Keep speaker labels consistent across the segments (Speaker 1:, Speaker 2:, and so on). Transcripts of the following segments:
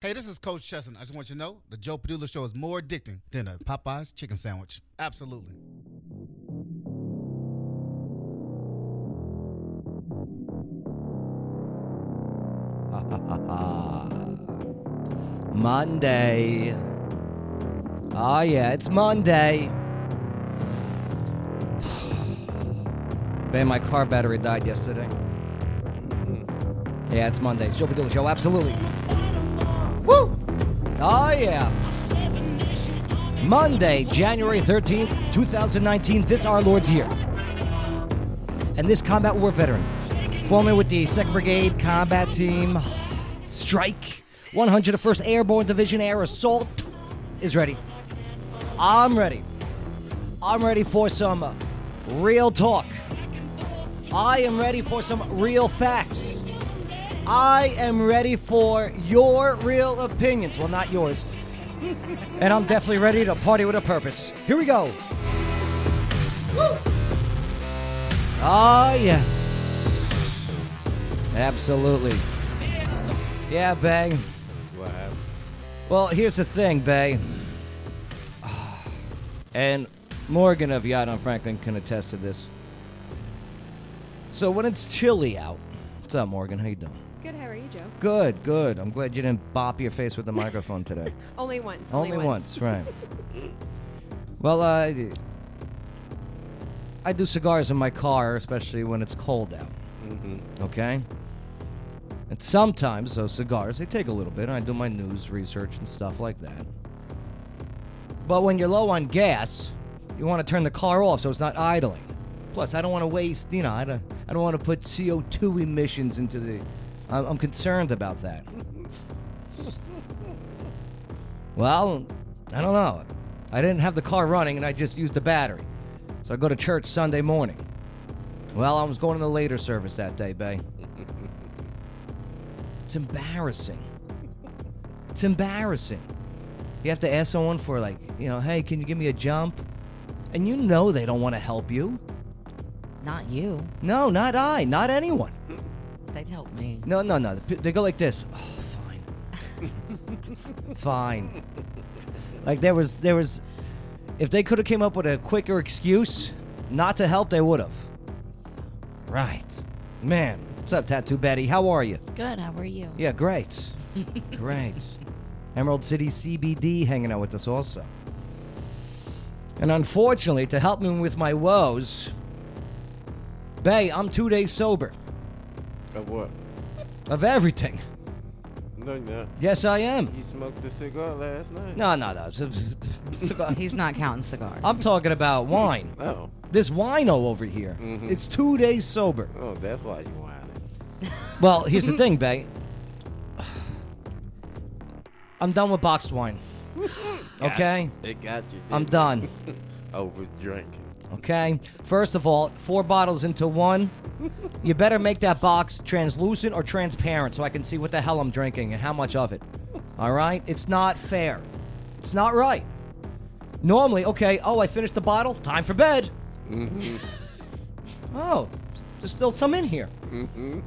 Speaker 1: Hey, this is Coach Chesson. I just want you to know the Joe Padula Show is more addicting than a Popeye's chicken sandwich. Absolutely.
Speaker 2: Monday. Oh, yeah, it's Monday. Man, my car battery died yesterday. Mm-hmm. Yeah, it's Monday. It's Joe Padula Show, absolutely. Woo! Oh, yeah. Monday, January 13th, 2019. This our Lord's year. And this combat war veteran, forming with the 2nd Brigade Combat Team Strike 101st Airborne Division Air Assault, is ready. I'm ready. I'm ready for some uh, real talk. I am ready for some real facts. I am ready for your real opinions. Well, not yours. and I'm definitely ready to party with a purpose. Here we go. Ah, yes. Absolutely. Yeah, Bay.
Speaker 3: What happened?
Speaker 2: Well, here's the thing, Bay. And Morgan of Yacht on Franklin can attest to this. So when it's chilly out, what's up, Morgan? How you doing?
Speaker 4: Good. How are you, Joe?
Speaker 2: Good, good. I'm glad you didn't bop your face with the microphone today.
Speaker 4: Only once.
Speaker 2: Only, once. right? well, uh, I do cigars in my car, especially when it's cold out. Okay. And sometimes those cigars they take a little bit. And I do my news research and stuff like that. But when you're low on gas, you want to turn the car off so it's not idling. Plus, I don't want to waste. You know, I don't. I don't want to put CO2 emissions into the. I'm, I'm concerned about that. Well, I don't know. I didn't have the car running and I just used the battery. So I go to church Sunday morning. Well, I was going to the later service that day, Bay. It's embarrassing. It's embarrassing. You have to ask someone for, like, you know, hey, can you give me a jump? And you know they don't want to help you.
Speaker 5: Not you.
Speaker 2: No, not I, not anyone.
Speaker 5: They'd help me.
Speaker 2: No, no, no. P- They go like this. Oh, fine. fine. Like there was there was if they could have came up with a quicker excuse not to help, they would have. Right. Man, what's up, Tattoo Betty? How are you?
Speaker 5: Good. How are you?
Speaker 2: Yeah, great. great. Emerald City CBD hanging out with us also. And unfortunately, to help me with my woes, Bay, I'm two days sober
Speaker 3: Of what?
Speaker 2: of everything.
Speaker 3: No, no.
Speaker 2: Yes, I am.
Speaker 3: You smoked a cigar last night?
Speaker 2: No, no, no. c- c- cigar.
Speaker 5: He's not counting cigars.
Speaker 2: I'm talking about wine.
Speaker 3: Oh.
Speaker 2: This wino over here.
Speaker 3: Mhm.
Speaker 2: It's two days sober.
Speaker 3: Oh, that's why you whining.
Speaker 2: Well, here's the thing, Bay. I'm done with boxed wine. Okay?
Speaker 3: It got you.
Speaker 2: I'm
Speaker 3: done.
Speaker 2: done.
Speaker 3: Over drinking.
Speaker 2: Okay? First of all, four bottles into one. You better make that box translucent or transparent so I can see what the hell I'm drinking and how much of it. All right? It's not fair. It's not right. Normally, okay, oh, I finished the bottle. Time for bed. oh, there's still some in here.
Speaker 3: Mm-hmm.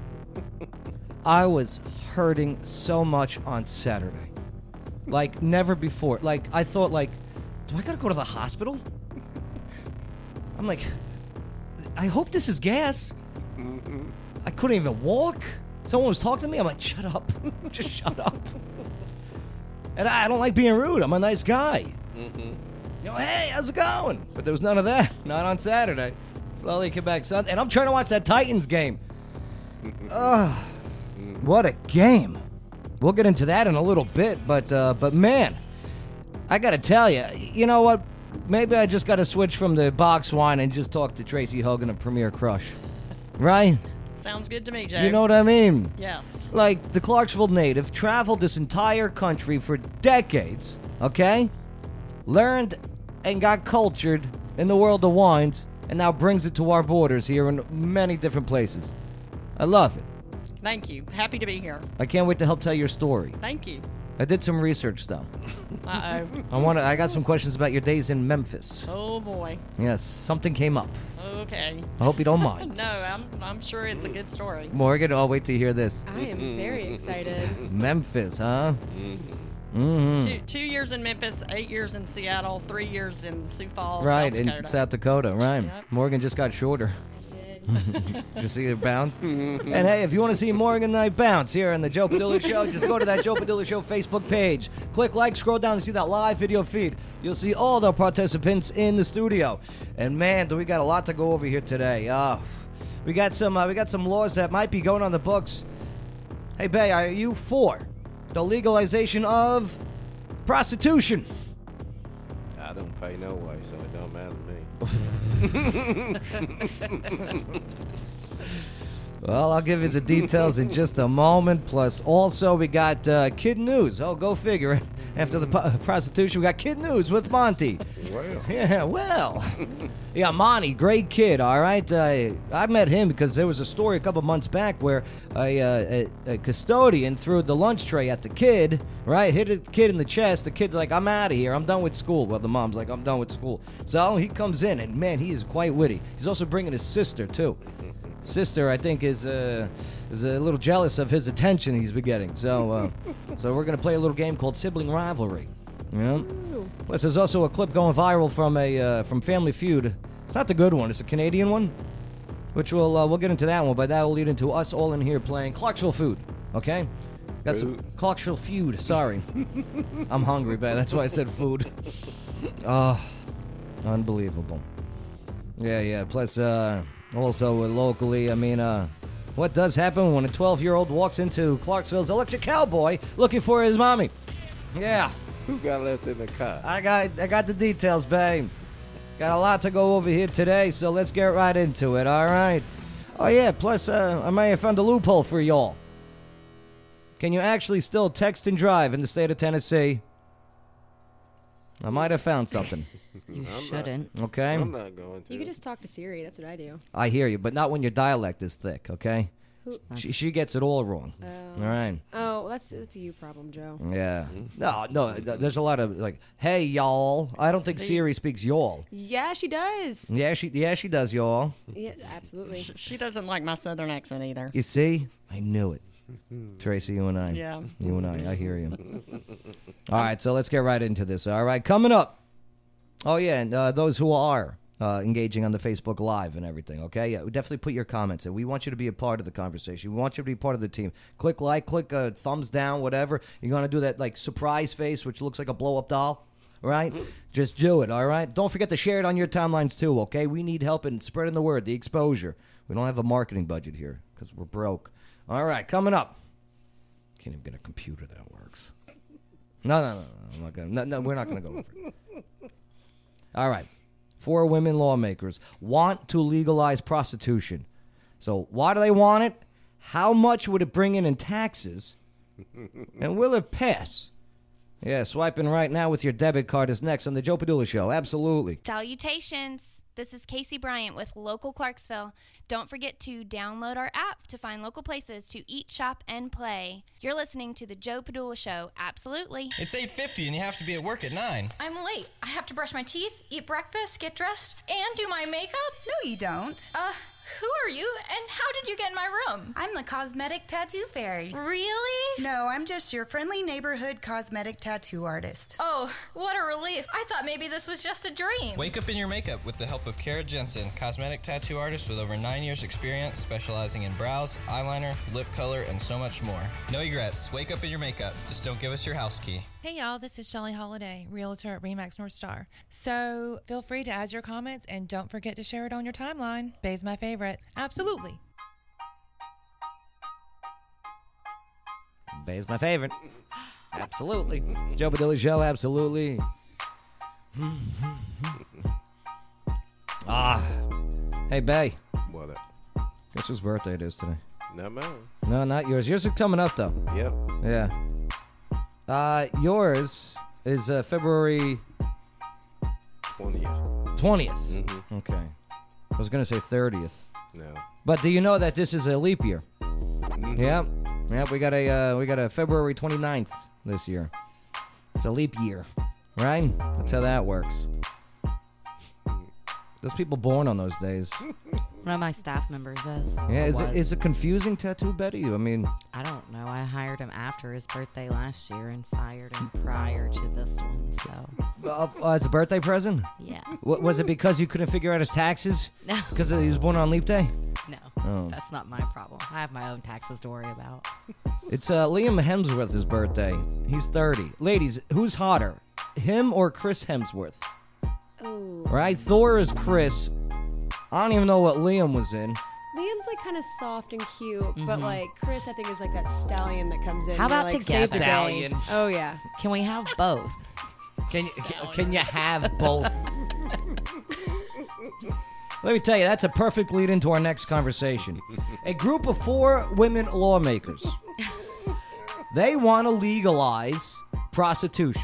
Speaker 2: I was hurting so much on Saturday. Like never before. Like I thought like, do I gotta go to the hospital? I'm like, I hope this is gas. I couldn't even walk. Someone was talking to me. I'm like, shut up. Just shut up. And I, I don't like being rude. I'm a nice guy.
Speaker 3: Mm-hmm.
Speaker 2: You know, hey, how's it going? But there was none of that. Not on Saturday. Slowly came back Sunday. And I'm trying to watch that Titans game. Ugh. What a game. We'll get into that in a little bit, but uh, but man, I gotta tell you, you know what? Maybe I just gotta switch from the box wine and just talk to Tracy Hogan of Premier Crush, right?
Speaker 6: Sounds good to me, Joe.
Speaker 2: You know what I mean?
Speaker 6: Yes.
Speaker 2: Like the Clarksville native traveled this entire country for decades, okay? Learned and got cultured in the world of wines, and now brings it to our borders here in many different places. I love it.
Speaker 6: Thank you. Happy to be here.
Speaker 2: I can't wait to help tell your story.
Speaker 6: Thank you.
Speaker 2: I did some research though.
Speaker 4: Uh oh.
Speaker 2: I want to. I got some questions about your days in Memphis.
Speaker 4: Oh boy.
Speaker 2: Yes, something came up.
Speaker 4: Okay.
Speaker 2: I hope you don't mind.
Speaker 4: No, I'm, I'm sure it's a good story.
Speaker 2: Morgan, I'll wait to hear this.
Speaker 6: I am very excited.
Speaker 2: Memphis, huh? Mm-hmm.
Speaker 4: Two, two years in Memphis, eight years in Seattle, three years in Sioux Falls,
Speaker 2: right,
Speaker 4: South
Speaker 2: in
Speaker 4: Dakota.
Speaker 2: South Dakota, right.
Speaker 4: Yep.
Speaker 2: Morgan just got shorter.
Speaker 6: Did-
Speaker 2: Did you see her bounce?
Speaker 4: Mm-hmm.
Speaker 2: and hey, if you want to see Morgan and I bounce here on the Joe Padula Show, just go to that Joe Padula Show Facebook page. Click like, scroll down to see that live video feed. You'll see all the participants in the studio. And man, do we got a lot to go over here today. Uh, we got some uh, we got some laws that might be going on the books. Hey, Bay, are you for the legalization of prostitution?
Speaker 3: I don't pay no way, so it don't matter to me.
Speaker 2: Well, I'll give you the details in just a moment. Plus, also, we got uh, Kid News. Oh, go figure. After the po- prostitution, we got Kid News with Monty.
Speaker 3: Well,
Speaker 2: Yeah, well. Yeah, Monty, great kid, all right? Uh, I met him because there was a story a couple months back where a, uh, a, a custodian threw the lunch tray at the kid, right? Hit a kid in the chest. The kid's like, I'm out of here. I'm done with school. Well, the mom's like, I'm done with school. So he comes in, and man, he is quite witty. He's also bringing his sister, too. Sister, I think, is uh, is a little jealous of his attention he's been getting. So, uh, so we're gonna play a little game called sibling rivalry. Yeah. Plus, there's also a clip going viral from a uh, from Family Feud. It's not the good one. It's the Canadian one, which we'll uh, we'll get into that one. But that will lead into us all in here playing Clarksville Food. Okay. Got some
Speaker 3: Food.
Speaker 2: Clarksville Feud. Sorry, I'm hungry, but that's why I said food. Oh, unbelievable. Yeah, yeah. Plus, uh, also uh, locally, I mean, uh, what does happen when a 12 year old walks into Clarksville's electric cowboy looking for his mommy? Yeah,
Speaker 3: who got left in the car?
Speaker 2: I got, I got the details, babe. Got a lot to go over here today, so let's get right into it. All right. Oh yeah. Plus, uh, I may have found a loophole for y'all. Can you actually still text and drive in the state of Tennessee? I might have found something.
Speaker 5: You shouldn't.
Speaker 2: Okay.
Speaker 3: I'm not going to.
Speaker 6: you could just talk to Siri. That's what I do.
Speaker 2: I hear you, but not when your dialect is thick, okay?
Speaker 6: Who-
Speaker 2: She, she gets it all wrong. all right.
Speaker 6: Oh, well, that's that's a you problem, Joe.
Speaker 2: Yeah.
Speaker 3: Mm-hmm.
Speaker 2: No, no, th- there's a lot of like, hey, y'all. I don't think Siri speaks y'all.
Speaker 6: Yeah, she does.
Speaker 2: Yeah, she yeah, she does y'all.
Speaker 6: Yeah, absolutely.
Speaker 4: Sh- She doesn't like my southern accent either.
Speaker 2: You see? I knew it. Tracy, you and I.
Speaker 4: Yeah.
Speaker 2: You and I. I hear you. all right, so let's get right into this. All right, coming up. Oh, yeah, and uh, those who are uh, engaging on the Facebook Live and everything, okay? Yeah, definitely put your comments in. We want you to be a part of the conversation. We want you to be part of the team. Click like, click uh, thumbs down, whatever. You're going to do that, like, surprise face, which looks like a blow up doll. Right? Just do it, all right? Don't forget to share it on your timelines too, okay? We need help in spreading the word, the exposure. We don't have a marketing budget here because we're broke. All right, coming up. Can't even get a computer that works. No, no, no, no. I'm not gonna. No, no, we're not gonna go over it. All right. Four women lawmakers want to legalize prostitution. So why do they want it? How much would it bring in in taxes? And will it pass? Yeah, swiping right now with your debit card is next on the Joe Padula Show. Absolutely.
Speaker 7: Salutations! This is Casey Bryant with Local Clarksville. Don't forget to download our app to find local places to eat, shop, and play. You're listening to The Joe Padula Show, absolutely.
Speaker 8: It's 8:50 and you have to be at work at 9.
Speaker 9: I'm late. I have to brush my teeth, eat breakfast, get dressed, and do my makeup?
Speaker 10: No, you don't.
Speaker 9: Uh, who are you and how did you get in my room?
Speaker 10: I'm the cosmetic tattoo fairy.
Speaker 9: Really?
Speaker 10: No, I'm just your friendly neighborhood cosmetic tattoo artist.
Speaker 9: Oh, what a relief. I thought maybe this was just a dream.
Speaker 8: Wake up in your makeup with the help of Kara Jensen, cosmetic tattoo artist with over 9 years experience specializing in brows, eyeliner, lip color and so much more. No regrets. Wake up in your makeup. Just don't give us your house key.
Speaker 11: Hey y'all, this is Shelly Holiday, Realtor at Remax North Star. So feel free to add your comments and don't forget to share it on your timeline. Bay's my favorite. Absolutely.
Speaker 2: Bay's my favorite. Absolutely. Joe Padilla Show, absolutely. ah. Hey, Bay.
Speaker 3: What up?
Speaker 2: Guess whose birthday it is today?
Speaker 3: Not mine.
Speaker 2: No, not yours. Yours is coming up, though.
Speaker 3: Yep.
Speaker 2: Yeah. Uh, yours is uh, February
Speaker 3: 20th.
Speaker 2: 20th.
Speaker 3: Mhm.
Speaker 2: Okay. I was going to say 30th.
Speaker 3: No. Mm-hmm.
Speaker 2: But do you know that this is a leap year? Yep. Yep, we got a uh, we got a February 29th this year. It's a leap year, right? That's how that works.
Speaker 3: Mm-hmm.
Speaker 2: Those people born on those days.
Speaker 5: One of my staff members is.
Speaker 2: Yeah,
Speaker 5: Or
Speaker 2: is it,
Speaker 5: was.
Speaker 2: is it confusing tattoo Betty? I mean,
Speaker 5: I don't know. I hired him after his birthday last year and fired him prior to this one. So
Speaker 2: uh, as a birthday present?
Speaker 5: Yeah.
Speaker 2: Wa- was it because you couldn't figure out his taxes? No. Because he was born on leap day?
Speaker 5: no,
Speaker 2: Oh.
Speaker 5: that's not my problem. I have my own taxes to worry about.
Speaker 2: It's uh, Liam Hemsworth's birthday. He's 30. Ladies, who's hotter, him or Chris Hemsworth?
Speaker 6: Oh.
Speaker 2: Right? Thor is Chris. I don't even know what Liam was in.
Speaker 6: Liam's like kind of soft and cute, but
Speaker 2: Mhm.
Speaker 6: like Chris, I think is like that stallion that comes in.
Speaker 5: How
Speaker 6: and you're
Speaker 5: about
Speaker 6: like,
Speaker 5: together?
Speaker 6: save the day.
Speaker 2: Stallion.
Speaker 6: Oh yeah.
Speaker 5: Can we have both?
Speaker 2: Can you, can, can you have both? Let me tell you, that's a perfect lead into our next conversation. A group of four women lawmakers. They want to legalize prostitution.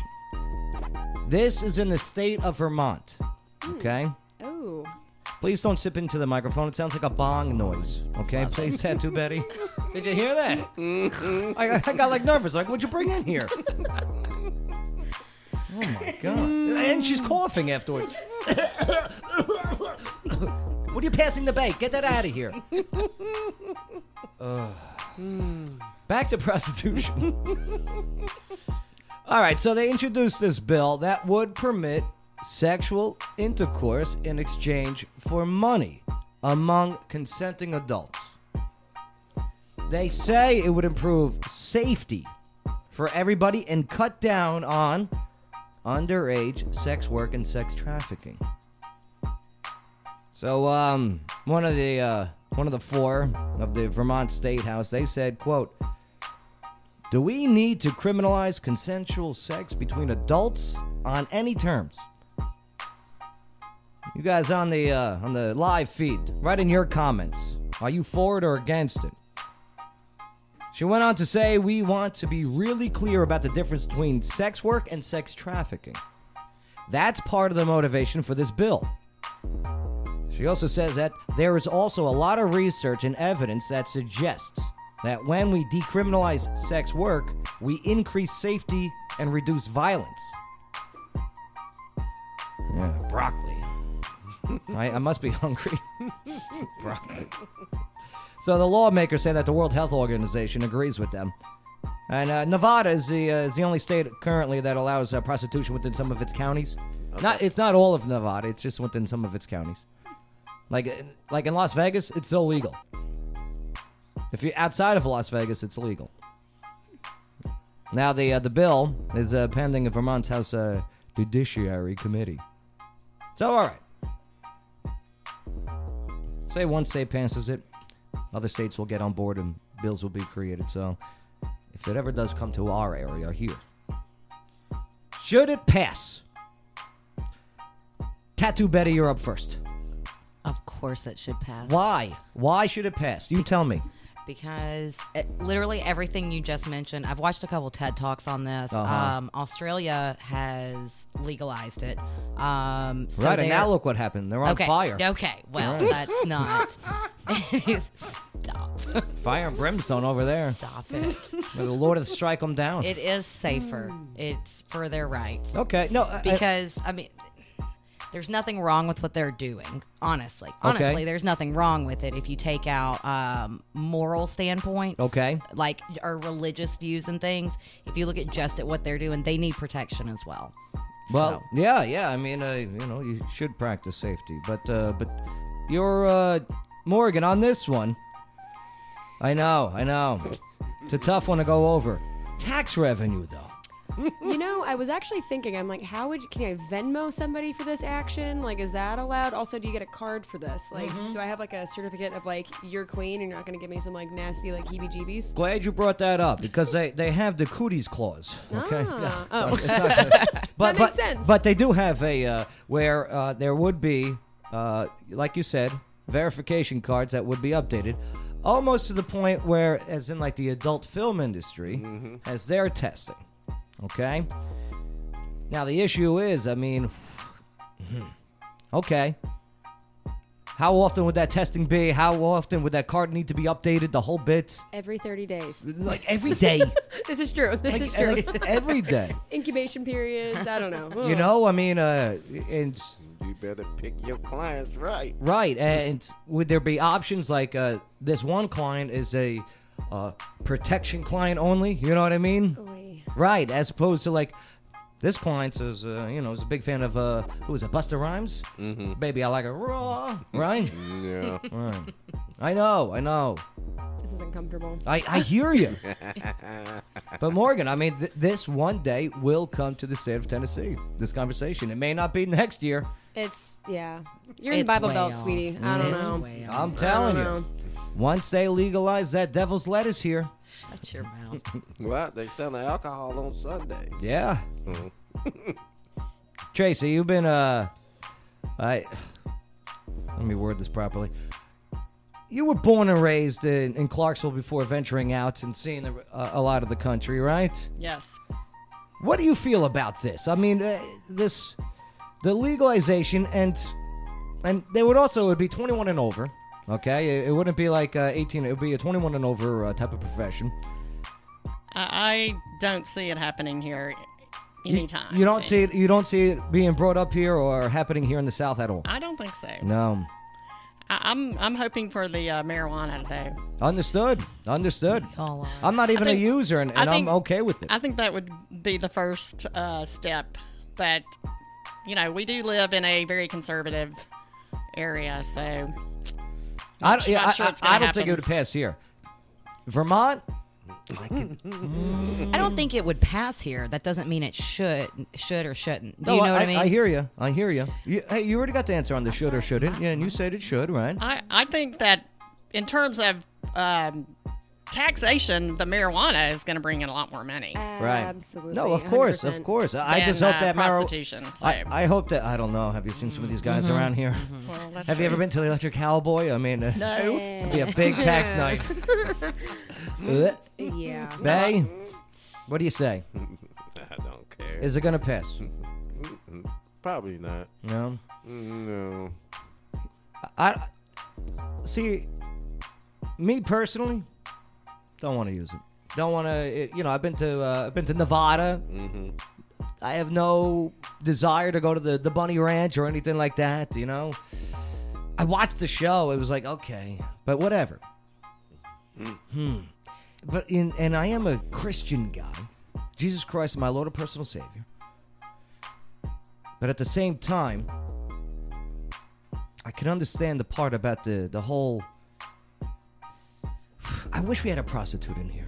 Speaker 2: This is in the state of Vermont. Okay?
Speaker 6: Oh.
Speaker 2: Please don't sip into the microphone. It sounds like a bong noise. Okay? Please tattoo Betty. Did you hear that? I, I got like nervous. Like, what'd you bring in here? Oh my god. And she's coughing afterwards. what are you passing the bait? Get that out of here. Ugh. Back to prostitution. All right, so they introduced this bill that would permit sexual intercourse in exchange for money among consenting adults. They say it would improve safety for everybody and cut down on underage sex work and sex trafficking. So, um, one of the uh, one of the four of the Vermont State House, they said, "quote Do we need to criminalize consensual sex between adults on any terms?" You guys on the uh, on the live feed, write in your comments. Are you for it or against it? She went on to say, We want to be really clear about the difference between sex work and sex trafficking. That's part of the motivation for this bill. She also says that there is also a lot of research and evidence that suggests that when we decriminalize sex work, we increase safety and reduce violence. Yeah, broccoli. I, I must be hungry. broccoli. So the lawmakers say that the World Health Organization agrees with them. And uh, Nevada is the uh, is the only state currently that allows uh, prostitution within some of its counties. Not it's not all of Nevada; it's just within some of its counties. Like uh, like in Las Vegas, it's illegal. If you're outside of Las Vegas, it's legal. Now the uh, the bill is uh, pending in Vermont's House uh, Judiciary Committee. So all right, say one state passes it, other states will get on board and bills will be created. So if it ever does come to our area here, should it pass? Tattoo Betty, you're up first.
Speaker 5: Of course, it should pass.
Speaker 2: Why? Why should it pass? You tell me.
Speaker 5: because it, literally everything you just mentioned i've watched a couple ted talks on this
Speaker 2: Uh-huh.
Speaker 5: um, australia has legalized it um, so
Speaker 2: right, and
Speaker 5: they're-
Speaker 2: now look what happened. They're on
Speaker 5: okay,
Speaker 2: fire.
Speaker 5: okay well
Speaker 2: Right.
Speaker 5: that's not
Speaker 2: Fire and brimstone over there.
Speaker 5: Stop it.
Speaker 2: May the Lord have strike them down.
Speaker 5: it is safer it's for their rights
Speaker 2: okay, no. I- I-
Speaker 5: because I, mean there's nothing wrong with what they're doing honestly
Speaker 2: Okay.
Speaker 5: honestly there's nothing wrong with it if you take out um, moral standpoints
Speaker 2: Okay.
Speaker 5: like or religious views and things if you look at just at what they're doing they need protection as well
Speaker 2: Well, yeah, yeah. I mean, uh, you know, you should practice safety, but uh, but you're uh, Morgan on this one. I know, I know. It's a tough one to go over. Tax revenue, though.
Speaker 6: you know, I was actually thinking, I'm like, how would you, can I Venmo somebody for this action? Like, is that allowed? Also, do you get a card for this? Like,
Speaker 2: Mm-hmm.
Speaker 6: do I have like a certificate of like you're clean and you're not going to give me some like nasty like heebie-jeebies?
Speaker 2: Glad you brought that up because they, they have the cooties clause. Okay.
Speaker 6: Ah.
Speaker 2: So
Speaker 6: Oh.
Speaker 2: it's not gonna- but,
Speaker 6: That
Speaker 2: but,
Speaker 6: makes sense.
Speaker 2: But they do have a uh, where uh, there would be, uh, like you said, verification cards that would be updated, almost to the point where, as in like the adult film industry,
Speaker 6: Mm-hmm.
Speaker 2: has their testing. Okay. Now the issue is, I mean, okay, hmm, How often would that testing be? How often would that card need to be updated? The whole bit.
Speaker 6: Every 30 days.
Speaker 2: Like every day.
Speaker 6: this is true. This
Speaker 2: Like-
Speaker 6: is true.
Speaker 2: like every day.
Speaker 6: Incubation periods. I don't know.
Speaker 2: you know, I mean, uh, and
Speaker 3: You better pick your clients right.
Speaker 2: right, and would there be options like uh, this one client is a uh, protection client only? You know what I mean? Right, as opposed to like this client is, uh, you know, is a big fan of uh, who is it, Buster Rhymes? Mm-hmm. Baby, I like it raw, right?
Speaker 3: Yeah.
Speaker 2: right. I know, I know.
Speaker 6: This is uncomfortable.
Speaker 2: I, I hear you. but Morgan, I mean, th- this one day will come to the state of Tennessee. This conversation. It may not be next year.
Speaker 6: It's, yeah. You're in
Speaker 2: It's
Speaker 6: Bible
Speaker 2: way
Speaker 6: Belt,
Speaker 2: off.
Speaker 6: sweetie. I don't
Speaker 2: It's
Speaker 6: know.
Speaker 2: way off. I'm telling
Speaker 6: I don't
Speaker 2: you. Once they legalize that devil's lettuce here,
Speaker 5: Shut your mouth.
Speaker 3: What? They selling alcohol on Sunday.
Speaker 2: yeah. Tracy, you've been uh, I let me word this properly. You were born and raised in, in Clarksville before venturing out and seeing the, uh, a lot of the country, right?
Speaker 4: Yes.
Speaker 2: What do you feel about this? I mean, uh, this the legalization and and they would also it would be 21 and over. Okay, it, it wouldn't be like uh, 18. It would be a 21 and over uh, type of profession.
Speaker 4: I, I don't see it happening here
Speaker 2: You-
Speaker 4: anytime.
Speaker 2: You, don't see it. You don't see it being brought up here or happening here in the South at all.
Speaker 4: I don't think so.
Speaker 2: No,
Speaker 4: I, I'm I'm hoping for the uh, marijuana today.
Speaker 2: understood. Understood. I'm not even a
Speaker 4: think-
Speaker 2: user, and,
Speaker 4: I
Speaker 2: and
Speaker 4: think-
Speaker 2: I'm okay with it.
Speaker 4: I think that would be the first uh, step, but you know we do live in a very conservative area, so
Speaker 2: I don't, yeah,
Speaker 4: not
Speaker 2: I,
Speaker 4: sure
Speaker 2: I-
Speaker 4: it's gonna
Speaker 2: I don't think
Speaker 4: happen.
Speaker 2: it would pass here. Vermont,
Speaker 5: I don't think it would pass here. That doesn't mean it should, should or shouldn't. Do you
Speaker 2: No,
Speaker 5: know what I mean?
Speaker 2: I hear you. I hear you. you. Hey, you already got the answer on the should or shouldn't. Yeah, and you said it should, right?
Speaker 4: I I think that in terms of um, taxation, the marijuana is going to bring in a lot more money.
Speaker 2: Right. No, of course, of course. I I just
Speaker 4: Than,
Speaker 2: hope
Speaker 4: uh,
Speaker 2: that marrow-
Speaker 4: prostitution.
Speaker 2: I, I hope that I don't know. Have you seen some of these guys
Speaker 5: Mm-hmm.
Speaker 4: Mhm.
Speaker 2: around here?
Speaker 4: Mhm. Well, that's
Speaker 2: Have you ever
Speaker 4: true.
Speaker 2: been to the Electric Cowboy? I mean, uh,
Speaker 4: No.
Speaker 2: it'd be a big tax night. Uh,
Speaker 6: Yeah.
Speaker 2: Bay, what do you say?
Speaker 3: I don't care.
Speaker 2: Is it gonna pass?
Speaker 3: Probably not.
Speaker 2: No.
Speaker 3: No.
Speaker 2: I see. Me personally, don't want to use it. Don't want to. You know, I've been to uh, I've been to Nevada.
Speaker 3: Mm-hmm.
Speaker 2: I have no desire to go to the the Bunny Ranch or anything like that. You know, I watched the show. It was like okay, but whatever. Hmm. But in and I am a Christian guy. Jesus Christ, is my Lord and personal Savior. But at the same time, I can understand the part about the the whole. I wish we had a prostitute in here,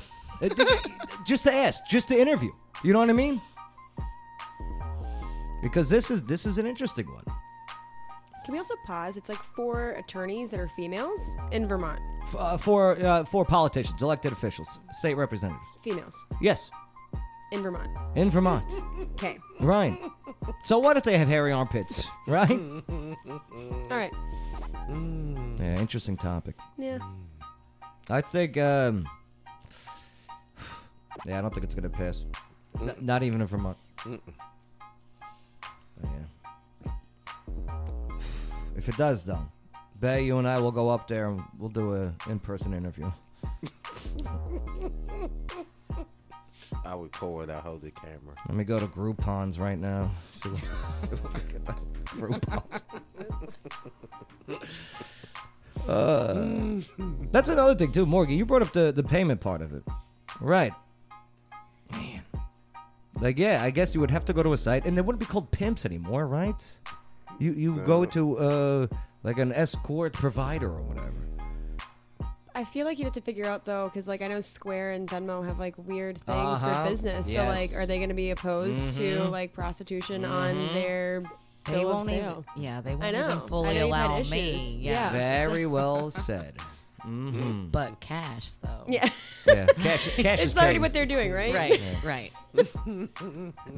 Speaker 2: Uh, just to ask, just to interview. You know what I mean? Because this is this is an interesting one
Speaker 6: Can we also pause? It's like four attorneys that are females in Vermont.
Speaker 2: F- uh, for uh, for politicians, elected officials, state representatives.
Speaker 6: Females
Speaker 2: Yes,
Speaker 6: in Vermont.
Speaker 2: in Vermont,
Speaker 6: Okay.
Speaker 2: right? So what if they have hairy armpits, right?
Speaker 6: All right.
Speaker 3: Mm-hmm.
Speaker 2: Yeah, interesting topic.
Speaker 6: Yeah.
Speaker 2: I think. Um, yeah, I don't think it's gonna pass. N- not even in Vermont. Oh, Yeah. If it does, though, Bay, you and I will go up there and we'll do a in-person interview.
Speaker 3: I would record. I hold the camera.
Speaker 2: Let me go to Groupon's right now. See what- see what I can find. Groupon's. Uh,
Speaker 6: Mm.
Speaker 2: that's another thing too, Morgan. You brought up the, the payment part of it, right? Man, like yeah, I guess you would have to go to a site, and they wouldn't be called pimps anymore, right? You you go
Speaker 3: No.
Speaker 2: to uh like an escort provider or whatever.
Speaker 6: I feel like you'd have to figure out though, because like I know Square and Venmo have like weird things
Speaker 2: Uh-huh. Mm-hmm.
Speaker 6: for business. So
Speaker 2: Yes.
Speaker 6: like, are they going to be opposed to
Speaker 5: Mhm.
Speaker 6: like prostitution on their
Speaker 5: Mm-hmm. They
Speaker 6: bill
Speaker 5: won't
Speaker 6: of
Speaker 5: even-
Speaker 6: sale?
Speaker 5: yeah, they
Speaker 6: I
Speaker 5: won't even
Speaker 6: know.
Speaker 5: fully
Speaker 6: I know you've had
Speaker 5: allow me,
Speaker 6: issues.
Speaker 5: yeah.
Speaker 2: Very well said. hmm
Speaker 5: But cash, though.
Speaker 6: Yeah.
Speaker 2: Yeah, cash- cash
Speaker 6: it's
Speaker 2: is
Speaker 6: already
Speaker 2: king.
Speaker 6: what they're doing, right?
Speaker 5: Right,
Speaker 2: Yeah.
Speaker 5: right.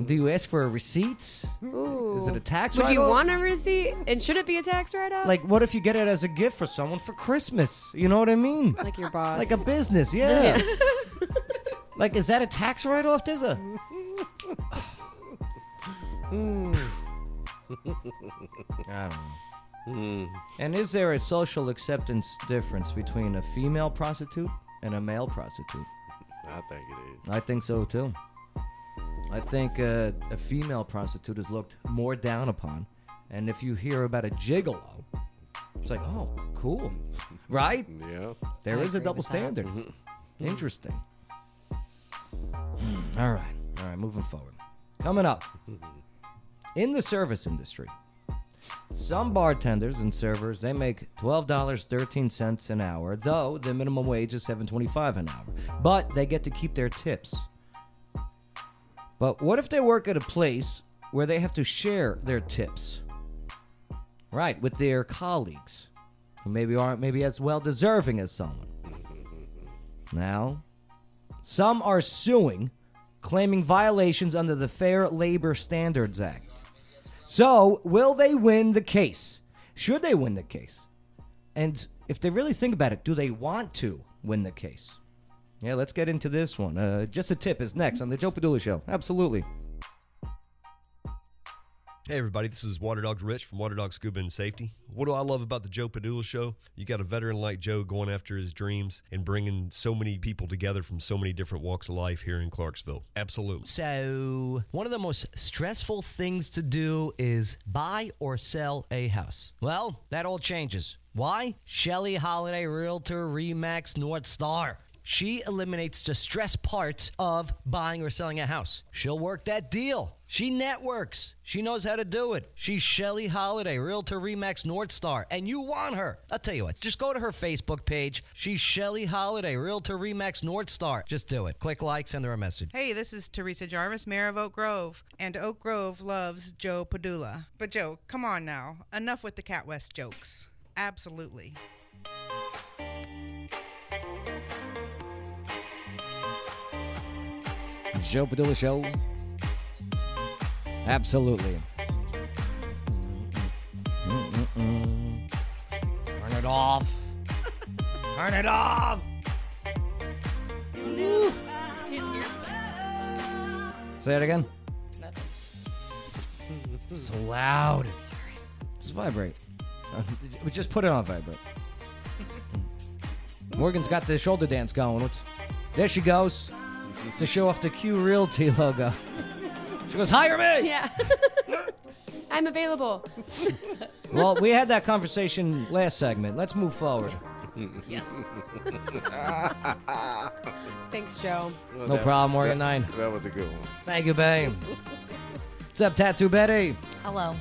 Speaker 2: Do you ask for a receipt?
Speaker 6: Ooh.
Speaker 2: Is it a tax?
Speaker 6: Would you
Speaker 2: write-off?
Speaker 6: want a receipt? And should it be a tax write-off?
Speaker 2: Like, what if you get it as a gift for someone for Christmas? You know what I mean?
Speaker 6: Like your boss.
Speaker 2: Like a business, yeah. like, is that a tax write-off, Dizza?
Speaker 6: Mm.
Speaker 2: I don't know.
Speaker 3: Hmm.
Speaker 2: And is there a social acceptance difference between a female prostitute and a male prostitute?
Speaker 3: I think it is.
Speaker 2: I think so too. I think uh, a female prostitute is looked more down upon, and if you hear about a gigolo, it's like, oh, cool, right?
Speaker 3: Yeah.
Speaker 2: There
Speaker 3: I
Speaker 2: is a
Speaker 3: agree
Speaker 2: double
Speaker 3: with that.
Speaker 2: standard.
Speaker 3: Mhm.
Speaker 2: Interesting. Hmm, all right, all right, moving forward. Coming up in the service industry, some bartenders and servers they make twelve dollars thirteen cents an hour, though the minimum wage is seven twenty five an hour. But they get to keep their tips. But what if they work at a place where they have to share their tips? Right, with their colleagues who maybe aren't maybe as well deserving as someone. Now, some are suing, claiming violations under the Fair Labor Standards Act. So, will they win the case? Should they win the case? And if they really think about it, do they want to win the case? Yeah, let's get into this one. Uh, Just a tip is next on the Joe Padula Show. Absolutely.
Speaker 12: Hey everybody, this is Water Dogs Rich from Water Dog Scuba and Safety. What do I love about the Joe Padula Show? You got a veteran like Joe going after his dreams and bringing so many people together from so many different walks of life here in Clarksville. Absolutely.
Speaker 13: So, one of the most stressful things to do is buy or sell a house. Well, that all changes. Why? Shelly Holiday Realtor Remax North Star. She eliminates the stress parts of buying or selling a house. She'll work that deal. She networks. She knows how to do it. She's Shelly Holiday, Realtor Remax North Star, and you want her. I'll tell you what, just go to her Facebook page. She's Shelly Holiday, Realtor Remax North Star. Just do it. Click like, send her a message.
Speaker 14: Hey, this is Teresa Jarvis, mayor of Oak Grove, and Oak Grove loves Joe Padula. But Joe, come on now, enough with the Cat West jokes. Absolutely.
Speaker 2: Joe Padula Show. Absolutely. Mm-mm-mm. Turn it off. Turn it off. Say it again. So loud. Just vibrate. Uh, Just put it on vibrate. Morgan's got the shoulder dance going. What's- There she goes to show off the Q Realty logo. She goes, hire me.
Speaker 6: Yeah. I'm available.
Speaker 2: Well, we had that conversation last segment. Let's move forward.
Speaker 6: Yes. Thanks, Joe.
Speaker 2: No problem, Morgan Nine.
Speaker 3: That was a good one.
Speaker 2: Thank you, babe. What's up, Tattoo Betty?
Speaker 5: Hello.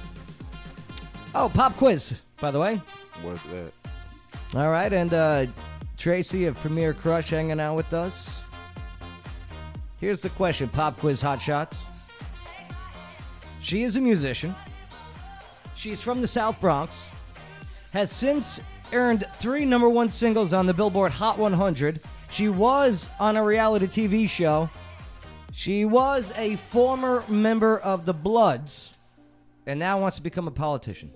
Speaker 2: Oh, pop quiz, by the way.
Speaker 3: What's that?
Speaker 2: All right, and uh, Tracy of Premier Crush hanging out with us. Here's the question, Pop Quiz Hot Shots. She is a musician. She's from the South Bronx. Has since earned three number one singles on the Billboard Hot 100. She was on a reality TV show. She was a former member of the Bloods and now wants to become a politician.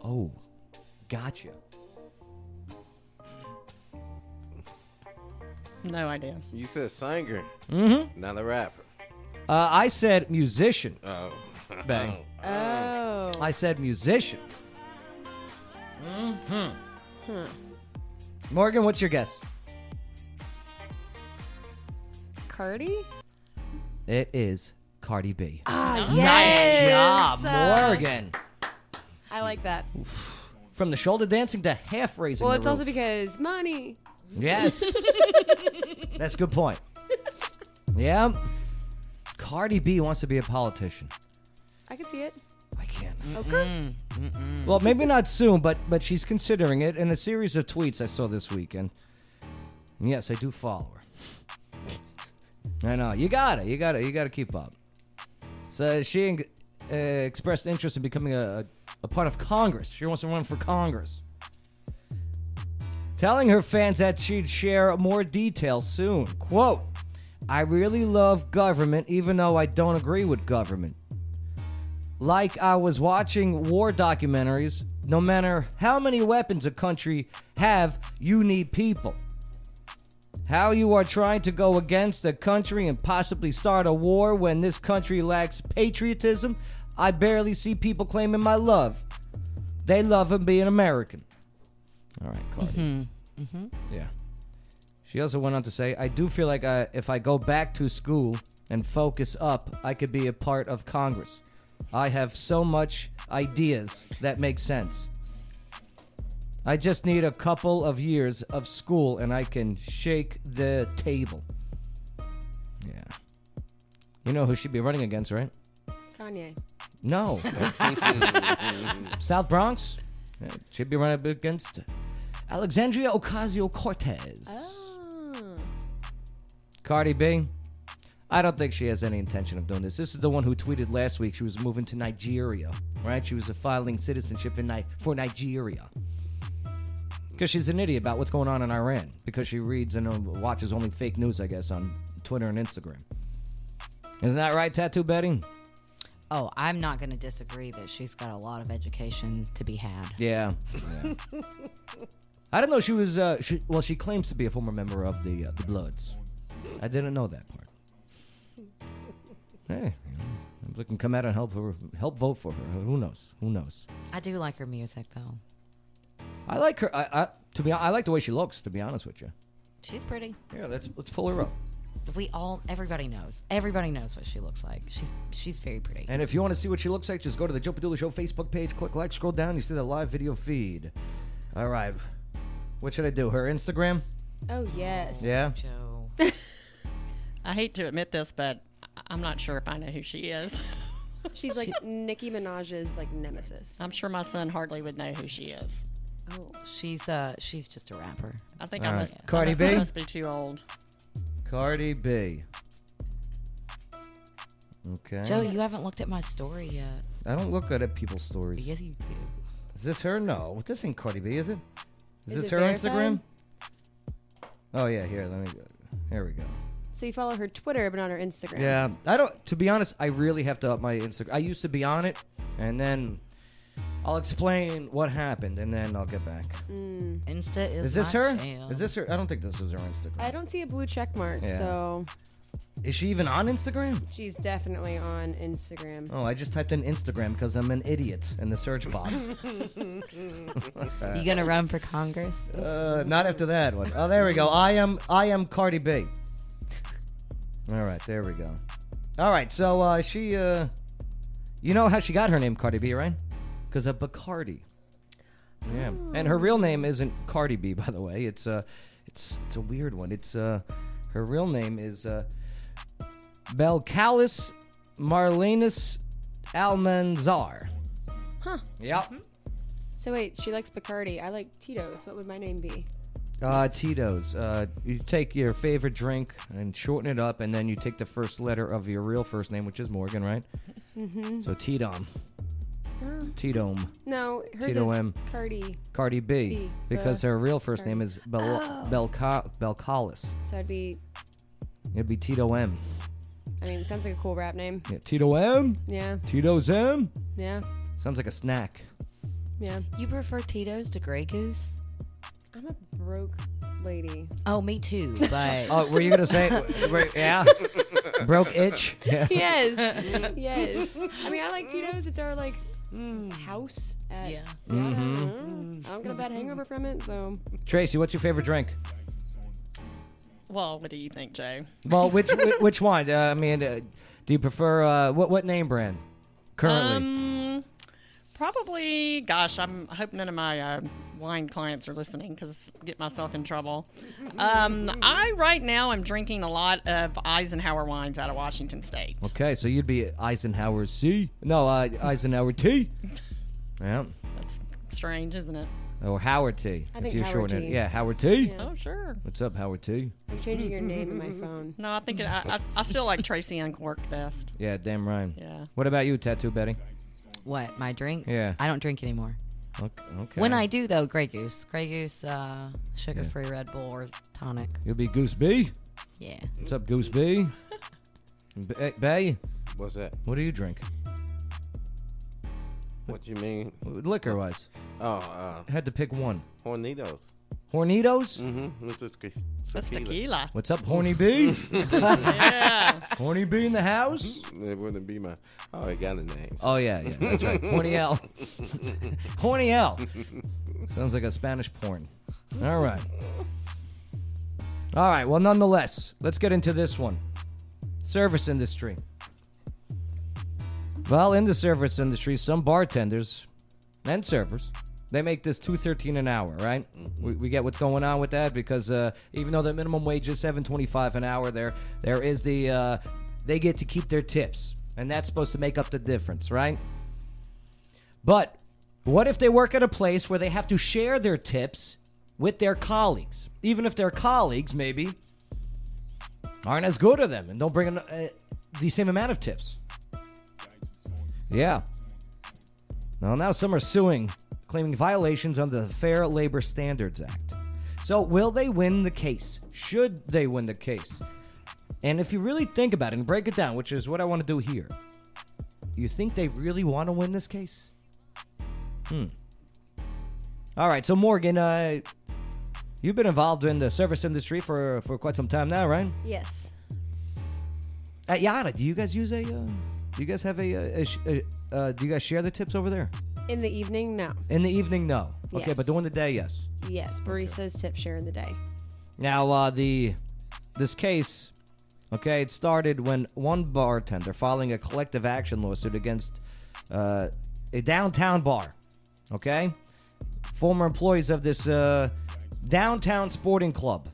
Speaker 2: Oh, gotcha.
Speaker 4: No idea.
Speaker 3: You said singer,
Speaker 2: Mm-hmm.
Speaker 3: not a rapper.
Speaker 2: Uh, I said musician.
Speaker 3: Oh.
Speaker 2: Bang.
Speaker 6: Oh.
Speaker 2: I said musician.
Speaker 6: Mm-hmm.
Speaker 2: Morgan, what's your guess?
Speaker 6: Cardi?
Speaker 2: It is Cardi B.
Speaker 6: Ah,
Speaker 2: Nice
Speaker 6: yes.
Speaker 2: job,
Speaker 6: Uh,
Speaker 2: Morgan.
Speaker 6: I like that.
Speaker 2: From the shoulder dancing to half raising.
Speaker 6: Well,
Speaker 2: the
Speaker 6: it's also
Speaker 2: roof.
Speaker 6: because money.
Speaker 2: Yes. That's a good point. Yeah. Cardi B wants to be a politician.
Speaker 6: I can see it.
Speaker 2: I can't.
Speaker 6: Okay.
Speaker 2: Well, maybe not soon, but but she's considering it in a series of tweets I saw this weekend. And yes, I do follow her. I know you got to You got to You got to keep up. So she en- uh, expressed interest in becoming a, a part of Congress. She wants to run for Congress, telling her fans that she'd share more details soon. "Quote: I really love government, even though I don't agree with government like I was watching war documentaries. No matter how many weapons a country have, you need people. How you are trying to go against a country and possibly start a war when this country lacks patriotism? I barely see people claiming my love. They love him being American. All right, Cardi.
Speaker 5: Mm-hmm.
Speaker 2: Yeah. She also went on to say, I do feel like I, if I go back to school and focus up, I could be a part of Congress. I have so much ideas that make sense. I just need a couple of years of school and I can shake the table. Yeah. You know who she'd be running against, right?
Speaker 6: Kanye.
Speaker 2: No. South Bronx? Yeah, She'd be running up against Alexandria Ocasio Cortez. Cardi B? I don't think she has any intention of doing this. This is the one who tweeted last week she was moving to Nigeria, right? She was filing citizenship in Ni- for Nigeria. Because she's an idiot about what's going on in Iran. Because she reads and uh, watches only fake news, I guess, on Twitter and Instagram. Isn't that right, Tattoo Betty?
Speaker 5: Oh, I'm not going to disagree that she's got a lot of education to be had.
Speaker 2: Yeah. I didn't know she was. Uh, she, well, she claims to be a former member of the uh, the Bloods. I didn't know that part. Hey, I'm looking come out and help her, help vote for her. Who knows? Who knows?
Speaker 5: I do like her music though.
Speaker 2: I like her. I, I to be. hon- I like the way she looks. To be honest with you.
Speaker 5: She's pretty.
Speaker 2: Yeah, let's let's pull her up.
Speaker 5: We all everybody knows. Everybody knows what she looks like. She's she's very pretty.
Speaker 2: And if you want to see what she looks like, just go to the Joe Padula Show Facebook page, click like, scroll down, you see the live video feed. All right, what should I do? Her Instagram?
Speaker 6: Oh yes.
Speaker 2: Yeah.
Speaker 5: Joe.
Speaker 4: I hate to admit this, but I- I'm not sure if I know who she is.
Speaker 6: She's like Nicki Minaj's like nemesis.
Speaker 2: Uh.
Speaker 4: I'm sure my son hardly would know who she is.
Speaker 6: Oh.
Speaker 5: She's uh she's just a rapper.
Speaker 4: I think
Speaker 2: All
Speaker 4: I
Speaker 2: right.
Speaker 4: must. I
Speaker 2: Cardi
Speaker 4: must-
Speaker 2: B?
Speaker 4: I must be too old.
Speaker 2: Cardi B. Okay.
Speaker 5: Joe, you haven't looked at my story yet.
Speaker 2: I don't look good at people's stories.
Speaker 5: Yes, you do.
Speaker 2: Is this her? No, this ain't Cardi B, is it? Is,
Speaker 6: Is
Speaker 2: this
Speaker 6: it
Speaker 2: her
Speaker 6: verified?
Speaker 2: Instagram? Oh yeah, here. Let me. Here we go.
Speaker 6: So you follow her Twitter, but not her Instagram.
Speaker 2: Yeah, I don't. To be honest, I really have to up my Instagram. I used to be on it, and then I'll explain what happened, and then I'll get back.
Speaker 6: Hmm.
Speaker 5: Insta is.
Speaker 2: Is, this
Speaker 5: my
Speaker 2: her?
Speaker 5: jam.
Speaker 2: Is this her? I don't think this is her Instagram.
Speaker 6: I don't see a blue check mark,
Speaker 2: Yeah.
Speaker 6: so
Speaker 2: Is she even on Instagram?
Speaker 6: she's definitely on Instagram.
Speaker 2: Oh, I just typed in Instagram because I'm an idiot in the search box.
Speaker 5: You gonna run for Congress?
Speaker 2: Uh, not after that one. Oh, there we go. I am I am Cardi B. All right, there we go. All right, so uh, she, uh, you know how she got her name Cardi B, right? Because of Bacardi. Yeah, and her real name isn't Cardi B, by the way. It's uh, it's it's a weird one. It's uh, her real name is uh, Belcalis Marlenus Almanzar.
Speaker 6: Huh.
Speaker 2: Yep.
Speaker 6: So wait, she likes Bacardi. I like Tito's. What would my name be?
Speaker 2: Uh, Tito's. Uh, you take your favorite drink and shorten it up, and then you take the first letter of your real first name, which is Morgan, right?
Speaker 6: Mm-hmm.
Speaker 2: So Tidom.
Speaker 6: Oh.
Speaker 2: Tidom.
Speaker 6: No, hers
Speaker 2: Tito
Speaker 6: is
Speaker 2: M.
Speaker 6: Cardi.
Speaker 2: Cardi B.
Speaker 6: B,
Speaker 2: because
Speaker 6: the
Speaker 2: her real first
Speaker 6: Cardi.
Speaker 2: name is Bel-
Speaker 6: Oh.
Speaker 2: Belca- Belcalis.
Speaker 6: So I'd be.
Speaker 2: It'd be Tito M.
Speaker 6: I mean, it sounds like a cool rap name.
Speaker 2: Yeah, Tito M?
Speaker 6: Yeah.
Speaker 2: Tito's M?
Speaker 6: Yeah.
Speaker 2: Sounds like a snack.
Speaker 6: Yeah.
Speaker 5: You prefer Tito's to Grey Goose?
Speaker 6: I'm a broke lady.
Speaker 5: Oh, me too. But
Speaker 2: Oh, were you going to say? were- yeah. Broke itch? Yeah.
Speaker 6: yes. Mm. Yes. I mean, I like Tito's. It's our like house. At, yeah.
Speaker 2: Mhm.
Speaker 6: I don't know. I don't get a bad hangover from it,
Speaker 4: Um,
Speaker 6: so.
Speaker 2: Tracy, what's your favorite drink?
Speaker 4: Well, what do you think, Joe?
Speaker 2: Well, which which- which one? Uh, I mean, uh, do you prefer uh, what what name brand currently?
Speaker 4: Um, probably. Gosh, I'm. I hope none of my uh, wine clients are listening because get myself in trouble. Um, I right now am drinking a lot of Eisenhower wines out of Washington State.
Speaker 2: okay, so you'd be Eisenhower C. No, uh, Eisenhower T. yeah,
Speaker 4: Strange, isn't it?
Speaker 2: or Howard T.
Speaker 6: I
Speaker 2: if
Speaker 6: think
Speaker 2: you
Speaker 6: Howard
Speaker 2: shorten it,
Speaker 6: T.
Speaker 2: yeah, Howard T.
Speaker 6: Yeah.
Speaker 4: Oh, sure.
Speaker 2: What's up, Howard T?
Speaker 6: I'm changing your name in my phone.
Speaker 4: No, I think it, I, I, I still like Tracy Uncorked best.
Speaker 2: Yeah, damn right.
Speaker 4: Yeah.
Speaker 2: What about you, Tattoo Betty?
Speaker 5: what? My drink?
Speaker 2: Yeah.
Speaker 5: I don't drink anymore.
Speaker 2: Okay. okay.
Speaker 5: When I do though, Grey Goose, Grey Goose, uh, sugar-free Red Bull or tonic.
Speaker 2: you'll be Goose B.
Speaker 5: Yeah.
Speaker 2: What's up, Goose B? B- eh, Bay.
Speaker 3: What's that?
Speaker 2: What do you drink?
Speaker 3: What you mean?
Speaker 2: Liquor wise,
Speaker 3: Oh, uh,
Speaker 2: had to pick one.
Speaker 3: Hornitos.
Speaker 2: Hornitos.
Speaker 3: Mm-hmm. It's just
Speaker 4: That's tequila.
Speaker 2: What's up, Horny B?
Speaker 4: yeah.
Speaker 2: Horny B in the house?
Speaker 3: It wouldn't be my. Oh, I got a name.
Speaker 2: Oh yeah, yeah, that's right. Horny L. Horny L. Sounds like a Spanish porn. All right. All right. Well, nonetheless, let's get into this one. Service industry. Well, in the service industry, some bartenders and servers they make this two thirteen an hour, right? We, we get what's going on with that because uh, even though the minimum wage is seven twenty five an hour, there there is the uh, they get to keep their tips, and that's supposed to make up the difference, right? But what if they work at a place where they have to share their tips with their colleagues, even if their colleagues maybe aren't as good as them and don't bring in, uh, the same amount of tips? Yeah. Well, now some are suing, claiming violations under the Fair Labor Standards Act. So, will they win the case? Should they win the case? And if you really think about it and break it down, which is what I want to do here, you think they really want to win this case? Hmm. All right, so Morgan, uh, you've been involved in the service industry for, for quite some time now, right?
Speaker 6: Yes.
Speaker 2: At Yada, do you guys use a? Uh, do you guys have a? a, a, sh- a uh, do you guys share the tips over there?
Speaker 6: In the evening, no.
Speaker 2: In the evening, no. Okay,
Speaker 6: Yes.
Speaker 2: but during the day, yes.
Speaker 6: Yes, baristas tip share in the day.
Speaker 2: Now, uh, the this case, okay, it started when one bartender filing a collective action lawsuit against uh, a downtown bar, okay, former employees of this uh, downtown sporting club,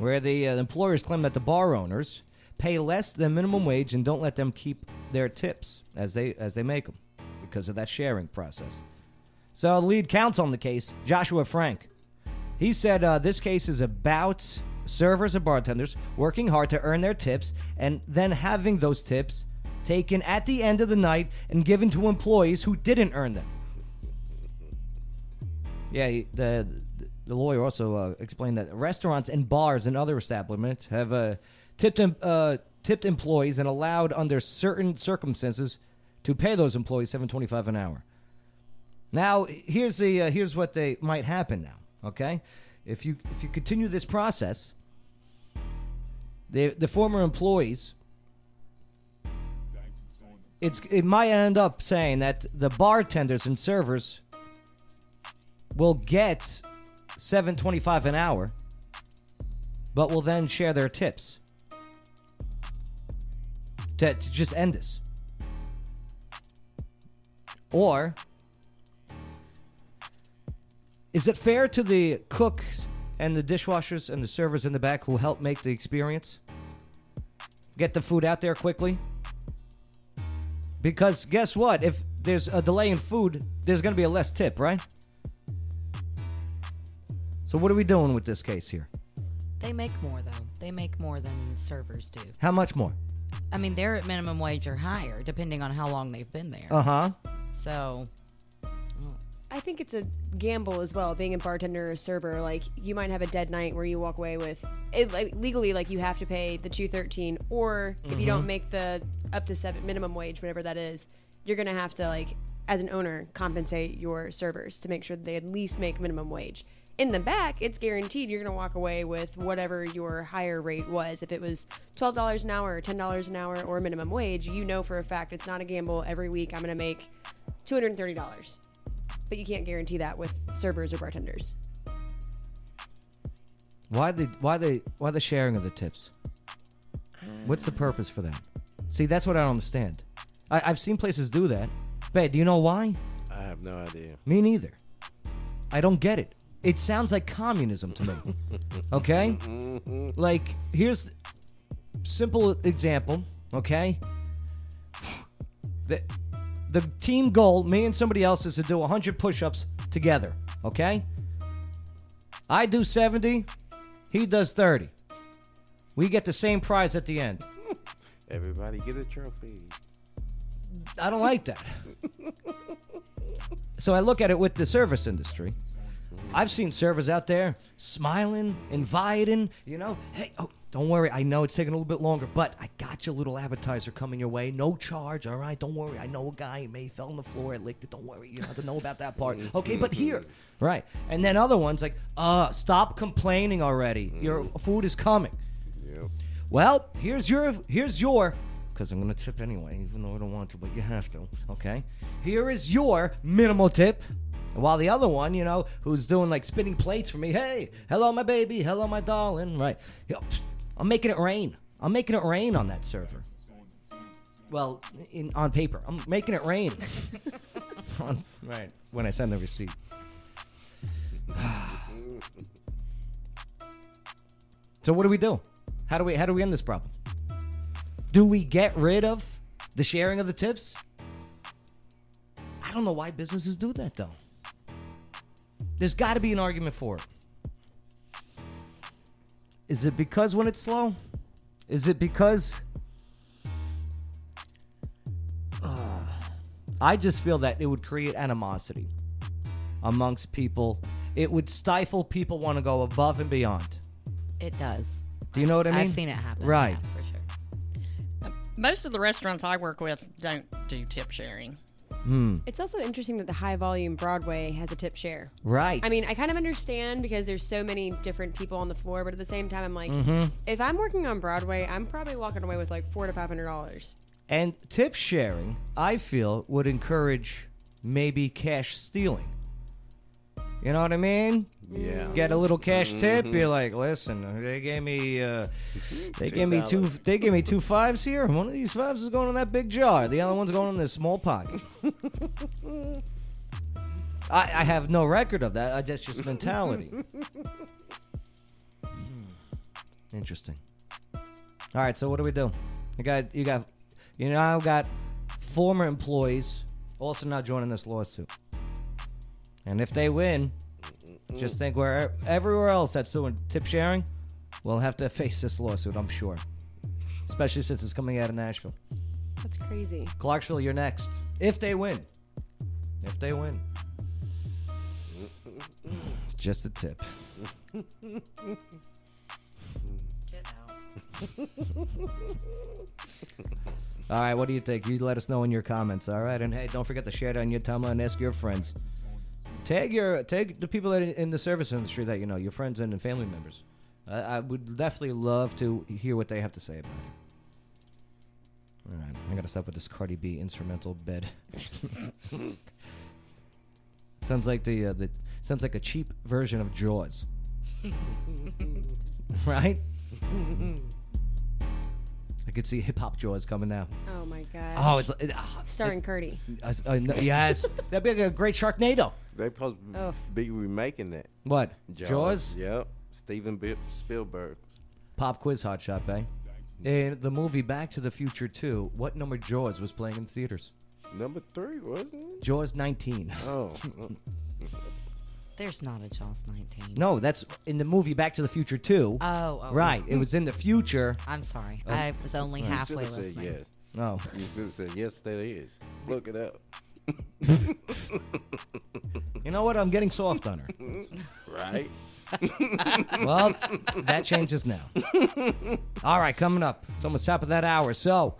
Speaker 2: where the uh, employers claim that the bar owners pay less than minimum wage and don't let them keep their tips as they as they make them because of that sharing process. So, the lead counsel on the case, Joshua Frank, he said uh, this case is about servers and bartenders working hard to earn their tips and then having those tips taken at the end of the night and given to employees who didn't earn them. Yeah, he- the the lawyer also uh, explained that restaurants and bars and other establishments have uh, tipped em- uh, tipped employees and allowed under certain circumstances to pay those employees seven twenty five an hour. Now here's the uh, here's what they might happen now. Okay, if you if you continue this process, the the former employees it's it might end up saying that the bartenders and servers will get 725 an hour but will then share their tips to, to just end this or is it fair to the cooks and the dishwashers and the servers in the back who help make the experience get the food out there quickly because guess what? If there's a delay in food, there's going to be a less tip, right? So what are we doing with this case here?
Speaker 5: They make more though. They make more than servers do.
Speaker 2: How much more?
Speaker 5: I mean, they're at minimum wage or higher, depending on how long they've been there.
Speaker 2: Uh huh.
Speaker 5: So,
Speaker 6: I think it's a gamble as well. Being a bartender or a server, like you might have a dead night where you walk away with it, like, legally, like you have to pay the two thirteen, or if you
Speaker 15: Mhm.
Speaker 6: don't make the up to seven minimum wage, whatever that is, you're gonna have to like as an owner compensate your servers to make sure that they at least make minimum wage. In the back, it's guaranteed you're gonna walk away with whatever your higher rate was. If it was twelve dollars an hour or ten dollars an hour or minimum wage, you know for a fact it's not a gamble. Every week I'm gonna make two hundred and thirty dollars but you can't guarantee that with servers or bartenders.
Speaker 2: Why the why the why the sharing of the tips? What's
Speaker 3: Uh.
Speaker 2: the purpose for that? See, that's what I don't understand. I, I've seen places do that. Babe, do you know why?
Speaker 3: I have no idea.
Speaker 2: Me neither. I don't get it. It sounds like communism to me. okay? Like, here's simple example, okay? The, the team goal, me and somebody else, is to do 100 push ups together, okay? I do 70, he does 30. We get the same prize at the end.
Speaker 3: Everybody get a trophy.
Speaker 2: I don't like that. so I look at it with the service industry. I've seen servers out there smiling, inviting, you know. Hey, oh, don't worry. I know it's taking a little bit longer, but I got your little advertiser coming your way. No charge, all right? Don't worry. I know a guy. He may fell on the floor. I licked it. Don't worry. You don't have to know about that part. Okay, but here. Right. And then other ones like, uh, stop complaining already. Your food is coming.
Speaker 3: Yep.
Speaker 2: Well, here's your here's your because I'm gonna tip anyway, even though I don't want to, but you have to. Okay. Here is your minimal tip. While the other one, you know, who's doing like spinning plates for me, hey, hello my baby, hello my darling, right? Yo, pfft, I'm making it rain. I'm making it rain on that server. Well, in on paper, I'm making it rain. On- right when I send the receipt. So what do we do? How do we how do we end this problem? Do we get rid of the sharing of the tips? I don't know why businesses do that though. There's got to be an argument for it. Is it because when it's slow? Is it because Ah. I just feel that it would create animosity amongst people. It would stifle people want to go above and beyond.
Speaker 5: It does.
Speaker 2: Do you know what I mean?
Speaker 5: I've seen it happen.
Speaker 2: Right.
Speaker 5: yeah, for sure.
Speaker 4: Most of the restaurants I work with don't do tip sharing.
Speaker 2: Hmm.
Speaker 6: It's also interesting that the high volume Broadway has a tip share.
Speaker 2: Right.
Speaker 6: I mean, I kind of understand because there's so many different people on the floor, but at the same time, I'm like,
Speaker 2: Mhm.
Speaker 6: if I'm working on Broadway, I'm probably walking away with like four to five hundred dollars.
Speaker 2: And tip sharing, I feel, would encourage maybe cash stealing. You know what I mean?
Speaker 3: Yeah.
Speaker 2: Get a little cash tip.
Speaker 3: Mhm.
Speaker 2: You're like, listen, they gave me, uh, they gave me two, they gave me two fives here. One of these fives is going in that big jar. The other one's going in this small pocket. I, I have no record of that. I, that's just mentality. Interesting. All right, so what do we do? You got you got you now got former employees also now joining this lawsuit. And if they win, just think where everywhere else that's doing tip sharing will have to face this lawsuit, I'm sure. Especially since it's coming out of Nashville.
Speaker 6: That's crazy.
Speaker 2: Clarksville, you're next. If they win. If they win. Just a tip. All right, what do you think? You let us know in your comments. All right, and hey, don't forget to share it on your timeline. and Ask your friends. Tag your tag the people that in the service industry that you know, your friends and family members. I, I would definitely love to hear what they have to say about it. All right, I gotta stop with this Cardi B instrumental bed. sounds like the uh, the sounds like a cheap version of Jaws, right? I could see hip hop Jaws coming now.
Speaker 6: Oh my god.
Speaker 2: Oh, it's it, ah,
Speaker 6: starring
Speaker 2: it-
Speaker 6: Curdy.
Speaker 2: I- I know- yes, that'd be like a great Sharknado.
Speaker 3: They supposed to
Speaker 6: Oof.
Speaker 3: be remaking that.
Speaker 2: What? Jaws?
Speaker 3: Yep. Steven Bi- Spielberg.
Speaker 2: Pop quiz, hot shot, bang. In the movie Back to the Future 2, what number Jaws was playing in theaters?
Speaker 3: Number three, wasn't it?
Speaker 2: Jaws 19.
Speaker 3: Oh.
Speaker 5: There's not a Jaws 19.
Speaker 2: Mm-hmm. no, that's in the movie Back to the Future 2.
Speaker 5: Oh, oh.
Speaker 2: right. It was in the future.
Speaker 5: I'm sorry.
Speaker 2: Oh.
Speaker 5: I was only
Speaker 3: You
Speaker 5: halfway
Speaker 3: should've said
Speaker 5: listening.
Speaker 3: yes.
Speaker 2: Oh.
Speaker 3: You should have said yes. That is. Look it up.
Speaker 2: You know what? I'm getting soft on her.
Speaker 3: right.
Speaker 2: well, that changes now. All right, coming up. It's almost top of that hour. So,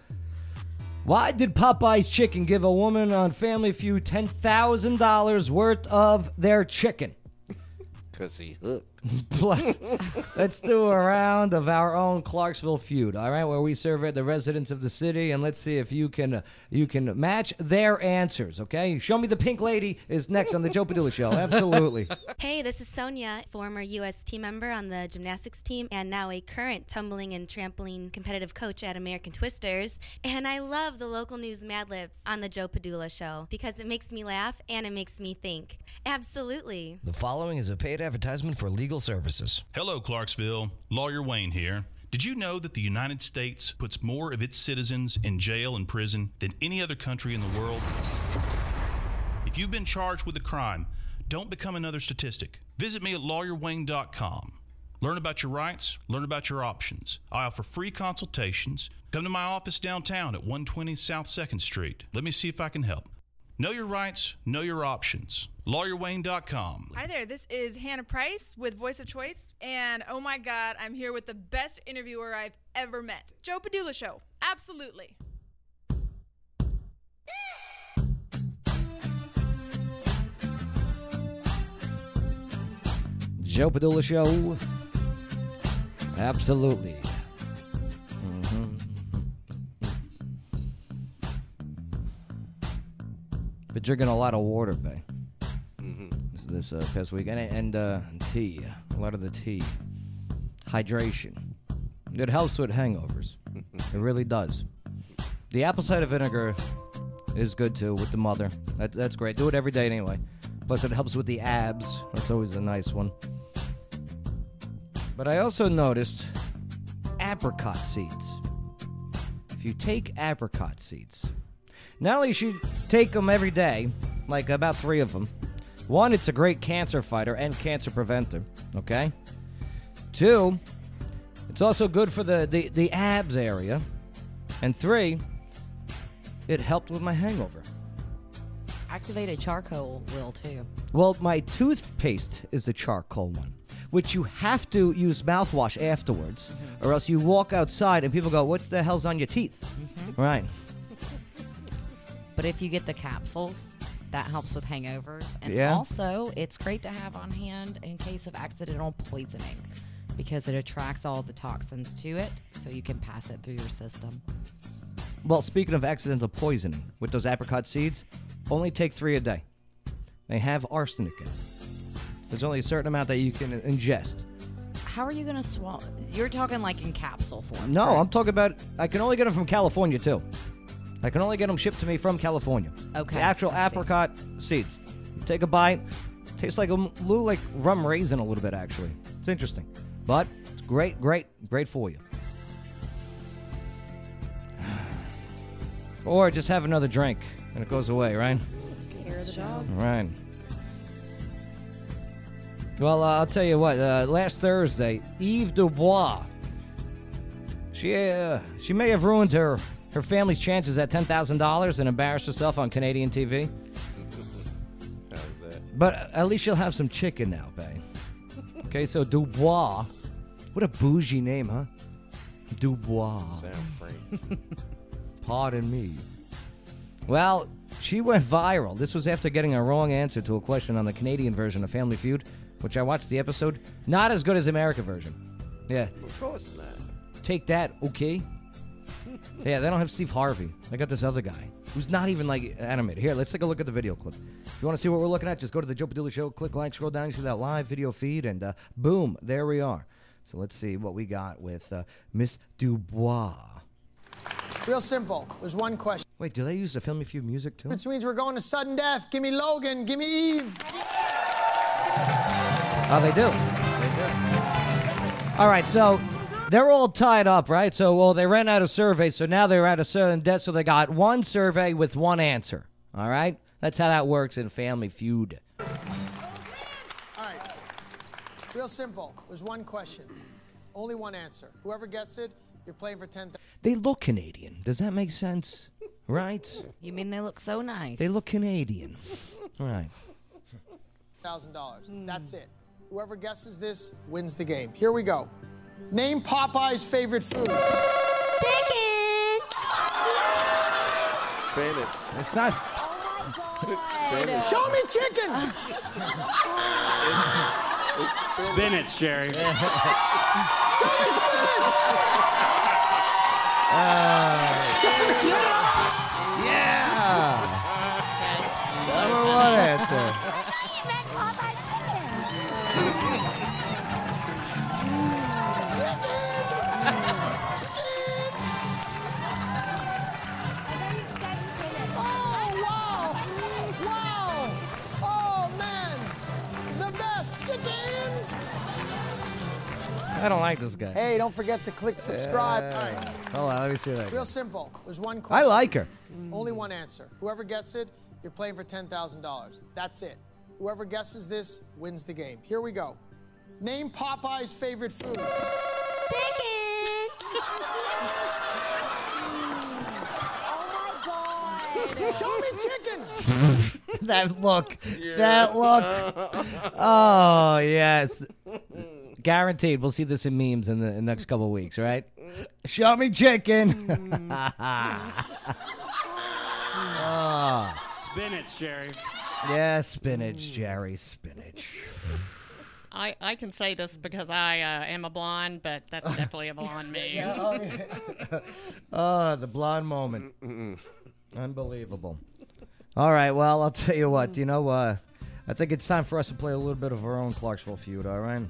Speaker 2: why did Popeye's Chicken give a woman on Family Feud $10,000 worth of their chicken?
Speaker 3: Cause he hooked.
Speaker 2: Plus, let's do a round of our own Clarksville feud. All right, where we survey the residents of the city, and let's see if you can uh, you can match their answers. Okay, show me the pink lady is next on the Joe Padula show. Absolutely.
Speaker 15: Hey, this is Sonia, former UST member on the gymnastics team and now a current tumbling and trampoline competitive coach at American Twisters. And I love the local news Mad Libs on the Joe Padula show because it makes me laugh and it makes me think. Absolutely.
Speaker 13: The following is a paid advertisement for legal services.
Speaker 16: Hello, Clarksville. Lawyer Wayne here. Did you know that the United States puts more of its citizens in jail and prison than any other country in the world? If you've been charged with a crime, don't become another statistic. Visit me at lawyerwayne.com. Learn about your rights, learn about your options. I offer free consultations. Come to my office downtown at 120 South 2nd Street. Let me see if I can help. Know your rights, know your options. LawyerWayne.com.
Speaker 17: Hi there, this is Hannah Price with Voice of Choice, and oh my God, I'm here with the best interviewer I've ever met, Joe Padula Show. Absolutely.
Speaker 2: Joe Padula Show. Absolutely. Mhm. Been drinking a lot of water, babe. This, this uh, past weekend, and, and uh, tea. A lot of the tea. Hydration. It helps with hangovers. it really does. The apple cider vinegar is good too with the mother. That, that's great. Do it every day anyway. Plus, it helps with the abs. That's always a nice one. But I also noticed apricot seeds. If you take apricot seeds, not only should you take them every day, like about three of them. One, it's a great cancer fighter and cancer preventer. Okay. Two, it's also good for the the, the abs area. And three, it helped with my hangover.
Speaker 5: Activated charcoal will too.
Speaker 2: Well, my toothpaste is the charcoal one, which you have to use mouthwash afterwards, or else you walk outside and people go, "What the hell's on your teeth?" Right.
Speaker 5: But if you get the capsules, that helps with hangovers. And
Speaker 2: Yeah.
Speaker 5: also, it's great to have on hand in case of accidental poisoning because it attracts all the toxins to it so you can pass it through your system.
Speaker 2: Well, speaking of accidental poisoning, with those apricot seeds, only take three a day. They have arsenic in them. There's only a certain amount that you can ingest.
Speaker 5: How are you going to swallow? You're talking like in capsule form.
Speaker 2: No, I'm talking about I can only get them from California too. I can only get them shipped to me from California.
Speaker 5: Okay,
Speaker 2: The actual
Speaker 5: I see.
Speaker 2: apricot seeds. You take a bite. Tastes like a m- little like rum raisin a little bit actually. It's interesting, but it's great, great, great for you. Or just have another drink and it goes away, right? Right. Well, uh, I'll tell you what. Uh, last Thursday, Eve Dubois. She uh, she may have ruined her her family's chances at ten thousand dollars and embarrassed herself on Canadian TV.
Speaker 3: How's that?
Speaker 2: But at least she'll have some chicken now, babe. Okay, so Dubois. What a bougie name, huh? Dubois.
Speaker 3: Sound French.
Speaker 2: Pardon me. Well, she went viral. This was after getting a wrong answer to a question on the Canadian version of Family Feud, which I watched the episode. Not as good as the American version. Yeah.
Speaker 3: Of course not.
Speaker 2: Take that, okay? Yeah, they don't have Steve Harvey. They got this other guy who's not even like animated. Here, let's take a look at the video clip. If you want to see what we're looking at, just go to the Joe Padula Show, click like, scroll down, you see that live video feed, and uh, boom, there we are. So let's see what we got with uh, Miss Dubois.
Speaker 18: Real simple. There's one question.
Speaker 2: Wait, do they use the Family Feud music too?
Speaker 18: Which means we're going to sudden death. Give me Logan. Give me Eve.
Speaker 2: Oh, they do. All right, so they're all tied up, right? So, well, they ran out of surveys, so now they're out of certain debt, so they got one survey with one answer. All right? That's how that works in Family Feud.
Speaker 18: All right. Real simple. There's one question. Only one answer. Whoever gets it, you're playing for 10,000.
Speaker 2: They look Canadian. Does that make sense? Right?
Speaker 5: You mean they look so nice?
Speaker 2: They look Canadian. Right.
Speaker 18: thousand dollars. That's it. Whoever guesses this wins the game. Here we go. Name Popeye's favorite food. Chicken.
Speaker 3: Spanish.
Speaker 2: It's not.
Speaker 3: Spanish.
Speaker 18: Show me chicken.
Speaker 19: Spinach, Jerry.
Speaker 2: yeah. Number one answer.
Speaker 18: Oh wow! Wow! Oh man! The best chicken.
Speaker 2: I don't like this guy.
Speaker 18: Hey, don't forget to click subscribe.
Speaker 2: Yeah.
Speaker 18: All right.
Speaker 2: Hold on, let me see that.
Speaker 18: Real simple. There's one
Speaker 2: I
Speaker 18: question.
Speaker 2: like her.
Speaker 18: Only one answer. Whoever gets it, you're playing for $10,000. That's it. Whoever guesses this wins the game. Here we go. Name Popeye's favorite food. Chicken. oh my god. Show me chicken.
Speaker 2: that look. That look. Oh, yes. Guaranteed, we'll see this in memes in the, in the next couple of weeks, right? Show me chicken. Ah.
Speaker 19: Spin it, Sherry.
Speaker 2: yeah, spinach, Jerry, spinach.
Speaker 4: I, I can say this because I uh, am a blonde, but that's definitely a blonde me.
Speaker 2: Yeah, oh, Oh, the blonde moment. Unbelievable. All right, well, I'll tell you what. You know, uh, I think it's time for us to play a little bit of our own Clarksville feud, all right?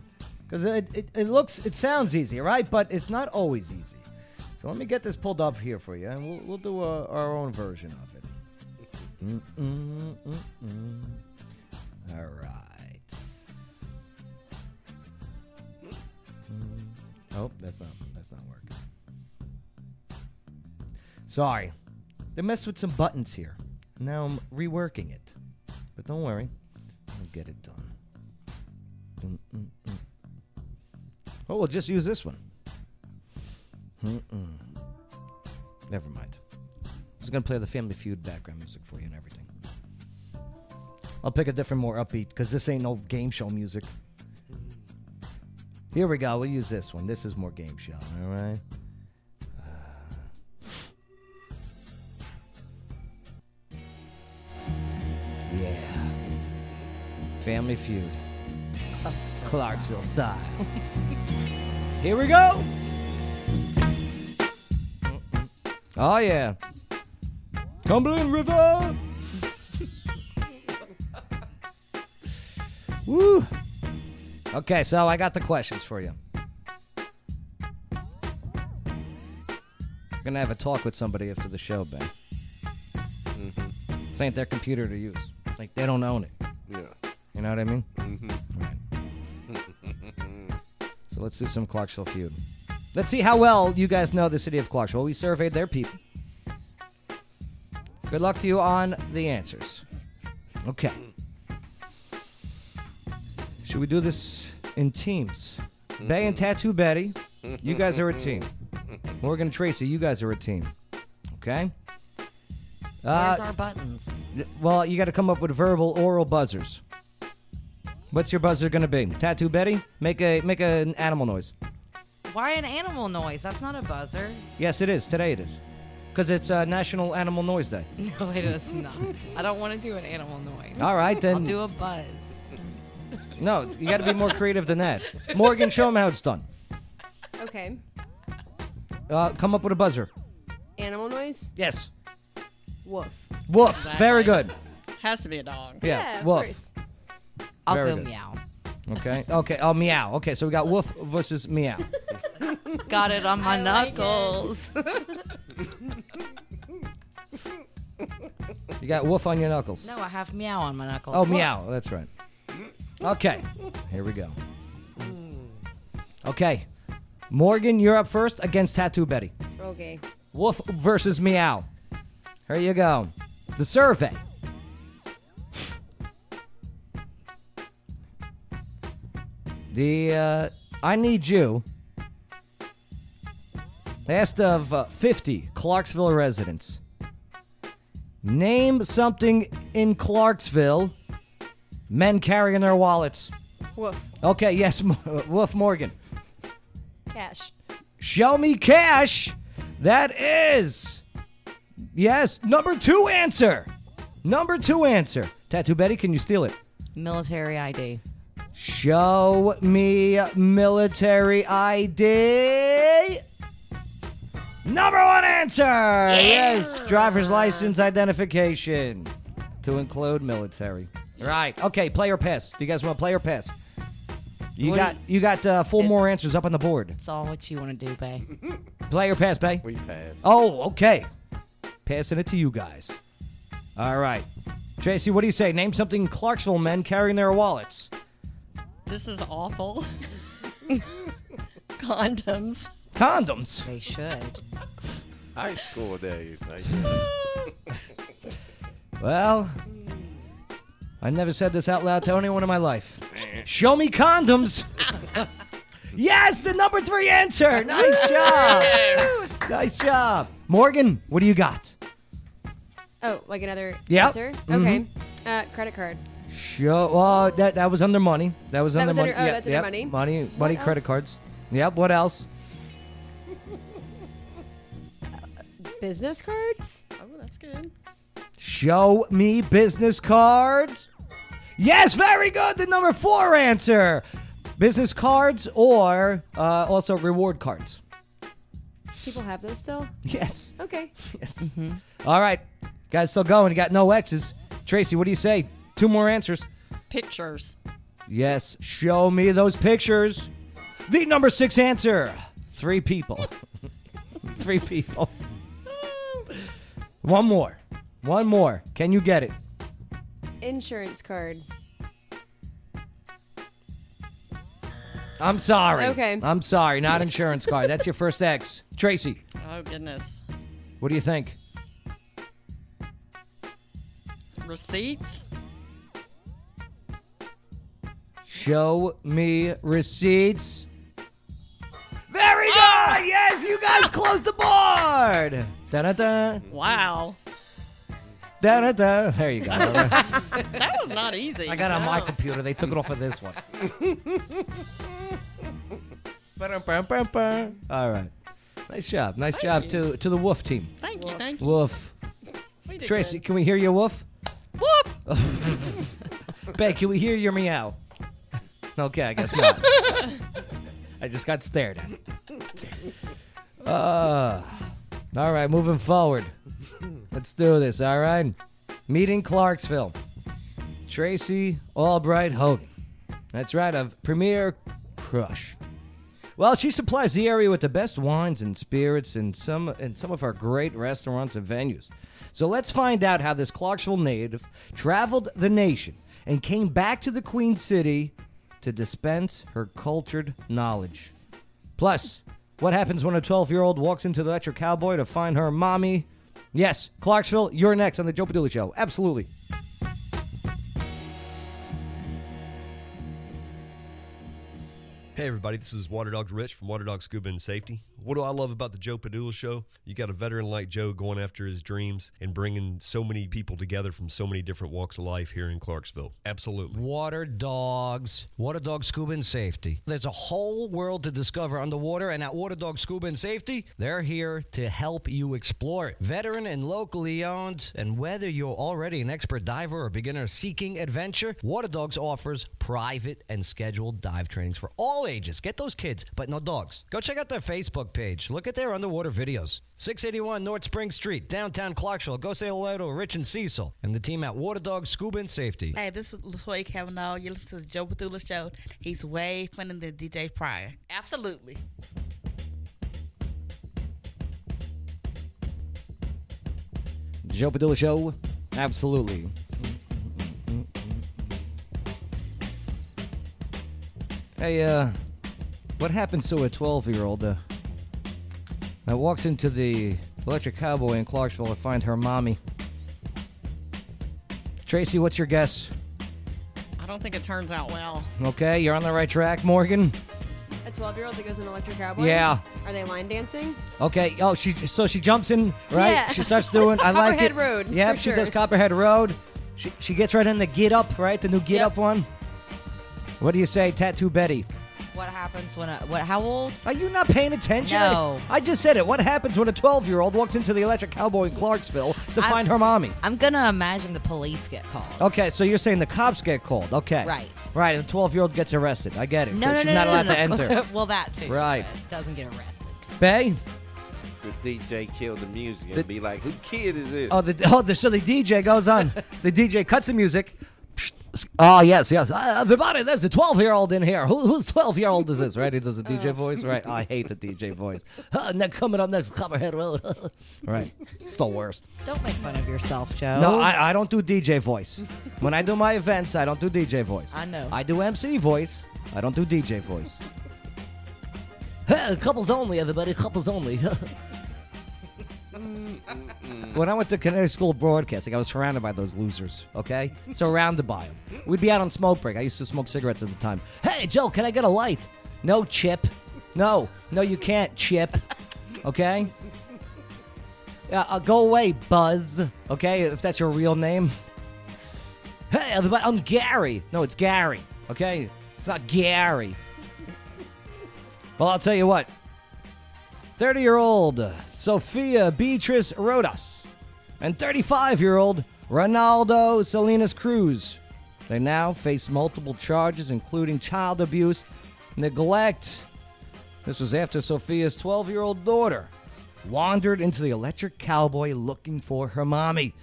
Speaker 2: Because it, it, it looks, it sounds easy, right? But it's not always easy. So let me get this pulled up here for you, and we'll, we'll do uh our own version of it. Mm, Mm-mm-mm-mm. mm. All right. Mm. Oh, that's not that's not working. Sorry, they messed with some buttons here. Now I'm reworking it, but don't worry, I'll get it done. Mm-mm-mm. Oh, we'll just use this one. Mm-mm. Never mind. I was gonna play the Family Feud background music for you and everything. I'll pick a different, more upbeat, because this ain't no game show music. Here we go. We'll use this one. This is more game show. All right. Uh, Yeah. Family Feud.
Speaker 5: Clarksville,
Speaker 2: style. Here we go. Oh yeah. Cumberland River. Woo. Okay, so I got the questions for you. We're gonna have a talk with somebody after the show, Ben. This ain't their computer to use. Like they don't own it.
Speaker 3: Yeah.
Speaker 2: You know what I mean?
Speaker 3: Mhm.
Speaker 2: Alright. So let's do some Clarksville feud. Let's see how well you guys know the city of Clarksville. We surveyed their people. Good luck to you on the answers. Okay. Should we do this in teams? Bay and Tattoo Betty, you guys are a team. Morgan and Tracy, you guys are a team. Okay?
Speaker 5: Where's our buttons?
Speaker 2: Y- Well, you got to come up with verbal, oral buzzers. What's your buzzer gonna be? Tattoo Betty, make a make a- an animal noise.
Speaker 5: Why an animal noise? That's not a buzzer.
Speaker 2: Yes, it is. Today it is, because it's uh, National Animal Noise Day.
Speaker 5: No, it is not. I don't want to do an animal noise.
Speaker 2: All right,
Speaker 5: I'll
Speaker 2: then-
Speaker 5: do a buzz.
Speaker 2: No, you got to be more creative than that. Morgan, show 'em how it's done.
Speaker 6: Okay.
Speaker 2: Uh, come up with a buzzer.
Speaker 6: Animal noise.
Speaker 2: Yes.
Speaker 6: Woof.
Speaker 2: Woof. Very good.
Speaker 4: Has to be a dog.
Speaker 2: Yeah. woof.
Speaker 5: I'll
Speaker 2: Very
Speaker 5: go
Speaker 2: good.
Speaker 5: meow.
Speaker 2: Okay. Okay. Oh, meow. Okay, so we got woof versus meow.
Speaker 5: Got it on my knuckles.
Speaker 2: You got woof on your knuckles.
Speaker 5: no, I have meow on my knuckles.
Speaker 2: Oh,
Speaker 5: Look.
Speaker 2: meow. That's right. Okay. Here we go. Okay. Morgan, you're up first against Tattoo Betty.
Speaker 6: Okay.
Speaker 2: Wolf versus Meow. Here you go. The survey. The uh, I Need You asked of uh, 50 Clarksville residents Name something in Clarksville men carry in their wallets.
Speaker 6: Woof.
Speaker 2: Okay, yes, Mo- Wolf Morgan.
Speaker 6: Cash.
Speaker 2: Show me cash. That is. Yes, number two answer. Number two answer. Tattoo Betty, can you steal it?
Speaker 5: Military ID.
Speaker 2: Show me military ID. Number one answer. Yes, driver's license identification to include military. Right. Okay, play or pass. Do you guys want to play or pass? You
Speaker 5: What do
Speaker 2: got you got uh, four more answers up on the board.
Speaker 5: It's all what you want to do, babe.
Speaker 2: Play or pass, Bay? We pass. Oh, okay. Passing it to you guys. All right. Tracy, what do you say? Name something Clarksville men carrying their wallets.
Speaker 4: This is awful. Condoms.
Speaker 2: Condoms.
Speaker 5: They should.
Speaker 3: High school days. Like,
Speaker 2: Well, I never said this out loud to anyone in my life. Show me condoms. yes, the number three answer. Nice job. nice job. Morgan, what do you got?
Speaker 6: Oh, like another
Speaker 2: Yep.
Speaker 6: answer? Okay.
Speaker 2: Mhm.
Speaker 6: Uh, credit card.
Speaker 2: Sure. Well, uh, that that was under money. That was
Speaker 6: That
Speaker 2: under
Speaker 6: was
Speaker 2: money.
Speaker 6: under- oh, that's under money.
Speaker 2: Money,
Speaker 6: What
Speaker 2: money,
Speaker 6: else?
Speaker 2: credit cards. Yep. What else?
Speaker 6: Business cards?
Speaker 4: Oh, that's good.
Speaker 2: Show me business cards. Yes, very good. The number four answer: business cards or uh, also reward cards.
Speaker 6: People have those still?
Speaker 2: Yes.
Speaker 6: Okay.
Speaker 2: Yes. All right, guys, still going. You got no X's. Tracy, what do you say? Two more answers.
Speaker 4: Pictures.
Speaker 2: Yes, show me those pictures. The number six answer three people. three people. One more. One more. Can you get it?
Speaker 6: Insurance card.
Speaker 2: I'm sorry.
Speaker 6: Okay.
Speaker 2: I'm sorry. Not insurance card. That's your first X. Tracy,
Speaker 4: Oh goodness.
Speaker 2: what do you think?
Speaker 4: Receipts.
Speaker 2: Show me receipts. Very good.
Speaker 6: Ah!
Speaker 2: Yes, you guys closed the board. Da-da-da.
Speaker 4: Wow.
Speaker 2: Da-da-da. There you go.
Speaker 4: that was not easy.
Speaker 2: I got it on
Speaker 4: no.
Speaker 2: my computer. They took it off of this one. Ba-dum-bum-bum-bum. All right. Nice job. Nice job to to the Wolf team.
Speaker 4: Thank you. Thank you.
Speaker 2: Woof.
Speaker 4: We did
Speaker 2: Tracy,
Speaker 4: good.
Speaker 2: can we hear your woof?
Speaker 4: Woof.
Speaker 2: Beck, can we hear your meow? Okay, I guess not. I just got stared at. Uh, all right, moving forward. Let's do this, all right? Meeting Clarksville. Tracy Albright Hogan. That's right, of Premier Crush. Well, she supplies the area with the best wines and spirits and some and some of our great restaurants and venues. So let's find out how this Clarksville native traveled the nation and came back to the Queen City to dispense her cultured knowledge. Plus, what happens when a 12-year-old walks into the Electric Cowboy to find her mommy? Yes, Clarksville, you're next on the Joe Padula Show. Absolutely.
Speaker 12: Hey everybody, this is Water Dogs Rich from Water Dogs Scuba and Safety. What do I love about the Joe Padula Show? You got a veteran like Joe going after his dreams and bringing so many people together from so many different walks of life here in Clarksville. Absolutely.
Speaker 13: Water dogs, water dog scuba and safety. There's a whole world to discover underwater, and at Water Dog Scuba and Safety, they're here to help you explore it. Veteran and locally owned, and whether you're already an expert diver or beginner seeking adventure, Water Dogs offers private and scheduled dive trainings for all ages. Get those kids, but no dogs. Go check out their Facebook page. Look at their underwater videos. 681 North Spring Street, downtown Clarksville. Go say hello to Rich and Cecil and the team at Water Dog Scuba and Safety.
Speaker 20: Hey, this is LaToya Cavanaugh. You listen to the Joe Bethula Show. He's way funnier than DJ Pryor. Absolutely.
Speaker 2: Joe Padilla Show. Absolutely. Hey, uh, what happens to a 12 year old uh, that walks into the Electric Cowboy in Clarksville to find her mommy? Tracy, what's your guess?
Speaker 4: I don't think it turns out well.
Speaker 2: Okay, you're on the right track, Morgan.
Speaker 6: A 12 year old that goes on Electric Cowboy?
Speaker 2: Yeah.
Speaker 6: Are they line dancing?
Speaker 2: Okay. Oh, she so she jumps in, right?
Speaker 6: Yeah.
Speaker 2: She starts doing. I like it.
Speaker 6: Copperhead Road,
Speaker 2: Yep,
Speaker 6: for
Speaker 2: she does
Speaker 6: sure.
Speaker 2: Copperhead Road. She she gets right in the Get Up, right? The new Get Up one. What do you say, Tattoo Betty?
Speaker 5: What happens when a what? How old?
Speaker 2: Are you not paying attention?
Speaker 5: No.
Speaker 2: I just said it. What happens when a 12 year old walks into the Electric Cowboy in Clarksville to
Speaker 5: I-
Speaker 2: find her mommy?
Speaker 5: I'm gonna imagine the police get called.
Speaker 2: Okay, so you're saying the cops get called. Okay.
Speaker 5: Right.
Speaker 2: Right, and the 12 year old gets arrested. I get it.
Speaker 5: No, no,
Speaker 2: She's
Speaker 5: no,
Speaker 2: not
Speaker 5: no,
Speaker 2: allowed
Speaker 5: no,
Speaker 2: to
Speaker 5: no.
Speaker 2: enter.
Speaker 5: well, that too.
Speaker 2: Right.
Speaker 5: but Doesn't get arrested.
Speaker 2: Bay?
Speaker 3: The DJ killed the music and be like, "Who kid is this?"
Speaker 2: Oh, the oh, the, so the DJ goes on. the DJ cuts the music. Oh yes, yes. Uh, everybody, there's a 12 year old in here. Who, whose 12 year old is this? Right? He does a DJ voice. Right? I hate the DJ voice. Uh, next, coming up next, Copperhead Road. right? It's the worst.
Speaker 5: Don't make fun of yourself, Joe.
Speaker 2: No, I, I don't do DJ voice. When I do my events, I don't do DJ voice.
Speaker 5: I know.
Speaker 2: I do MC voice. I don't do DJ voice. Hey, couples only, everybody. Couples only. Mm, When I went to Canary School of Broadcasting, I was surrounded by those losers, okay? surrounded by them. We'd be out on smoke break. I used to smoke cigarettes at the time. Hey, Joe, can I get a light? No, Chip. No, no, you can't, Chip. Okay? Uh, uh, go away, Buzz. Okay, if that's your real name. Hey, everybody, I'm Gary. No, it's Gary. Okay, it's not Gary. Well, I'll tell you what. 30 year old Sophia Beatrice Rodas and 35 year old Ronaldo Salinas Cruz. They now face multiple charges, including child abuse, neglect. This was after Sophia's 12 year old daughter wandered into the electric cowboy looking for her mommy.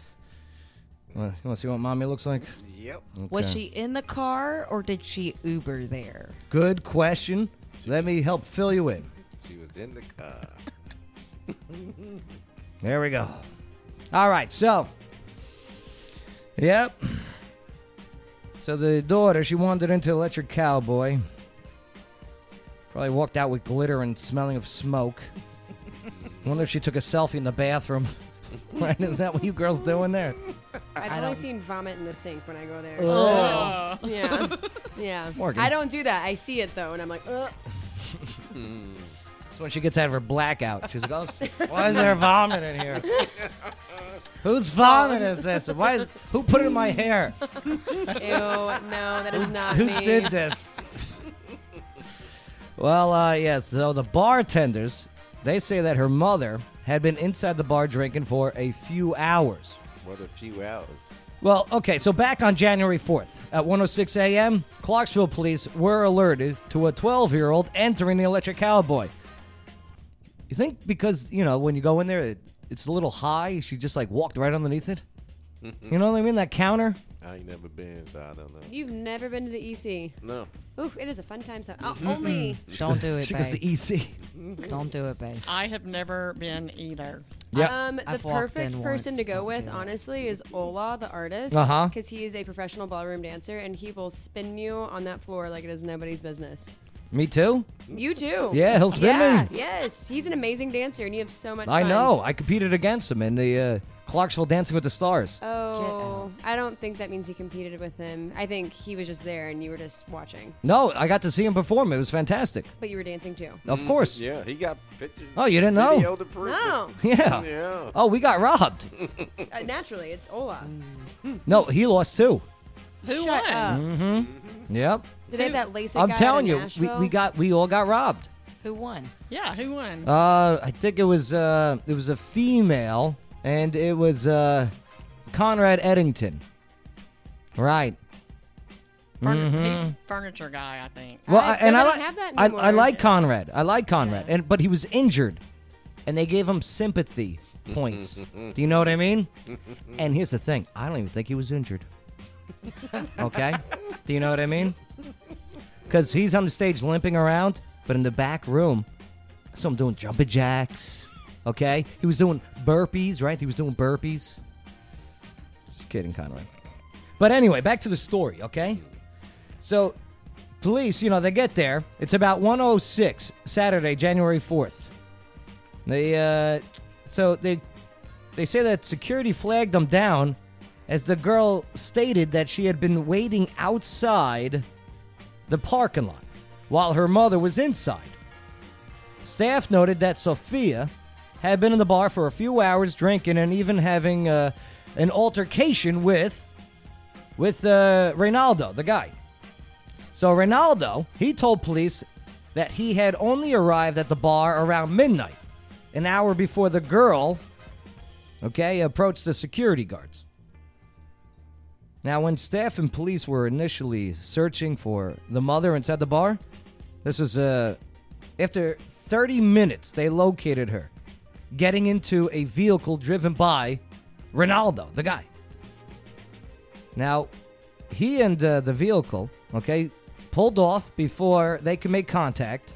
Speaker 2: Well, You want to see what mommy looks like?
Speaker 3: Yep.
Speaker 5: Was
Speaker 2: Okay.
Speaker 5: she in the car or did she Uber there?
Speaker 2: Good question. Let me help fill you in.
Speaker 3: She was in the car.
Speaker 2: There we go. All right, so. Yep. So the daughter, she wandered into Electric Cowboy. Probably walked out with glitter and smelling of smoke. Wonder if she took a selfie in the bathroom. right? Is that what you girls do in there?
Speaker 6: I've
Speaker 2: I
Speaker 6: only
Speaker 2: don't-
Speaker 6: seen vomit in the sink when I go there.
Speaker 2: Ugh.
Speaker 6: So, yeah, yeah.
Speaker 2: Morgan.
Speaker 6: I don't do that. I see it though, and I'm like, ugh.
Speaker 2: Hmm. That's when she gets out of her blackout. She's like, oh, why is there vomit in here? Whose vomit is this? Why is, who put it in my hair?
Speaker 6: Ew, no, that is not
Speaker 2: Who
Speaker 6: me.
Speaker 2: did this? Well, uh, yes. So the bartenders, they say that her mother had been inside the bar drinking for a few hours.
Speaker 3: What a few hours.
Speaker 2: Well, okay, so back on January 4th at 106 a.m., Clarksville police were alerted to a 12 year old entering the Electric Cowboy. You think because, you know, when you go in there, it, it's a little high, she just like walked right underneath it?
Speaker 6: Mm-hmm.
Speaker 2: You know what I mean? That counter?
Speaker 3: I ain't never been, so I don't know.
Speaker 6: You've never been to the EC.
Speaker 3: No.
Speaker 6: Ooh, it is a fun time. So oh,
Speaker 5: Mm-hmm.
Speaker 6: only.
Speaker 5: Don't do it,
Speaker 2: She goes
Speaker 5: babe.
Speaker 2: to E EC.
Speaker 5: Don't do it, babe.
Speaker 4: I have never been either.
Speaker 6: Um, the
Speaker 5: I've walked
Speaker 6: perfect
Speaker 5: in
Speaker 6: person
Speaker 5: once.
Speaker 6: to go with, honestly, is Ola, the artist,
Speaker 2: Uh-huh.
Speaker 6: because he is a professional ballroom dancer, and he will spin you on that floor like it is nobody's business.
Speaker 2: Me too?
Speaker 6: You too.
Speaker 2: Yeah, he'll spin
Speaker 6: Yeah,
Speaker 2: me.
Speaker 6: Yes, he's an amazing dancer, and you have so much.
Speaker 2: I
Speaker 6: fun.
Speaker 2: know. I competed against him in the uh, Clarksville Dancing with the Stars.
Speaker 6: Oh, I don't think that means you competed with him. I think he was just there, and you were just watching,
Speaker 2: No, I got to see him perform. It was fantastic.
Speaker 6: but you were dancing too.
Speaker 2: Of course.
Speaker 3: Mm, Yeah, he got pictures.
Speaker 2: Oh, Mm. you didn't know?
Speaker 3: video to prove it.
Speaker 6: No.
Speaker 2: Yeah.
Speaker 3: Yeah.
Speaker 2: Oh, we got robbed.
Speaker 6: Uh, naturally, it's Ola.
Speaker 2: No, he lost too.
Speaker 6: Who Shut up.
Speaker 2: Mm-hmm. Yep.
Speaker 6: Oh. Did they have that LASIK
Speaker 2: I'm
Speaker 6: guy out
Speaker 2: telling
Speaker 6: in
Speaker 2: you, we,
Speaker 6: Nashville?
Speaker 2: we got we all got robbed.
Speaker 5: Who won?
Speaker 4: Yeah, who won?
Speaker 2: Uh, I think it was uh, it was a female, and it was uh, Conrad Eddington. Right.
Speaker 4: Furni-
Speaker 2: Mhm.
Speaker 4: He's furniture guy, I think.
Speaker 2: Well, I, and I like I, I
Speaker 4: anymore.
Speaker 2: like Conrad. I like Conrad, and but he was injured, and they gave him sympathy points. Do you know what I mean? And here's the thing: I don't even think he was injured. Okay, do you know what I mean? Because he's on the stage limping around, but in the back room, I saw him doing jumping jacks. Okay, he was doing burpees, right? He was doing burpees. Just kidding, Conrad. But anyway, back to the story, okay? So, police, you know, they get there. It's about 106, Saturday, January 4th. They, uh, so they, they say that security flagged them down as the girl stated that she had been waiting outside the parking lot while her mother was inside. Staff noted that Sophia had been in the bar for a few hours drinking and even having uh, an altercation with with uh, Reynaldo, the guy. So Reynaldo, he told police that he had only arrived at the bar around midnight, an hour before the girl, okay, approached the security guards. Now, when staff and police were initially searching for the mother inside the bar, this was uh, after 30 minutes they located her, getting into a vehicle driven by Ronaldo, the guy. Now, he and uh, the vehicle, okay, pulled off before they could make contact.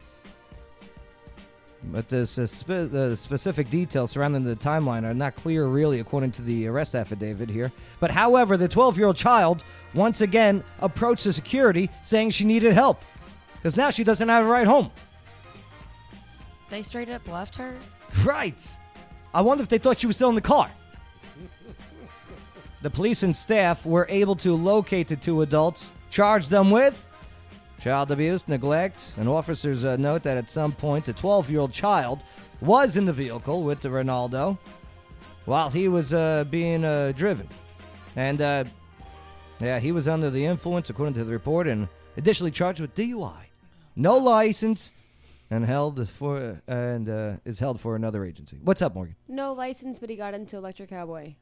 Speaker 2: But the, spe- the specific details surrounding the timeline are not clear, really, according to the arrest affidavit here. But however, the 12 year old child once again approached the security saying she needed help because now she doesn't have a ride home.
Speaker 5: They straight up left her?
Speaker 2: Right. I wonder if they thought she was still in the car. The police and staff were able to locate the two adults, charge them with child abuse, neglect, and officers uh, note that at some point the 12 year old child was in the vehicle with the Ronaldo. while he was uh, being uh, driven. And uh, yeah, he was under the influence, according to the report, and additionally charged with DUI, no license, and held for and uh, is held for another agency. What's up, Morgan?
Speaker 6: No license, but he got into Electric Cowboy.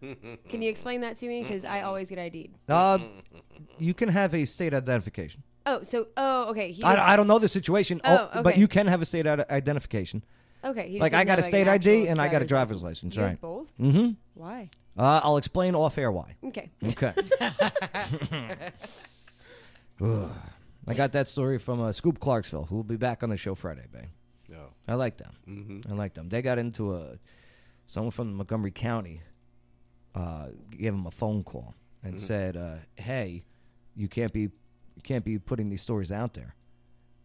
Speaker 6: Can you explain that to me? Because I always get ID'd.
Speaker 2: Uh, you can have a state identification.
Speaker 6: Oh, so oh, okay. He just-
Speaker 2: I, I don't know the situation,
Speaker 6: Oh,
Speaker 2: oh, but
Speaker 6: okay.
Speaker 2: you can have a state ide- identification.
Speaker 6: Okay, he just
Speaker 2: like I
Speaker 6: didn't
Speaker 2: got a
Speaker 6: have, like,
Speaker 2: state
Speaker 6: an
Speaker 2: ID
Speaker 6: actual
Speaker 2: and I got a
Speaker 6: driver's
Speaker 2: driver's license,
Speaker 6: license. You have
Speaker 2: right?
Speaker 6: both?
Speaker 2: Mm-hmm.
Speaker 6: Why?
Speaker 2: Uh, I'll explain off air why.
Speaker 6: Okay.
Speaker 2: Okay. Ugh. I got that story from uh, Scoop Clarksville, who will be back on the show Friday, babe.
Speaker 3: No.
Speaker 2: I like them. I like them. They got into a someone from Montgomery County uh, gave them a phone call and
Speaker 13: Mhm.
Speaker 2: said, uh, "Hey, you can't be you can't be putting these stories out there."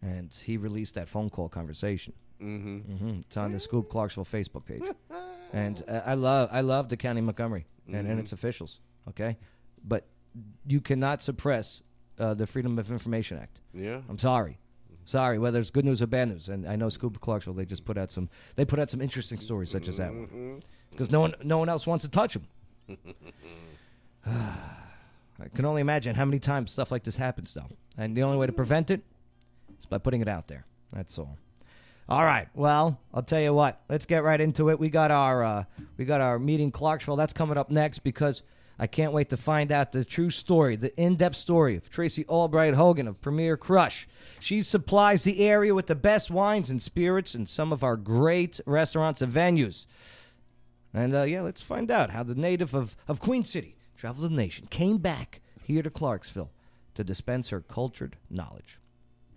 Speaker 2: And he released that phone call conversation. Mm-hmm. It's on the Scoop Clarksville Facebook page, and uh, I love I love the county of Montgomery and, and
Speaker 13: Mhm.
Speaker 2: its officials. Okay, but you cannot suppress uh, the Freedom of Information Act.
Speaker 3: Yeah.
Speaker 2: I'm sorry. Sorry, whether it's good news or bad news, and I know Scoop Clarksville they just put out some they put out some interesting stories such as that
Speaker 3: Mm-hmm.
Speaker 2: one, because no one no one else wants to touch them. I can only imagine how many times stuff like this happens though, and the only way to prevent it is by putting it out there. That's all. All right. Well, I'll tell you what. Let's get right into it. We got our uh, we got our meeting Clarksville. That's coming up next because I can't wait to find out the true story, the in-depth story of Tracy Albright Hogan of Premier Crush. She supplies the area with the best wines and spirits in some of our great restaurants and venues. And uh, yeah, let's find out how the native of, of Queen City, traveled the nation, came back here to Clarksville to dispense her cultured knowledge.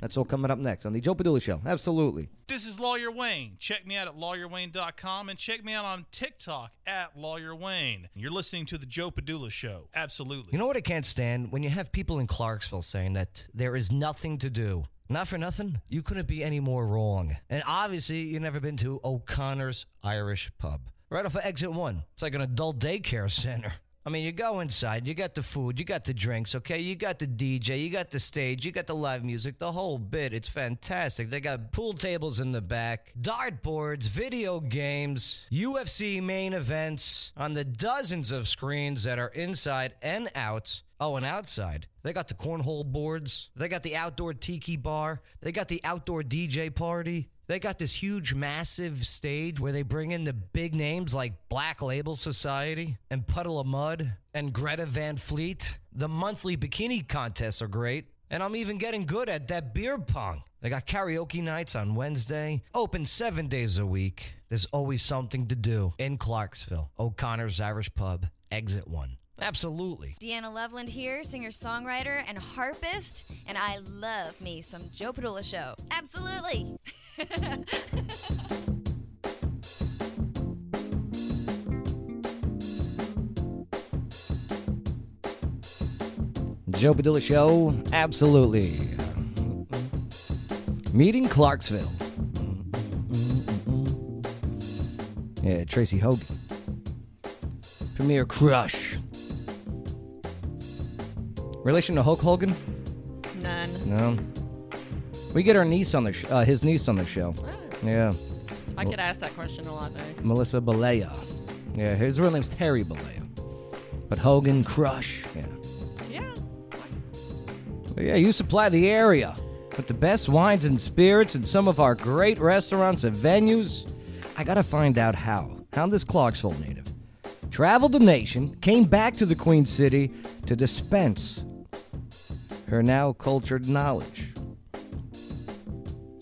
Speaker 2: That's all coming up next on the Joe Padula Show. Absolutely.
Speaker 16: This is Lawyer Wayne. Check me out at lawyerwayne.com and check me out on TikTok at Lawyer Wayne. You're listening to The Joe Padula Show. Absolutely.
Speaker 13: You know what I can't stand? When you have people in Clarksville saying that there is nothing to do. Not for nothing, you couldn't be any more wrong. And obviously, you've never been to O'Connor's Irish Pub. Right off of exit one, it's like an adult daycare center. I mean, you go inside, you got the food, you got the drinks, okay? You got the DJ, you got the stage, you got the live music, the whole bit. It's fantastic. They got pool tables in the back, dartboards, video games, UFC main events on the dozens of screens that are inside and out. Oh, and outside, they got the cornhole boards. They got the outdoor tiki bar. They got the outdoor DJ party. They got this huge, massive stage where they bring in the big names like Black Label Society and Puddle of Mud and Greta Van Fleet. The monthly bikini contests are great. And I'm even getting good at that beer pong. They got karaoke nights on Wednesday, open seven days a week. There's always something to do in Clarksville, O'Connor's Irish Pub, exit one. Absolutely.
Speaker 21: Deanna Loveland here, singer songwriter and harpist, and I love me some Joe Padula Show. Absolutely.
Speaker 2: Joe Padilla Show, absolutely. Meeting Clarksville. Yeah, Tracy Hogan. Premier Crush. Relation to Hulk Hogan?
Speaker 4: None.
Speaker 2: No. We get our niece on the sh- uh, his niece on the show. Yeah.
Speaker 4: Oh. I get asked that question a lot though.
Speaker 2: Melissa Balea. Yeah, his real name's Terry Balea. But Hogan Crush. Yeah.
Speaker 4: Yeah.
Speaker 2: Well, Yeah, you supply the area with the best wines and spirits in some of our great restaurants and venues. I gotta find out how. How this Clarksville native traveled the nation, came back to the Queen City to dispense her now cultured knowledge.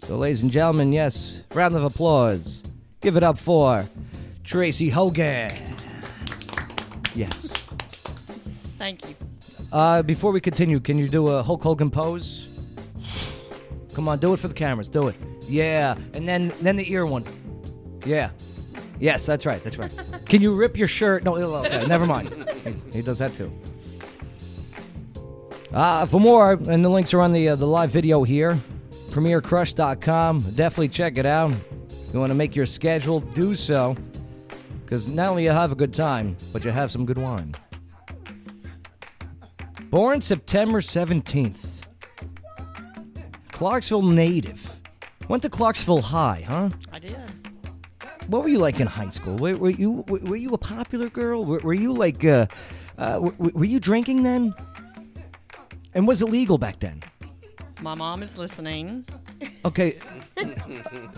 Speaker 2: So, ladies and gentlemen, yes, round of applause. Give it up for Tracy Hogan. Yes.
Speaker 4: Thank you.
Speaker 2: Uh, before we continue, can you do a Hulk Hogan pose? Come on, do it for the cameras. Do it. Yeah, and then then the ear one. Yeah. Yes, that's right. That's right. can you rip your shirt? No, oh, okay, never mind. He- He does that too. Uh, for more, and the links are on the uh, the live video here, premiercrush.com. Definitely check it out. If you want to make your schedule, do so. Because not only you have a good time, but you have some good wine. Born September 17th. Clarksville native. Went to Clarksville High, huh?
Speaker 4: I did.
Speaker 2: what were you like in high school? Were, were you were, were you a popular girl? Were, were you like uh, uh, were, were you drinking then? And was it legal back then?
Speaker 4: My mom is listening.
Speaker 2: Okay, I,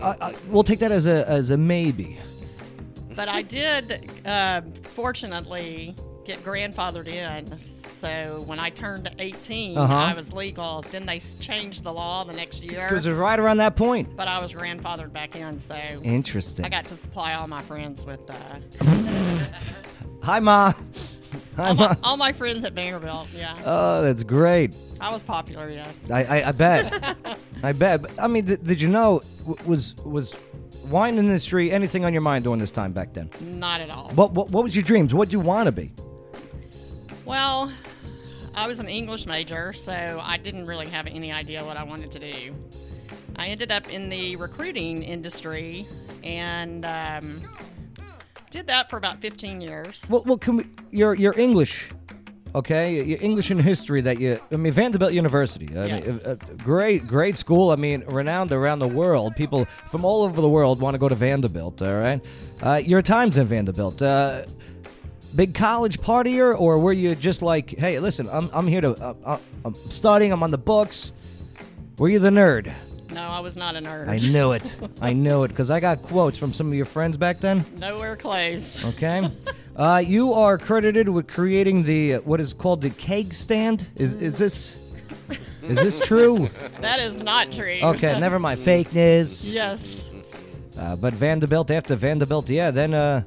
Speaker 2: I, Uh, we'll take that as a as a maybe.
Speaker 4: But I did, uh, fortunately, get grandfathered in. So when I turned 18,
Speaker 2: Uh-huh.
Speaker 4: I was legal. Then they s- changed the law the next year.
Speaker 2: Because it's right around that point.
Speaker 4: But I was grandfathered back in, so
Speaker 2: Interesting.
Speaker 4: I got to supply all my friends with uh,
Speaker 2: Hi, ma. Hi,
Speaker 4: all, my,
Speaker 2: ma.
Speaker 4: all my friends at Vanderbilt. Yeah.
Speaker 2: Oh, that's great.
Speaker 4: I was popular. Yes.
Speaker 2: I, I, I bet. I bet. But, I mean, th- did you know w- was was wine industry anything on your mind during this time back then?
Speaker 4: Not at all.
Speaker 2: What what, what was your dreams? What would you want to be?
Speaker 4: Well, I was an English major, so I didn't really have any idea what I wanted to do. I ended up in the recruiting industry and um, did that for about 15 years.
Speaker 2: Well, well, can we, your your English, okay, your English and history that you. I mean, Vanderbilt University. I mean, a, a great great school. I mean, renowned around the world. People from all over the world want to go to Vanderbilt. All right, uh, your times at Vanderbilt. Uh, Big college partier, or were you just like, hey, listen, I'm, I'm here to, uh, uh, I'm studying, I'm on the books. Were you the nerd?
Speaker 4: No, I was not a nerd.
Speaker 2: I knew it. I knew it because I got quotes from some of your friends back then.
Speaker 4: Nowhere close.
Speaker 2: Okay. Uh, you are credited with creating the uh, what is called the keg stand. Is is this is this true?
Speaker 4: That is not true.
Speaker 2: Okay, never mind. Fake news.
Speaker 4: Yes.
Speaker 2: Uh, but Vanderbilt after Vanderbilt, yeah. Then uh,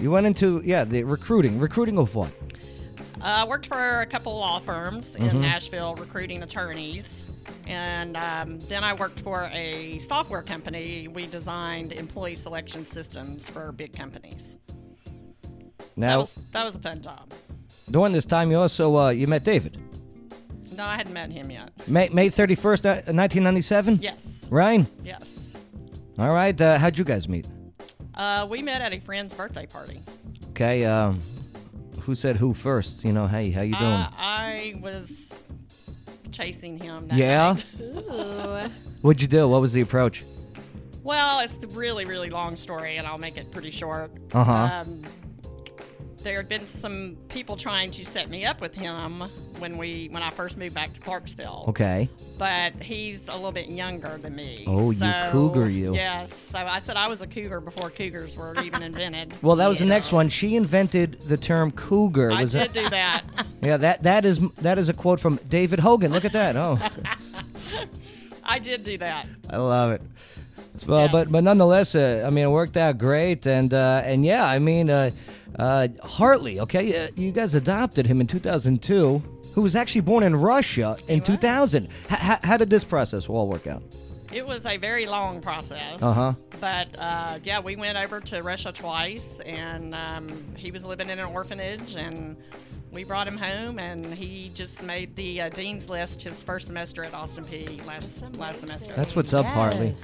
Speaker 2: you went into yeah the recruiting. Recruiting of what?
Speaker 4: Uh, I worked for a couple law firms in
Speaker 2: Mhm.
Speaker 4: Nashville recruiting attorneys. And um, then I worked for a software company. We designed employee selection systems for big companies.
Speaker 2: Now
Speaker 4: That was a fun job.
Speaker 2: during this time, you also uh, you met David.
Speaker 4: No, I hadn't met him yet.
Speaker 2: May May thirty first, nineteen ninety seven.
Speaker 4: Yes.
Speaker 2: Ryan.
Speaker 4: Yes.
Speaker 2: All right. Uh, how'd you guys meet?
Speaker 4: Uh, we met at a friend's birthday party.
Speaker 2: Okay. Um, who said who first? You know, hey, how you doing?
Speaker 4: Uh, I was chasing him. That
Speaker 2: Yeah?
Speaker 4: Night.
Speaker 2: What'd you do? What was the approach?
Speaker 4: well, it's a really, really long story, and I'll make it pretty short.
Speaker 2: Uh-huh.
Speaker 4: Um, there had been some people trying to set me up with him when we when I first moved back to Clarksville.
Speaker 2: Okay.
Speaker 4: But he's a little bit younger than me.
Speaker 2: Oh, you
Speaker 4: so-
Speaker 2: cougar, you.
Speaker 4: Yes. So I said I was a cougar before cougars were even invented.
Speaker 2: Well, that was the next one. She invented the term cougar.
Speaker 4: I
Speaker 2: was
Speaker 4: did
Speaker 2: it?
Speaker 4: do that.
Speaker 2: Yeah, that that is that is a quote from David Hogan. Look at that. Oh,
Speaker 4: I did do that.
Speaker 2: I love it. Well, but but nonetheless, uh, I mean, it worked out great, and uh, and yeah, I mean, uh, uh, Hartley. Okay, uh, you guys adopted him in 2002, who was actually born in Russia in 2000. H- h- how did this process all work out?
Speaker 4: It was a very long process.
Speaker 2: Uh-huh.
Speaker 4: But uh, yeah, we went over to Russia twice, and um, he was living in an orphanage, and we brought him home, and he just made the uh, dean's list his first semester at Austin P last last semester.
Speaker 2: That's what's up, Hartley.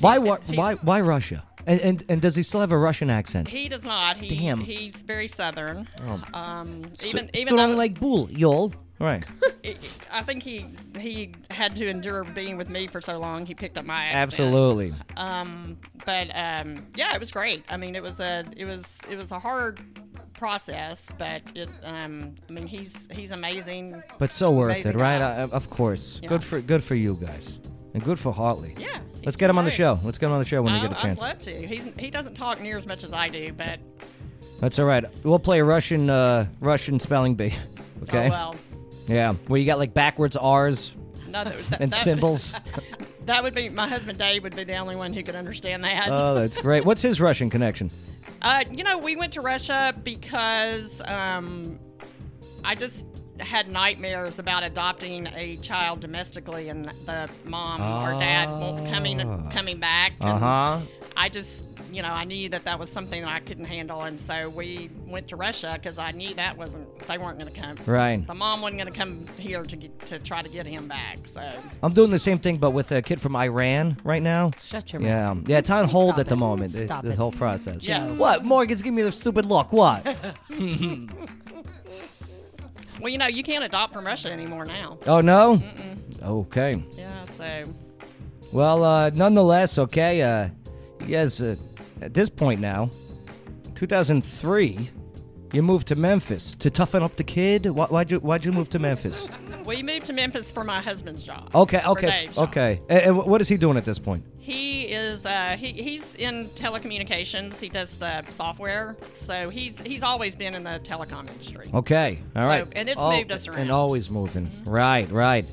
Speaker 2: Why wa- why why Russia? And, and and does he still have a Russian accent?
Speaker 4: He does not. He,
Speaker 2: Damn.
Speaker 4: He's very southern.
Speaker 2: Oh.
Speaker 4: Um,
Speaker 2: St-
Speaker 4: even even
Speaker 2: strong
Speaker 4: though
Speaker 2: like bull, y'all. Right.
Speaker 4: I think he he had to endure being with me for so long, he picked up my accent.
Speaker 2: Absolutely.
Speaker 4: Um, but um, yeah, it was great. I mean, it was a it was it was a hard process, but it um, I mean, he's he's amazing.
Speaker 2: But so worth
Speaker 4: Amazing
Speaker 2: it, right?
Speaker 4: guy.
Speaker 2: I, of course.
Speaker 4: Yeah.
Speaker 2: Good for good for you guys, and good for Hartley.
Speaker 4: Yeah, Uh,
Speaker 2: Let's get him on the show. Let's get him on the show when
Speaker 4: I,
Speaker 2: we get a
Speaker 4: I'd
Speaker 2: chance.
Speaker 4: love to. He's he doesn't talk near as much as I do, but uh,
Speaker 2: That's all right. We'll play Russian uh, Russian spelling bee. Okay.
Speaker 4: Oh, well.
Speaker 2: Yeah, where you got like backwards R's
Speaker 4: no, that, that-
Speaker 2: and
Speaker 4: that-
Speaker 2: symbols.
Speaker 4: that would be my husband Dave would be the only one who could understand that.
Speaker 2: oh, that's great. What's his Russian connection?
Speaker 4: Uh, you know, we went to Russia because um, I just had nightmares about adopting a child domestically and the mom or dad won't coming
Speaker 2: Ah.
Speaker 4: coming back.
Speaker 2: Uh huh.
Speaker 4: I just, you know, I knew that that was something that I couldn't handle, and so we went to Russia because I knew that wasn't they weren't going to come.
Speaker 2: Right.
Speaker 4: The mom wasn't going to come here to get, to try to get him back. So
Speaker 2: I'm doing the same thing, but with a kid from Iran right now.
Speaker 4: Shut your
Speaker 2: yeah.
Speaker 4: mouth.
Speaker 2: Yeah, it's on hold
Speaker 4: Stop
Speaker 2: at the
Speaker 4: it.
Speaker 2: moment. th-
Speaker 4: Stop
Speaker 2: this
Speaker 4: it.
Speaker 2: whole process.
Speaker 4: Yes.
Speaker 2: What? Morgan's giving me the stupid look. What?
Speaker 4: well, you know, you can't adopt from Russia anymore now.
Speaker 2: oh no.
Speaker 4: Mm-mm.
Speaker 2: Okay.
Speaker 4: Yeah. So
Speaker 2: Well, uh, nonetheless, okay. Uh, you guys uh, at this point now, 2003, you moved to Memphis to toughen up the kid. Why, why'd you Why'd you move to Memphis?
Speaker 4: We moved to Memphis for my husband's job.
Speaker 2: Okay,
Speaker 4: for
Speaker 2: okay,
Speaker 4: Dave's job.
Speaker 2: okay. And, and what is he doing at this point?
Speaker 4: He is uh, he, he's in telecommunications. He does the software, so he's he's always been in the telecom industry.
Speaker 2: Okay, all
Speaker 4: So-
Speaker 2: right.
Speaker 4: and it's
Speaker 2: Al-
Speaker 4: moved us around. Mm-hmm.
Speaker 2: And always moving. Right, right.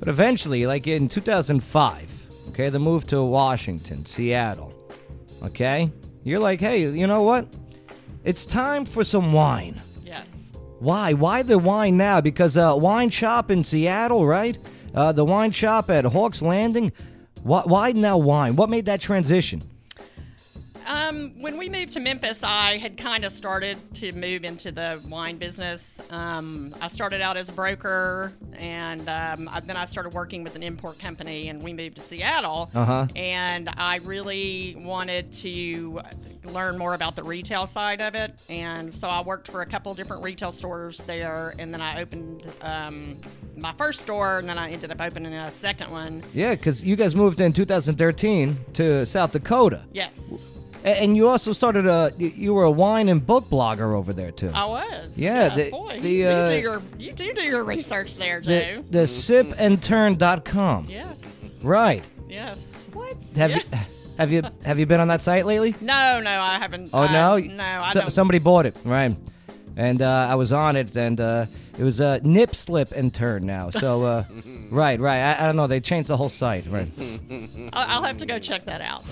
Speaker 2: But eventually, like in 2005, okay, the move to Washington, Seattle, okay, you're like, hey, you know what? It's time for some wine.
Speaker 4: Yes.
Speaker 2: Why? Why the wine now? Because uh, wine shop in Seattle, right? Uh, the wine shop at Hawks Landing. Why, why now wine? What made that transition?
Speaker 4: Um, when we moved to Memphis, I had kind of started to move into the wine business. Um, I started out as a broker, and um, I, then I started working with an import company, and we moved to Seattle.
Speaker 1: Uh-huh.
Speaker 4: And I really wanted to learn more about the retail side of it, and so I worked for a couple different retail stores there, and then I opened um, my first store, and then I ended up opening a second one.
Speaker 2: Yeah, because you guys moved in 2013 to South Dakota.
Speaker 4: Yes.
Speaker 2: A- And you also started a you- you were a wine and book blogger over there too.
Speaker 4: I was.
Speaker 2: Yeah, the-
Speaker 4: boy,
Speaker 2: the,
Speaker 4: you,
Speaker 2: uh,
Speaker 4: do do your, you do do your research there, Joe.
Speaker 2: The, the sipandturn.com.
Speaker 4: Yes.
Speaker 2: Right.
Speaker 4: Yes. What?
Speaker 2: Have
Speaker 4: Yeah.
Speaker 2: you have you have you been on that site lately?
Speaker 4: No, no, I haven't.
Speaker 2: Oh
Speaker 4: I-
Speaker 2: no.
Speaker 4: no, I
Speaker 2: So-
Speaker 4: don't.
Speaker 2: somebody bought it, right? And uh, I was on it, and uh, it was uh, nip slip and turn now. So uh, right, right. I, I don't know. They changed the whole site, right?
Speaker 4: I'll, I'll have to go check that out.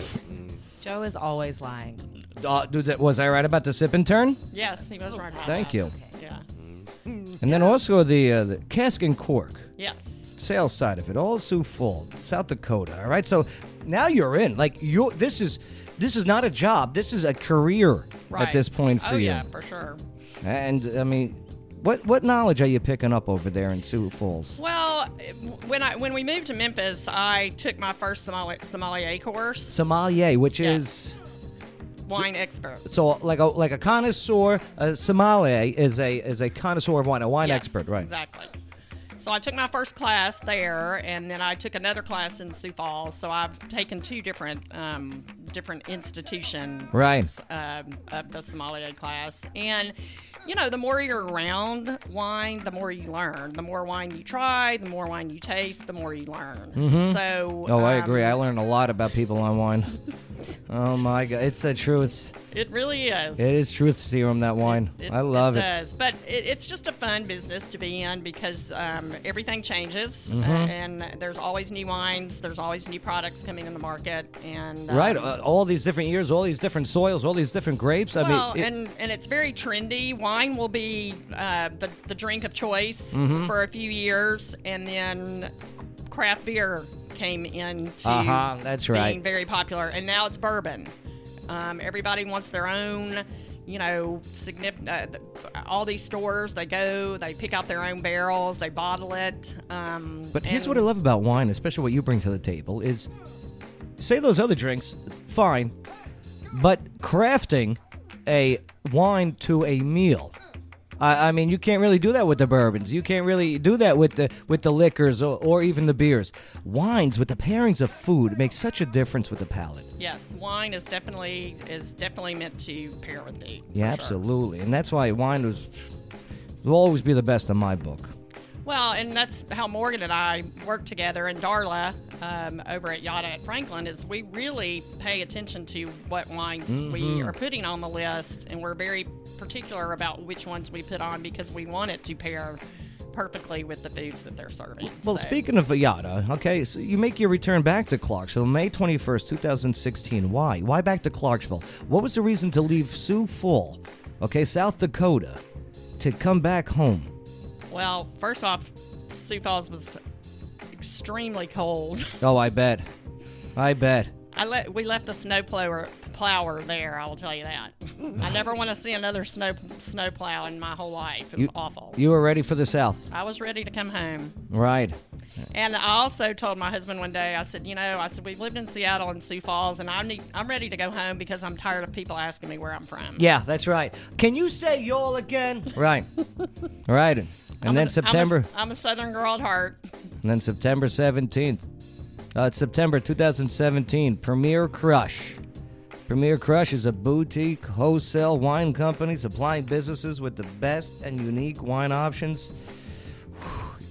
Speaker 5: Joe is always lying.
Speaker 2: Uh, dude, that- was I right about the sip and turn?
Speaker 4: Yes, he
Speaker 5: Oh,
Speaker 4: was right. about
Speaker 2: Thank
Speaker 4: that.
Speaker 2: you.
Speaker 4: Yeah.
Speaker 2: And then also the, uh, the cask and cork.
Speaker 4: Yes.
Speaker 2: Sales side of it, all Sioux Falls, South Dakota. All right, so now you're in. Like you, this is this is not a job. This is a career
Speaker 4: Right.
Speaker 2: at this point for
Speaker 4: oh,
Speaker 2: you.
Speaker 4: yeah, for sure.
Speaker 2: And I mean, what what knowledge are you picking up over there in Sioux Falls?
Speaker 4: Well, when I when we moved to Memphis, I took my first sommelier, sommelier course,
Speaker 2: Sommelier, which is
Speaker 4: wine expert.
Speaker 2: so like a like a connoisseur. A sommelier is a is a connoisseur of wine, a wine
Speaker 4: Yes,
Speaker 2: expert, right?
Speaker 4: Exactly. So I took my first class there, and then I took another class in Sioux Falls. So I've taken two different um, different institution
Speaker 2: Right.
Speaker 4: um, of the sommelier class. And you know, the more you're around wine, the more you learn. The more wine you try, the more wine you taste, the more you learn.
Speaker 2: Mhm.
Speaker 4: So
Speaker 2: oh, I
Speaker 4: um,
Speaker 2: agree. I learned a lot about people on wine. oh my god, it's the truth.
Speaker 4: It really is.
Speaker 2: It is truth serum that wine.
Speaker 4: It-
Speaker 2: I love it.
Speaker 4: does. But it, it's just a fun business to be in because um, everything changes,
Speaker 2: Mhm.
Speaker 4: uh, and there's always new wines, there's always new products coming in the market, and um,
Speaker 2: Right, uh, all these different years, all these different soils, all these different grapes. I
Speaker 4: well,
Speaker 2: mean, it-
Speaker 4: and and it's very trendy. Wine will be uh, the the drink of choice
Speaker 2: Mhm.
Speaker 4: for a few years, and then craft beer came into
Speaker 2: Uh-huh, that's
Speaker 4: being
Speaker 2: right.
Speaker 4: very popular, and now it's bourbon. Um, everybody wants their own. You know, significant. Uh, th- all these stores, they go, they pick out their own barrels, they bottle it. Um,
Speaker 2: but here's
Speaker 4: and-
Speaker 2: what I love about wine, especially what you bring to the table, is say those other drinks, fine, but crafting a wine to a meal. I, I mean, you can't really do that with the bourbons. You can't really do that with the with the liquors or, or even the beers. Wines with the pairings of food makes such a difference with the palate.
Speaker 4: Yes, wine is definitely is definitely meant to pair with food.
Speaker 2: Yeah, absolutely, and that's why wine was will always be the best in my book.
Speaker 4: Well, and that's how Morgan and I work together, and Darla um, over at Yada at Franklin is we really pay attention to what wines we
Speaker 2: Mhm.
Speaker 4: are putting on the list, and we're very particular about which ones we put on because we want it to pair perfectly with the foods that they're serving.
Speaker 2: Well,
Speaker 4: So-
Speaker 2: speaking of Yada, okay, so you make your return back to Clarksville May 21st, 2016. Why? Why back to Clarksville? What was the reason to leave Sioux Falls, okay, South Dakota, to come back home?
Speaker 4: well, first off, Sioux Falls was extremely cold.
Speaker 2: Oh, I bet. I bet.
Speaker 4: I let we left the snow plower, plower there. I will tell you that. I never want to see another snow snow plow in my whole life. It's
Speaker 2: you,
Speaker 4: awful.
Speaker 2: You were ready for the South.
Speaker 4: I was ready to come home.
Speaker 2: Right.
Speaker 4: And I also told my husband one day, I said, you know, I said we've lived in Seattle and Sioux Falls, and I need, I'm ready to go home because I'm tired of people asking me where I'm from.
Speaker 2: Yeah, that's right. Can you say y'all again? Right. right. And then September.
Speaker 4: I'm a, I'm a Southern girl at heart.
Speaker 2: And then September 17th. Uh, it's September 2017, Premier Crush. Premier Crush is a boutique wholesale wine company supplying businesses with the best and unique wine options.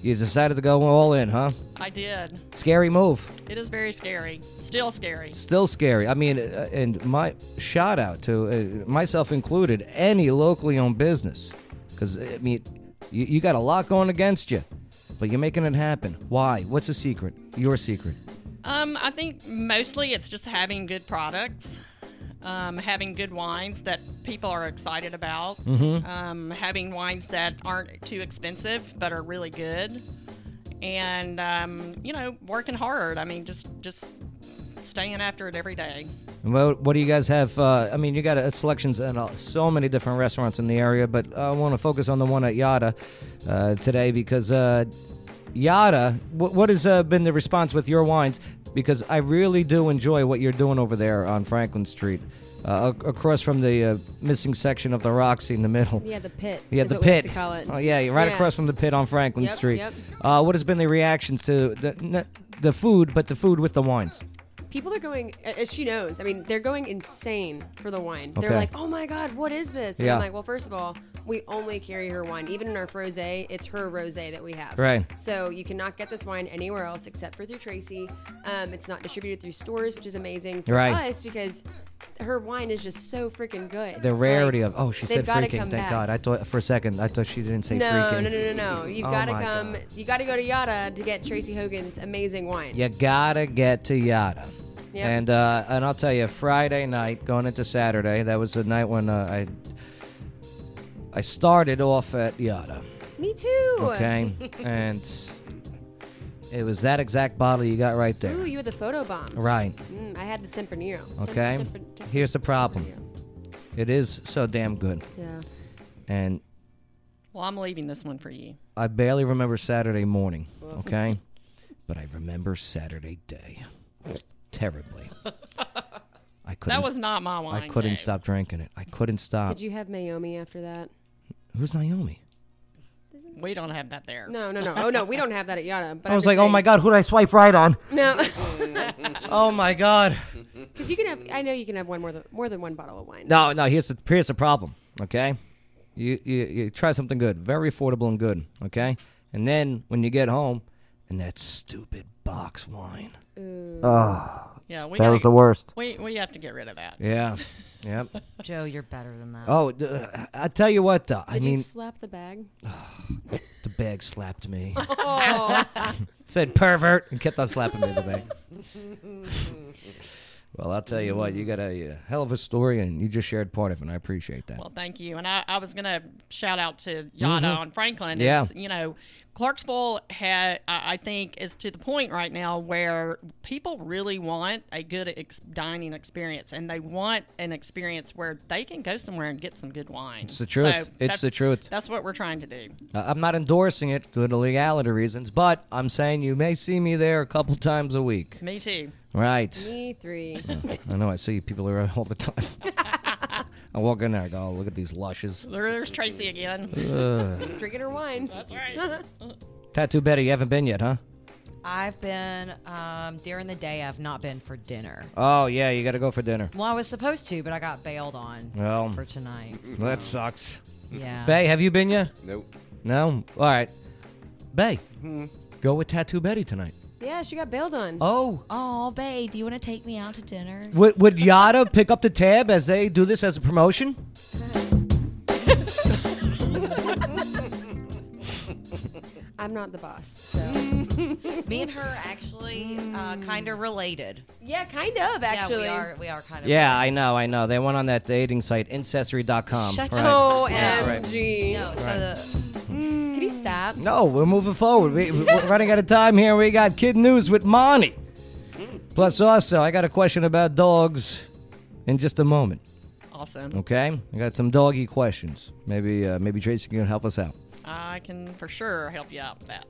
Speaker 2: You decided to go all in, huh?
Speaker 4: I did.
Speaker 2: Scary move.
Speaker 4: It is very scary. Still scary.
Speaker 2: Still scary. I mean, uh, and my shout out to uh, myself included, any locally owned business. Because, I mean, you, you got a lot going against you, but you're making it happen. Why? What's the secret? Your secret.
Speaker 4: Um, I think mostly it's just having good products, um, having good wines that people are excited about,
Speaker 2: Mhm.
Speaker 4: um, having wines that aren't too expensive but are really good, and um, you know, working hard. I mean, just just staying after it every day.
Speaker 2: And What, what do you guys have? Uh, I mean, you got uh, selections at uh, so many different restaurants in the area, but I want to focus on the one at Yada uh, today because uh, Yada, what, what has uh, been the response with your wines? Because I really do enjoy what you're doing over there on Franklin Street, uh, ac- across from the uh, missing section of the Roxy in the middle.
Speaker 6: Yeah, the pit
Speaker 2: Yeah,
Speaker 6: is
Speaker 2: the
Speaker 6: what we like
Speaker 2: pit.
Speaker 6: to call it.
Speaker 2: Oh, yeah, you're right
Speaker 6: Yeah.
Speaker 2: across from the pit on Franklin
Speaker 6: Yep,
Speaker 2: Street.
Speaker 6: yep.
Speaker 2: Uh, what has been the reactions to the, n- the food, but the food with the wines?
Speaker 6: People are going, as she knows, I mean, they're going insane for the wine. They're
Speaker 2: Okay.
Speaker 6: like, oh my God, what is this? And
Speaker 2: Yeah.
Speaker 6: I'm like, well, first of all, we only carry her wine. Even in our rose, it's her rose that we have.
Speaker 2: Right.
Speaker 6: So you cannot get this wine anywhere else except for through Tracy. Um, it's not distributed through stores, which is amazing for
Speaker 2: Right.
Speaker 6: us because her wine is just so freaking good.
Speaker 2: The rarity of oh, she
Speaker 6: they've
Speaker 2: said
Speaker 6: gotta
Speaker 2: freaking.
Speaker 6: come
Speaker 2: Thank
Speaker 6: back.
Speaker 2: God. I thought for a second I thought she didn't say
Speaker 6: no,
Speaker 2: freaking.
Speaker 6: no, no, no, no. You've
Speaker 2: Oh
Speaker 6: got to
Speaker 2: my
Speaker 6: come. You got to go to Yada to get Tracy Hogan's amazing wine.
Speaker 2: You gotta get to Yada.
Speaker 6: Yep.
Speaker 2: And uh, and I'll tell you, Friday night going into Saturday, that was the night when uh, I I started off at Yada.
Speaker 6: Me too.
Speaker 2: Okay, and it was that exact bottle you got right there.
Speaker 6: Ooh, you had the photo bomb.
Speaker 2: Right.
Speaker 6: Mm, I had the Tempranillo.
Speaker 2: Okay.
Speaker 6: Temper- temper-
Speaker 2: Here's the problem. It is so damn good.
Speaker 6: Yeah.
Speaker 2: And
Speaker 4: Well, I'm leaving this one for you.
Speaker 2: I barely remember Saturday morning,
Speaker 4: Well.
Speaker 2: okay? but I remember Saturday day terribly. I couldn't.
Speaker 6: was not my
Speaker 2: I
Speaker 6: wine,
Speaker 2: couldn't
Speaker 6: Gabe.
Speaker 2: stop drinking it. I couldn't stop.
Speaker 6: Did you have Naomi after that?
Speaker 2: Who's Naomi?
Speaker 4: We don't have that there.
Speaker 6: No, no, no. Oh no, we don't have that at Yada. But
Speaker 2: I
Speaker 6: I'm
Speaker 2: was
Speaker 6: just
Speaker 2: like, oh my
Speaker 6: saying-
Speaker 2: god, who did I swipe right on?
Speaker 6: No.
Speaker 2: oh my god.
Speaker 6: Because you can have. I know you can have one more than more than one bottle of wine.
Speaker 2: No, no. Here's the here's the problem. Okay, you, you you try something good, very affordable and good. Okay, and then when you get home, and that stupid box wine. Oh,
Speaker 4: Yeah, we
Speaker 2: that
Speaker 4: gotta-
Speaker 2: was the worst.
Speaker 4: We we have to get rid of that.
Speaker 2: Yeah, yep.
Speaker 5: Joe, you're better than that.
Speaker 2: Oh, d- I tell you what, though. Uh, I
Speaker 6: Did
Speaker 2: mean,
Speaker 6: you slap the bag?
Speaker 2: the bag slapped me.
Speaker 6: Oh.
Speaker 2: Said pervert and kept on slapping me in the bag. Well, I'll tell you what, you got a uh, hell of a story, and you just shared part of it, and I appreciate that.
Speaker 4: Well, thank you. And I, I was going to shout out to Yada
Speaker 2: Mhm.
Speaker 4: on Franklin.
Speaker 2: Yeah.
Speaker 4: It's, you know, Clarksville, ha- I I think, is to the point right now where people really want a good ex- dining experience and they want an experience where they can go somewhere and get some good wine.
Speaker 2: It's the truth. It's
Speaker 4: that's-
Speaker 2: the truth.
Speaker 4: That's what we're trying to do.
Speaker 2: Uh, I'm not endorsing it for the legality reasons, but I'm saying you may see me there a couple times a week.
Speaker 4: Me too.
Speaker 2: Right.
Speaker 6: Me three.
Speaker 2: Uh, I know I see people there all the time. I walk in there, I go, oh, look at these lushes.
Speaker 4: There's Tracy again.
Speaker 2: Ugh.
Speaker 6: Drinking her wine. That's
Speaker 4: right.
Speaker 2: Tattoo Betty, you haven't been yet, huh?
Speaker 5: I've been um, during the day. I've not been for dinner.
Speaker 2: Oh, yeah, you got to go for dinner.
Speaker 5: Well, I was supposed to, but I got bailed on
Speaker 2: Well,
Speaker 5: for tonight.
Speaker 2: that sucks.
Speaker 5: Yeah.
Speaker 2: Bay, have you been yet?
Speaker 3: Nope.
Speaker 2: No? All right. Bay,
Speaker 3: Hmm.
Speaker 2: go with Tattoo Betty tonight.
Speaker 6: Yeah, she got bailed on.
Speaker 2: Oh.
Speaker 15: Oh, babe, do you want to take me out to dinner?
Speaker 2: Would, would Yada pick up the tab as they do this as a promotion?
Speaker 6: I'm not the boss. So.
Speaker 5: Me and her actually uh, kind of related.
Speaker 6: Yeah, kind of actually.
Speaker 5: Yeah, we are. We are kind of.
Speaker 2: Yeah, I know, I know. They went on that dating site, ancestry.com.
Speaker 5: Shut
Speaker 2: Um, right.
Speaker 6: your
Speaker 2: Yeah, right.
Speaker 6: OMG.
Speaker 5: No, so
Speaker 2: Right.
Speaker 5: the.
Speaker 6: Can you stop?
Speaker 2: No, we're moving forward. We, we're running out of time here. We got kid news with Monty. Plus, also, I got a question about dogs in just a moment.
Speaker 4: Awesome.
Speaker 2: Okay, I got some doggy questions. Maybe, uh, maybe Tracy can help us out.
Speaker 4: I can for sure help you out with that.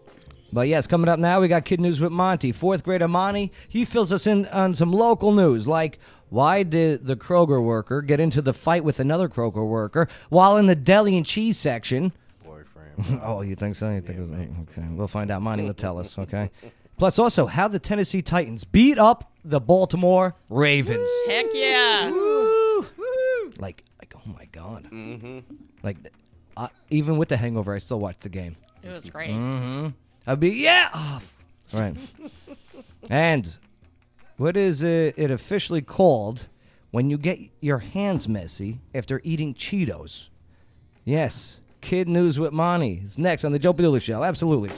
Speaker 2: But yes, coming up now, we got kid news with Monty, fourth grader Monty. He fills us in on some local news, like why did the Kroger worker get into the fight with another Kroger worker while in the deli and cheese section? Boyfriend. oh, you think so? You think it was, okay? We'll find out. Monty will tell us. Okay. Plus, also how the Tennessee Titans beat up the Baltimore Ravens.
Speaker 4: Heck yeah.
Speaker 2: like like oh my god. Mm-hmm. Like, I, even with the hangover, I still watch the game.
Speaker 4: It was great.
Speaker 2: Mm-hmm. I'd be yeah. Oh, f- right. and what is it, it officially called when you get your hands messy after eating Cheetos? Yes, Kid News with Monty is next on the Joe Padula Show. Absolutely.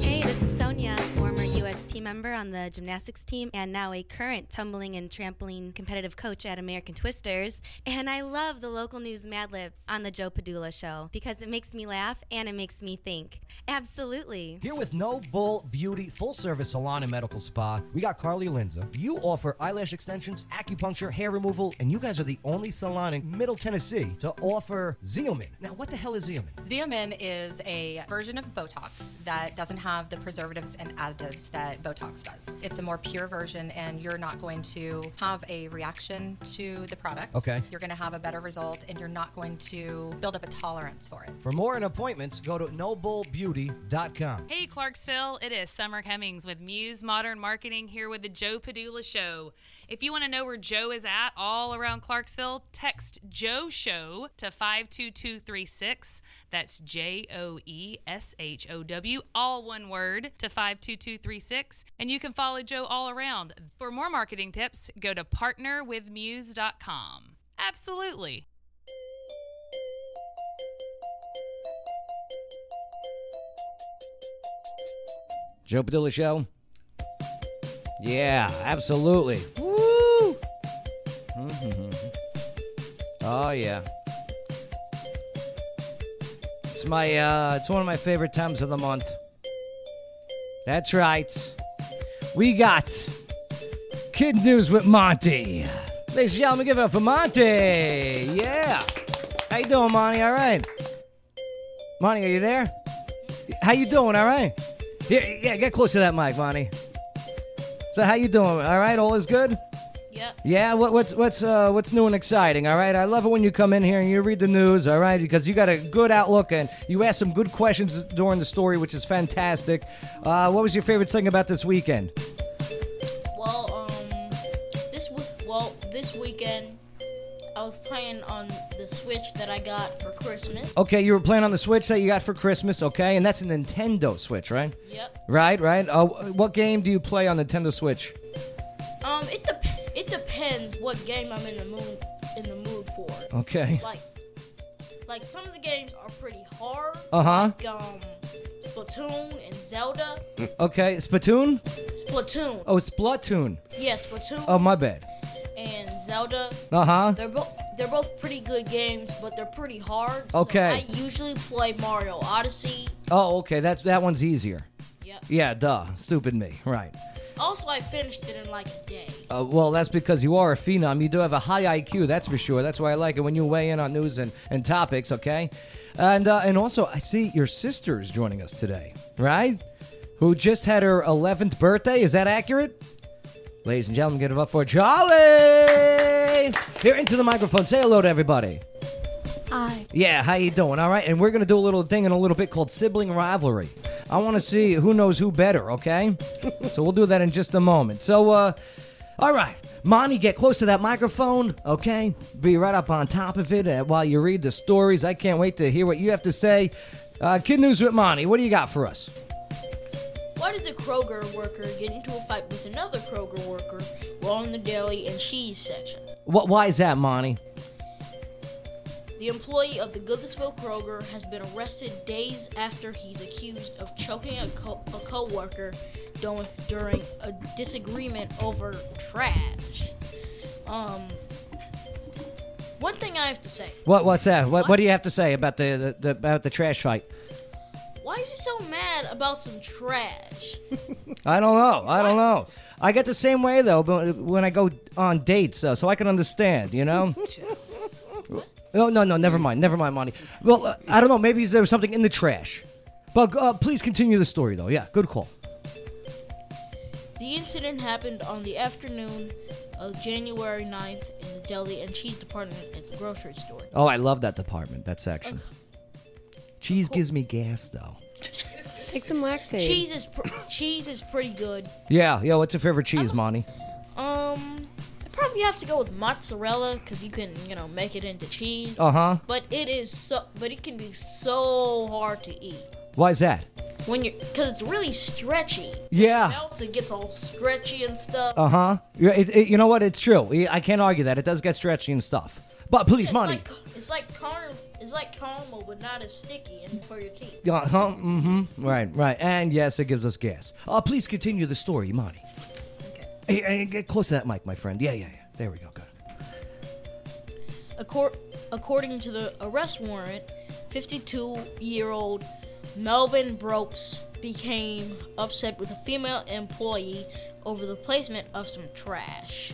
Speaker 15: Hey, this is Sonia, former U.S. team member on the gymnastics team and now a current tumbling and trampoline competitive coach at American Twisters. And I love the local news Mad Libs on the Joe Padula Show because it makes me laugh and it makes me think. Absolutely.
Speaker 13: Here with No Bull Beauty, full service salon and medical spa, we got Carly Linza. You offer eyelash extensions, acupuncture, hair removal, and you guys are the only salon in Middle Tennessee to offer Xeomin. Now, what the hell is Xeomin?
Speaker 1: Xeomin is a version of Botox that doesn't have the preservatives and additives that Botox does. It's a more pure version, and you're not going to have a reaction to the product.
Speaker 13: Okay.
Speaker 1: You're going to have a better result, and you're not going to build up a tolerance for it.
Speaker 13: For more and appointments, go to nobullbeauty.com.
Speaker 22: Hey Clarksville, it is Summer Cummings with Muse Modern Marketing here with the Joe Padula Show. If you want to know where Joe is at all around Clarksville, text Joe Show to 52236. That's J O E S H O W, all one word, to 52236. And you can follow Joe all around. For more marketing tips, go to partnerwithmuse.com. Absolutely.
Speaker 2: Joe Padilla Show. Yeah, absolutely. Mm-hmm. Woo! oh yeah. It's my uh it's one of my favorite times of the month. That's right. We got Kid News with Monty. Ladies and gentlemen, give it up for Monty. Yeah. How you doing, Monty? All right. Monty, are you there? How you doing? All right. Yeah, yeah, get close to that mic, Monty. So how you doing? All right, all is good.
Speaker 23: Yep.
Speaker 2: Yeah, what, what's what's uh, what's new and exciting? All right, I love it when you come in here and you read the news. All right, because you got a good outlook and you ask some good questions during the story, which is fantastic. Uh, what was your favorite thing about this weekend?
Speaker 23: Well, um, this week, well, this weekend, I was playing on the Switch that I got for Christmas.
Speaker 2: Okay, you were playing on the Switch that you got for Christmas. Okay, and that's a Nintendo Switch, right?
Speaker 23: Yep.
Speaker 2: Right, right. Uh, what game do you play on Nintendo Switch?
Speaker 23: Um, it dep- it depends what game I'm in the mood in the mood for.
Speaker 2: Okay.
Speaker 23: Like, like some of the games are pretty hard.
Speaker 2: Uh-huh.
Speaker 23: Like, um, Splatoon and Zelda.
Speaker 2: Okay, Splatoon.
Speaker 23: Splatoon.
Speaker 2: Oh, Splatoon.
Speaker 23: Yeah, Splatoon.
Speaker 2: Oh, my bad.
Speaker 23: And Zelda.
Speaker 2: Uh-huh.
Speaker 23: They're both they're both pretty good games, but they're pretty hard. so
Speaker 2: Okay.
Speaker 23: I usually play Mario Odyssey.
Speaker 2: Oh, okay. That's that one's easier.
Speaker 23: Yep.
Speaker 2: Yeah, duh. Stupid me. Right.
Speaker 23: Also, I finished it in like a day.
Speaker 2: Uh, well, that's because you are a phenom. You do have a high IQ, that's for sure. That's why I like it when you weigh in on news and, and topics, okay? And uh, and also, I see your sister is joining us today, right? Who just had her 11th birthday. Is that accurate? Ladies and gentlemen, give it up for Charlie! Here, into the microphone. Say hello to everybody.
Speaker 24: Hi.
Speaker 2: Yeah, how you doing? All right, and we're gonna do a little thing in a little bit called sibling rivalry. I want to see who knows who better. Okay, so we'll do that in just a moment. So, uh, all right, Monty, get close to that microphone. Okay, be right up on top of it uh, while you read the stories. I can't wait to hear what you have to say. Uh, Kid News with Monty, what do you got for us?
Speaker 23: Why did the Kroger worker get into a fight with another Kroger worker while in the deli and cheese section?
Speaker 2: What? Why is that, Monty?
Speaker 23: The employee of the Goodlettsville Kroger has been arrested days after he's accused of choking a, co- a co-worker do- during a disagreement over trash. Um, one thing I have to say.
Speaker 2: What? What's that? What? What do you have to say about the, the, the about the trash fight?
Speaker 23: Why is he so mad about some trash?
Speaker 2: I don't know. I don't know. I get the same way though, but when I go on dates, uh, so I can understand. You know. No, no, no. Never mind. Never mind, Monty. Well, uh, I don't know. Maybe there was something in the trash. But uh, please continue the story though. Yeah, good call.
Speaker 23: The incident happened on the afternoon of January 9th in the deli and cheese department at the grocery store.
Speaker 2: Oh, I love that department. That section. Cheese gives me gas though.
Speaker 23: Take some lactate. Cheese is pr- cheese is pretty good. Uh-huh.
Speaker 2: Yeah, yeah. What's your favorite cheese, Monty?
Speaker 23: Um, probably you have to go with mozzarella because you can, you know, make it into cheese.
Speaker 2: Uh-huh.
Speaker 23: But it is so, but it can be so hard to eat
Speaker 2: Why is that?
Speaker 23: when you, because it's really stretchy.
Speaker 2: Yeah.
Speaker 23: It melts, it gets all stretchy and stuff.
Speaker 2: Uh huh. You know what? It's true. I- I can't argue that. It does get stretchy and stuff. But please, money.
Speaker 23: It's like caramel, it's like caramel, but not as sticky and for your teeth.
Speaker 2: Uh huh. Mm hmm. Right, right. And yes, it gives us gas. Uh, please continue the story, Imani. Okay. Hey, hey, get close to that mic, my friend. Yeah, yeah, yeah. There we go. Good.
Speaker 23: Accor- according to the arrest warrant, 52 year old Melvin Brooks became upset with a female employee over the placement of some trash.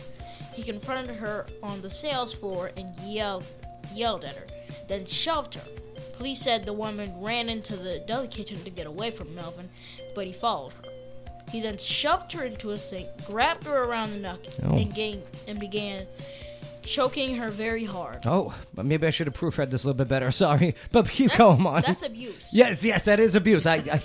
Speaker 23: He confronted her on the sales floor and yelled, yelled at her, then shoved her. Police said the woman ran into the deli kitchen to get away from Melvin, but he followed her. He then shoved her into a sink, grabbed her around the neck,
Speaker 2: Oh.
Speaker 23: and, gain- and began choking her very hard.
Speaker 2: Oh, but maybe I should have proofread this a little bit better. Sorry. But keep going, Monty.
Speaker 23: that's abuse.
Speaker 2: Yes, yes, that is abuse. I, I,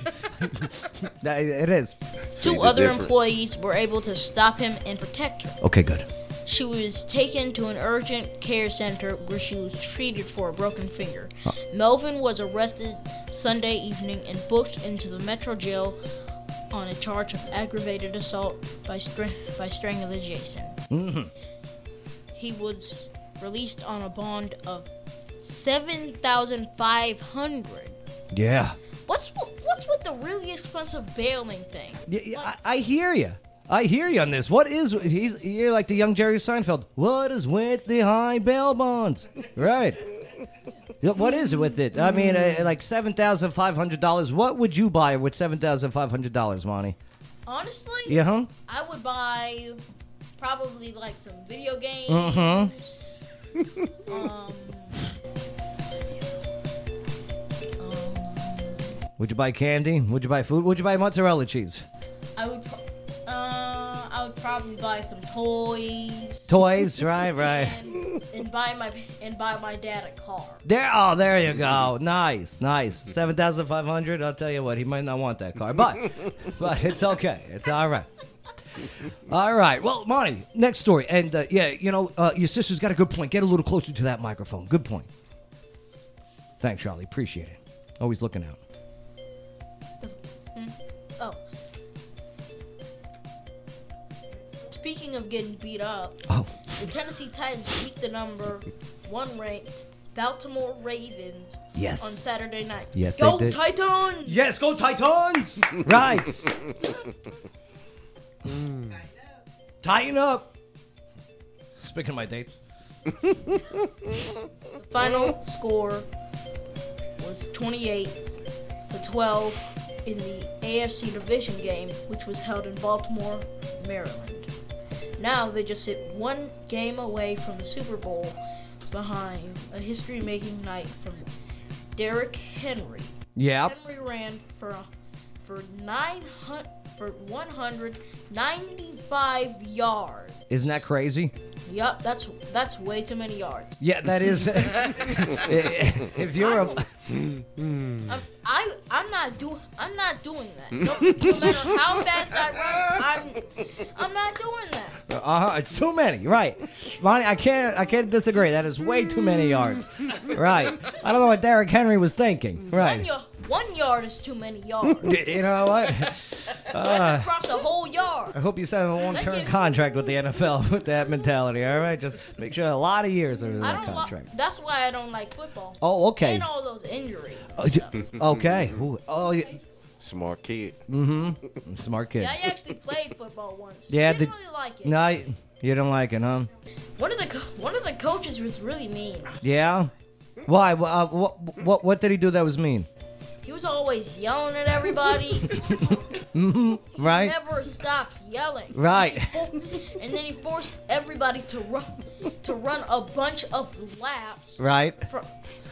Speaker 2: that- It is.
Speaker 23: Two other employees were able to stop him and protect her.
Speaker 2: Okay, good.
Speaker 23: She was taken to an urgent care center where she was treated for a broken finger. Melvin was arrested Sunday evening and booked into the Metro Jail on a charge of aggravated assault by, str- by strangulation.
Speaker 2: Mm-hmm.
Speaker 23: He was released on a bond of 7500
Speaker 2: Yeah.
Speaker 23: What's what's with the really expensive bailing thing?
Speaker 2: Yeah, yeah, I, I hear you. I hear you on this. What is he's? You're like the young Jerry Seinfeld. What is with the high bail bonds? Right. Yeah, What is it with it? I mean, uh, like seven thousand five hundred dollars. What would you buy with seven thousand five hundred dollars, Monty?
Speaker 23: Honestly,
Speaker 2: Yeah, huh?
Speaker 23: I would buy probably like some video games.
Speaker 2: Mhm.
Speaker 23: um,
Speaker 2: Would you buy candy? Would you buy food? Would you buy mozzarella cheese?
Speaker 23: I would. pro- Uh, I would probably buy some toys.
Speaker 2: Toys, right, right.
Speaker 23: And, and buy my and buy my dad a car.
Speaker 2: There, oh, there you go. Nice, nice. Seven thousand five hundred. I'll tell you what, he might not want that car, but but it's okay. It's all right. All right. Well, Monty, next story, and uh, yeah, you know, uh, your sister's got a good point. Get a little closer to that microphone. Good point. Thanks, Charlie. Appreciate it. Always looking out. Mm-hmm.
Speaker 23: Mm. Oh. Speaking of getting beat up,
Speaker 2: Oh.
Speaker 23: the Tennessee Titans beat the number one ranked Baltimore Ravens
Speaker 2: Yes.
Speaker 23: on Saturday night.
Speaker 2: Yes, they
Speaker 23: go
Speaker 2: did.
Speaker 23: Titans!
Speaker 2: Yes, go Titans! right. Tighten up. Speaking of my dates.
Speaker 23: The final score was 28 to 12 in the AFC division game, which was held in Baltimore, Maryland. Now they just sit one game away from the Super Bowl behind a history making night from Derrick Henry.
Speaker 2: Yep.
Speaker 23: Henry ran for for 900 for 195 yards.
Speaker 2: Isn't that crazy?
Speaker 23: Yup, that's that's way too many yards.
Speaker 2: Yeah, that is. if you're a.
Speaker 23: I'm, I I'm not doing I'm not doing that. No, no matter how fast I run, I'm I'm not doing that.
Speaker 2: Uh huh. It's too many, right? Monty, I can't. I can't disagree. That is way too many yards, right? I don't know what Derrick Henry was thinking,
Speaker 23: One
Speaker 2: right?
Speaker 23: yard, one yard is too many yards.
Speaker 2: Y- You know what? Uh,
Speaker 23: Across a whole yard.
Speaker 2: I hope you sign a long-term contract with the NFL with that mentality. All right, just make sure a lot of years are in
Speaker 23: I
Speaker 2: that
Speaker 23: don't li-
Speaker 2: contract.
Speaker 23: That's why I don't like football.
Speaker 2: Oh, okay.
Speaker 23: And all those injuries.
Speaker 2: Oh, y- okay. Ooh, oh, yeah.
Speaker 3: Smart kid.
Speaker 2: Mm-hmm. Smart kid.
Speaker 23: Yeah, I actually played football once.
Speaker 2: Yeah,
Speaker 23: didn't
Speaker 2: the-
Speaker 23: really like it.
Speaker 2: No, you- you don't like it, huh?
Speaker 23: One of the co- one of the coaches was really mean.
Speaker 2: Yeah. Why? Wh- Uh, what? What? What did he do that was mean?
Speaker 23: He was always yelling at everybody.
Speaker 2: hmm Right.
Speaker 23: Never stopped yelling.
Speaker 2: Right.
Speaker 23: And then he for- And then he forced everybody to run to run a bunch of laps.
Speaker 2: Right.
Speaker 23: From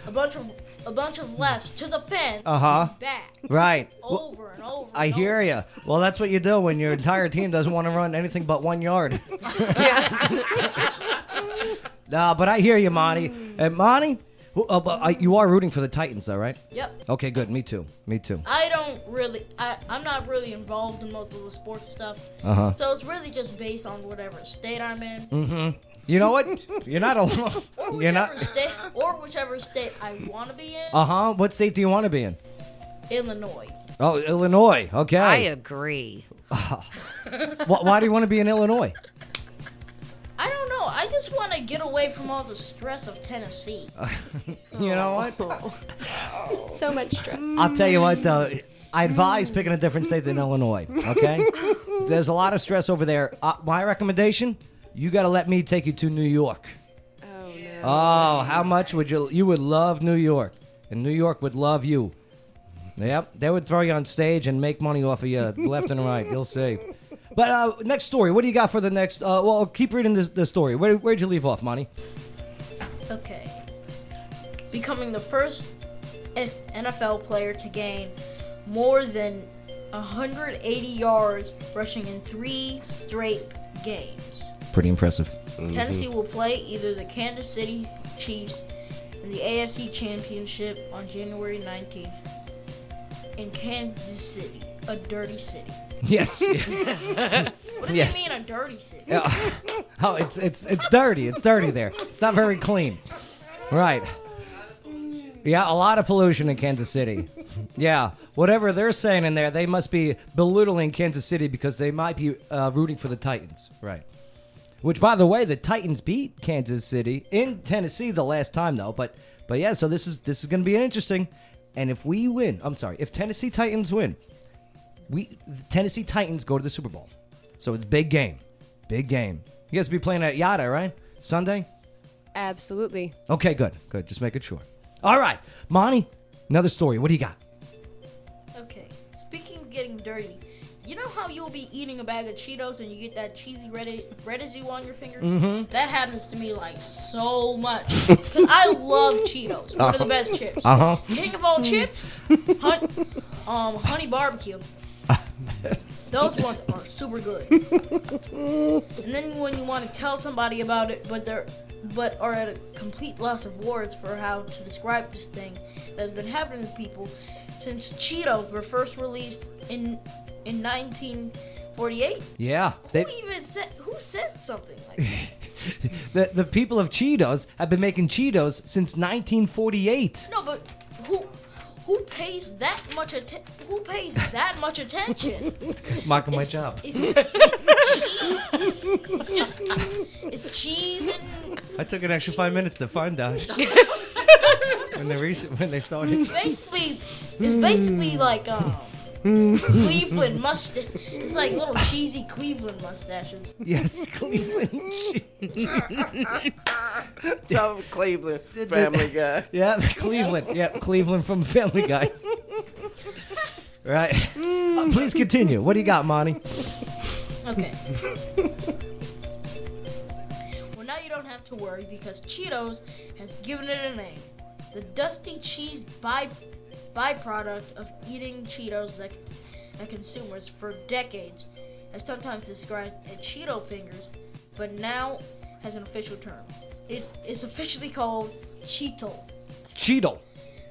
Speaker 23: a bunch of a bunch of laps to the fence.
Speaker 2: Uh huh.
Speaker 23: and Back.
Speaker 2: Right.
Speaker 23: Over and over.
Speaker 2: I hear you. Well, that's what you do when your entire team doesn't want to run anything but one yard. nah, but I hear you, Monty.
Speaker 23: Mm.
Speaker 2: And Monty, who- uh, but, uh, you are rooting for the Titans, though, right?
Speaker 23: Yep.
Speaker 2: Okay, good. Me too. Me too.
Speaker 23: I don't really. I I'm not really involved in most of the sports stuff.
Speaker 2: Uh-huh.
Speaker 23: So it's really just based on whatever state I'm in.
Speaker 2: Mm-hmm. You know what? You're not alone. You're
Speaker 23: Whichever
Speaker 2: not.
Speaker 23: state, or whichever state I want to be in,
Speaker 2: Uh huh. What state do you want to be in?
Speaker 23: Illinois.
Speaker 2: Oh, Illinois. Okay.
Speaker 5: I agree.
Speaker 2: Why, why do you want to be in Illinois?
Speaker 23: I don't know. I just want to get away from all the stress of Tennessee.
Speaker 2: you know what?
Speaker 23: so much stress.
Speaker 2: I'll tell you what, though. I advise picking a different state than Illinois, okay? There's a lot of stress over there. Uh, my recommendation you got to let me take you to New York. Oh, no. Oh, how much would you? You would love New York, and New York would love you. Yep, they would throw you on stage and make money off of you left and right. You'll see. But uh, next story, what do you got for the next? Uh, well, keep reading the, the story. Where, where'd you leave off, Monty?
Speaker 23: Okay. Becoming the first N- NFL player to gain more than 180 yards rushing in three straight games.
Speaker 2: Pretty impressive.
Speaker 23: Tennessee will play either the Kansas City Chiefs in the AFC Championship on January 19th in Kansas City, a dirty city.
Speaker 2: Yes.
Speaker 23: What do
Speaker 2: Yes.
Speaker 23: they mean, a dirty city?
Speaker 2: Yeah. Oh, it's it's it's dirty. It's dirty there. It's not very clean. Right. Yeah, a lot of pollution in Kansas City. Yeah, whatever they're saying in there, they must be belittling Kansas City because they might be uh, rooting for the Titans. Right. Which, by the way, the Titans beat Kansas City in Tennessee the last time, though. But but yeah, so this is this is going to be interesting. And if we win, I'm sorry, if Tennessee Titans win, we the Tennessee Titans go to the Super Bowl. So it's big game, big game. You guys be playing at Yada, right? Sunday.
Speaker 6: Absolutely.
Speaker 2: Okay, good, good. Just making sure. All right, Monty, another story. What do you got?
Speaker 23: Okay. Speaking of getting dirty, you know how you'll be eating a bag of Cheetos and you get that cheesy red residue on your fingers?
Speaker 9: Mm-hmm.
Speaker 2: Mhm.
Speaker 23: That happens to me like so much because I love Cheetos. One of the best chips.
Speaker 2: Uh-huh.
Speaker 23: King of all chips, hun- um, honey barbecue. Those ones are super good. And then when you want to tell somebody about it, but they're but are at a complete loss of words for how to describe this thing that's been happening to people since Cheetos were first released in in 1948.
Speaker 2: Yeah, they,
Speaker 23: who even said who said something like that?
Speaker 2: the the people of Cheetos have been making Cheetos since 1948.
Speaker 23: No, but who who pays that much atten- who pays that much attention?
Speaker 2: It's mocking my job.
Speaker 23: It's, it's cheese. It's just it's cheese and
Speaker 2: I took an extra five minutes to find out when they recent when they started.
Speaker 23: it's basically it's basically like um Cleveland mustache. It's like little cheesy Cleveland mustaches.
Speaker 2: Yes, Cleveland.
Speaker 23: From Cleveland,
Speaker 3: Family Guy.
Speaker 2: Yeah, Cleveland. Yeah, Cleveland from Family Guy. Right. Uh, please continue. What do you got, Monty?
Speaker 23: Okay. well, now you don't have to worry because Cheetos has given it a name. The dusty cheese by, byproduct of eating Cheetos that, that consumers for decades have sometimes described as Cheeto fingers, but now has an official term. It is officially called Cheetle.
Speaker 2: Cheetle.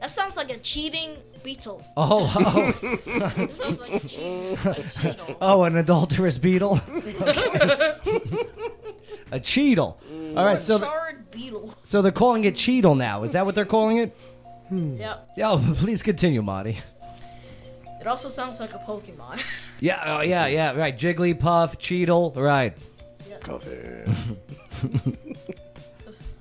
Speaker 23: That sounds like a cheating beetle.
Speaker 2: Oh, oh.
Speaker 23: It sounds like a cheating.
Speaker 2: oh, an adulterous beetle. A cheetle. All
Speaker 23: Or
Speaker 2: right, so
Speaker 23: charred beetle.
Speaker 2: so they're calling it cheetle now. Is that what they're calling it? Hmm.
Speaker 23: Yep.
Speaker 2: Oh, please continue, Monty.
Speaker 23: It also sounds like a Pokemon.
Speaker 2: Yeah, oh, yeah, yeah. Right, Jigglypuff, Cheetle. Right.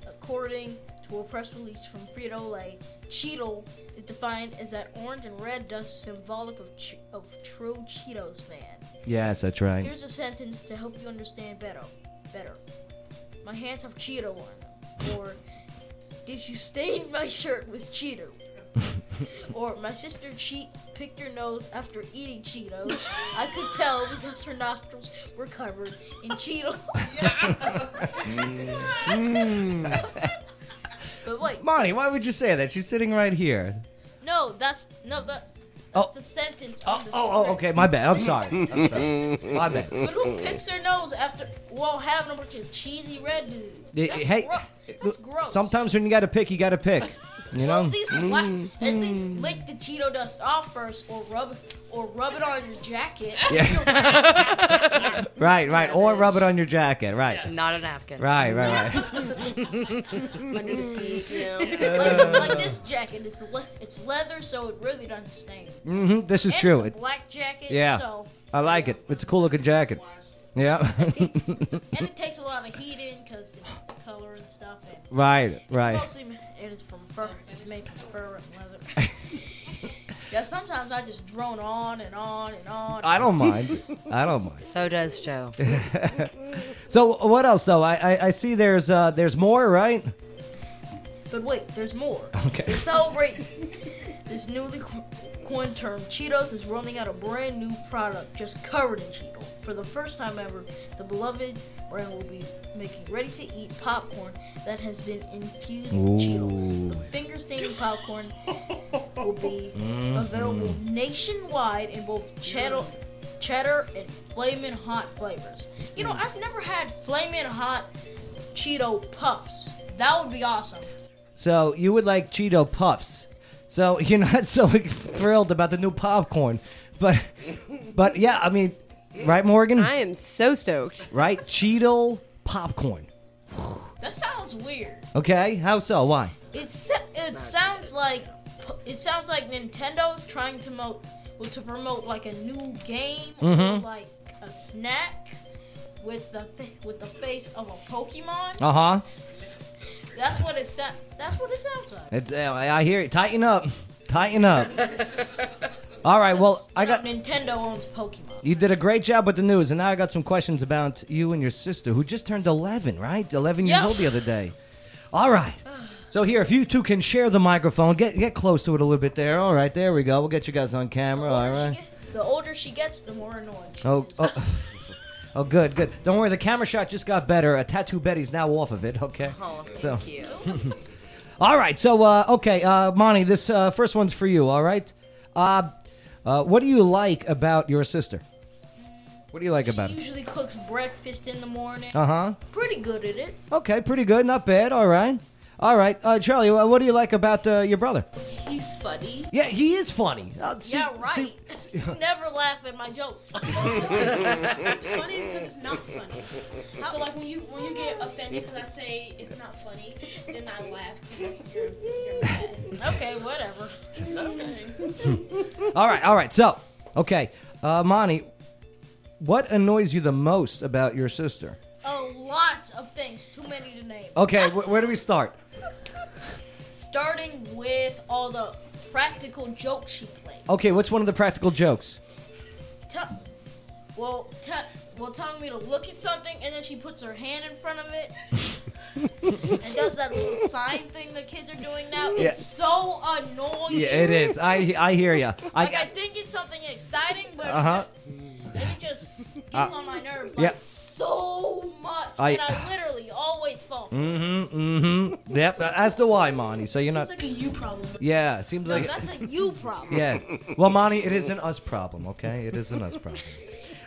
Speaker 23: According to a press release from Frito Lay, Cheetle is defined as that orange and red dust symbolic of, ch- of true Cheetos fan.
Speaker 2: yes, that's right.
Speaker 23: Here's a sentence to help you understand better. Better. My hands have Cheeto on them. Or, did you stain my shirt with Cheeto? or, my sister cheat picked her nose after eating Cheetos. I could tell because her nostrils were covered in Cheeto. Mm. but wait,
Speaker 2: Monty, why would you say that? She's sitting right here.
Speaker 23: no, that's no that.
Speaker 2: Oh.
Speaker 23: That's the sentence.
Speaker 2: Oh, oh, oh, okay. My bad. I'm sorry. I'm sorry. My bad.
Speaker 23: But who picks their nose after while having a bunch of cheesy red dudes?
Speaker 2: Eh, eh,
Speaker 23: That's
Speaker 2: hey,
Speaker 23: gro-
Speaker 2: eh,
Speaker 23: that's
Speaker 2: look,
Speaker 23: gross.
Speaker 2: Sometimes when you got to pick, you got to pick. You know?
Speaker 23: At least, wipe- at least
Speaker 7: Mm.
Speaker 23: lick the Cheeto dust off first, or rub, or rub it on your jacket.
Speaker 2: Yeah. right, right. Or rub it on your jacket. Right.
Speaker 7: Not a napkin.
Speaker 2: Right, right, right.
Speaker 7: Under the seat, you know.
Speaker 23: like, like this jacket, it's le- it's leather, so it really doesn't stain.
Speaker 2: hmm This is
Speaker 23: And
Speaker 2: true.
Speaker 23: It's
Speaker 2: It-
Speaker 23: a black jacket.
Speaker 2: yeah.
Speaker 23: So,
Speaker 2: I like it. It's a cool looking jacket. Yeah.
Speaker 23: and it takes a lot of heating because the color and stuff. And
Speaker 2: right,
Speaker 23: it's
Speaker 2: right.
Speaker 23: Mostly, ma- it is from fur. It's made from fur and leather. yeah. Sometimes I just drone on and on and on.
Speaker 2: I don't mind. I don't mind.
Speaker 7: So does Joe.
Speaker 2: so what else though? I, I, I see there's uh there's more, right?
Speaker 23: But wait, there's more.
Speaker 2: Okay.
Speaker 23: To celebrate this newly co- coined term, Cheetos is rolling out a brand new product just covered in Cheeto. For the first time ever, the beloved brand will be making ready-to-eat popcorn that has been infused with Cheeto.
Speaker 2: Ooh.
Speaker 23: The finger-staining popcorn will be
Speaker 3: Mm-hmm.
Speaker 2: Mm,
Speaker 23: available
Speaker 2: mm.
Speaker 23: nationwide in both cheddar, cheddar and flamin' hot flavors. You know, I've never had flamin' hot Cheeto puffs. That would be awesome.
Speaker 2: So you would like Cheeto Puffs. So you're not so thrilled about the new popcorn, but but yeah, I mean, right, Morgan? I
Speaker 6: am so stoked.
Speaker 2: Right, Cheeto popcorn.
Speaker 23: That sounds weird.
Speaker 2: Okay, how so? Why?
Speaker 23: It sa- it sounds like it sounds like Nintendo's trying to mo- well, to promote like a new game or
Speaker 2: Mhm.
Speaker 23: like a snack with the fa- with the face of a Pokemon.
Speaker 2: Uh huh.
Speaker 23: That's what it sounds. That's what it sounds like.
Speaker 2: It's uh, I hear it. Tighten up, tighten up. All right, well, I got
Speaker 23: Nintendo owns Pokemon.
Speaker 2: you did a great job with the news, and now I got some questions about you and your sister, who just turned 11, right? 11 years
Speaker 23: Yeah.
Speaker 2: old the other day. All right. So here, if you two can share the microphone, get get close to it a little bit there. All right, there we go. We'll get you guys on
Speaker 23: Oh,
Speaker 2: camera. All right.
Speaker 23: The older she gets, the more annoying.
Speaker 2: Oh, oh, oh, good, good. Don't worry, the camera shot just got better. A tattoo Betty's now off of it. Okay.
Speaker 23: Oh, thank
Speaker 2: so.
Speaker 23: you.
Speaker 2: all right. So, uh, okay, uh, Monty, this uh, first one's for you. All right. Uh, uh, what do you like about your sister? What do you like about
Speaker 23: She
Speaker 2: her?
Speaker 23: usually cooks breakfast in the morning.
Speaker 2: Uh-huh.
Speaker 23: Pretty good at it.
Speaker 2: Okay, pretty good. Not bad. All right. All right, uh, Charlie. wha- What do you like about uh, your brother?
Speaker 23: He's funny.
Speaker 2: Yeah, he is funny. Uh, see-
Speaker 23: yeah, right.
Speaker 2: see-
Speaker 23: You Never laugh at my jokes.
Speaker 2: It's
Speaker 23: funny because it's not funny.
Speaker 9: So like when you when you get offended because I say it's not funny, then I laugh. You're, you're mad.
Speaker 23: Okay, whatever.
Speaker 2: all right, all right. So, okay, uh, Monty, what annoys you the most about your sister?
Speaker 23: Oh, lots of things. Too many to name.
Speaker 2: Okay, wh- where do we start?
Speaker 23: Starting with all the practical jokes she plays.
Speaker 2: Okay, what's one of the practical jokes?
Speaker 23: Tell, well, te- well, telling me to look at something, and then she puts her hand in front of it and does that little sign thing the kids are doing now.
Speaker 2: Yeah.
Speaker 23: It's so annoying.
Speaker 2: Yeah, it is. I I hear you.
Speaker 23: like I think it's something exciting, but
Speaker 2: uh huh.
Speaker 23: it just gets
Speaker 2: Uh,
Speaker 23: on my nerves like
Speaker 2: yeah.
Speaker 23: so much,
Speaker 2: I-
Speaker 23: and I literally always fall.
Speaker 2: Mm hmm. Mm hmm. Yep. As to why, Monty. So you're not.
Speaker 23: It's like a you problem.
Speaker 2: Yeah. Seems
Speaker 23: No,
Speaker 2: like.
Speaker 23: that's a you problem.
Speaker 2: Yeah. Well, Monty, it is an us problem. Okay, it is an us problem.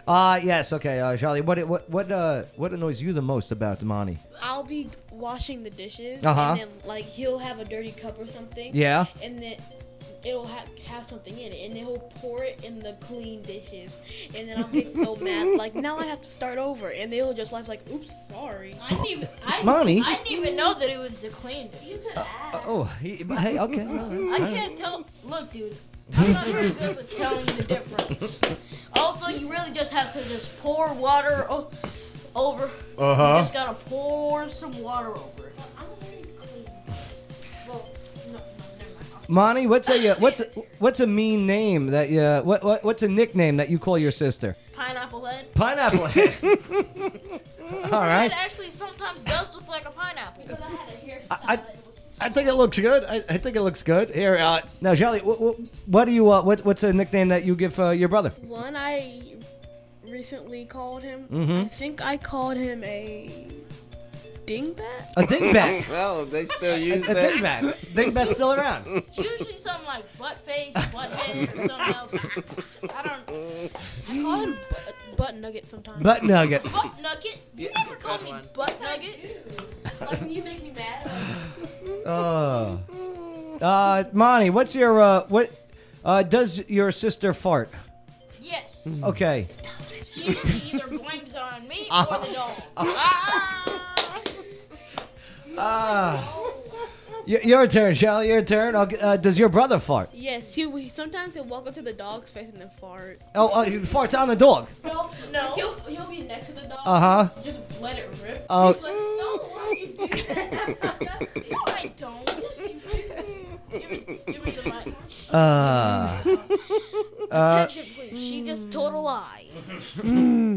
Speaker 2: Uh yes. Okay, uh, Charlie. What what what uh what annoys you the most about Monty?
Speaker 9: I'll be washing the dishes,
Speaker 2: Uh-huh.
Speaker 9: and then like he'll have a dirty cup or something.
Speaker 2: Yeah.
Speaker 9: And then it'll ha- have something in it, and then he'll pour it in the clean dishes, and then I'll get so mad. Like now I have to start over, and they'll just laugh like, "Oops, sorry." I didn't even.
Speaker 23: I,
Speaker 2: Monty?
Speaker 23: I didn't even know that it was the clean dishes.
Speaker 2: Oh, he, hey, okay. all
Speaker 23: Uh. I
Speaker 2: right, all right.
Speaker 23: can't tell. Look, dude, I'm not very good with telling the difference. Also, you really just have to just pour water o- over.
Speaker 2: Uh-huh.
Speaker 23: You just gotta pour some water over it.
Speaker 2: Monty, what's a uh, what's a, what's a mean name that you uh, what, what what's a nickname that you call your sister?
Speaker 23: Pineapple head.
Speaker 2: Pineapple head. All right.
Speaker 23: It actually sometimes does look like a pineapple. Because I had a hair.
Speaker 2: I, I think it looks good. I, I think it looks good. Here, uh, now, Charlie, what, what, what do you uh, what what's a nickname that you give uh, your brother?
Speaker 9: One I recently called him.
Speaker 2: Mhm.
Speaker 9: I think I called him a dingbat.
Speaker 2: A dingbat.
Speaker 3: well, they still use
Speaker 2: a
Speaker 3: that.
Speaker 2: dingbat. Dingbat's still around.
Speaker 23: It's usually something like butt face, butt head, or something else. I don't.
Speaker 9: I call him butt, butt nugget sometimes.
Speaker 2: Butt nugget.
Speaker 23: Butt nugget? You never call me butt nugget.
Speaker 9: Like when you make me mad.
Speaker 2: Oh. Uh, Monty, what's your uh, what? Uh, does your sister fart?
Speaker 23: Yes.
Speaker 2: Okay.
Speaker 23: She usually either blames it on me or the dog.
Speaker 2: Uh, Ah. Y- your turn, Shelly. Your turn. I'll, g- uh, does your brother fart?
Speaker 9: Yes, he will- sometimes he'll walk up to the dog's face and then fart.
Speaker 2: Oh, uh, he farts on the dog.
Speaker 9: No, no. He'll, he'll be next to the dog.
Speaker 2: Uh-huh.
Speaker 9: Just let it rip.
Speaker 2: Oh.
Speaker 9: He's like, "No, why you do that?"
Speaker 23: No, I don't. Yes, you do. Give me, give me the mic.
Speaker 2: Uh, uh,
Speaker 23: Attention, please. She just told a lie.
Speaker 2: mm.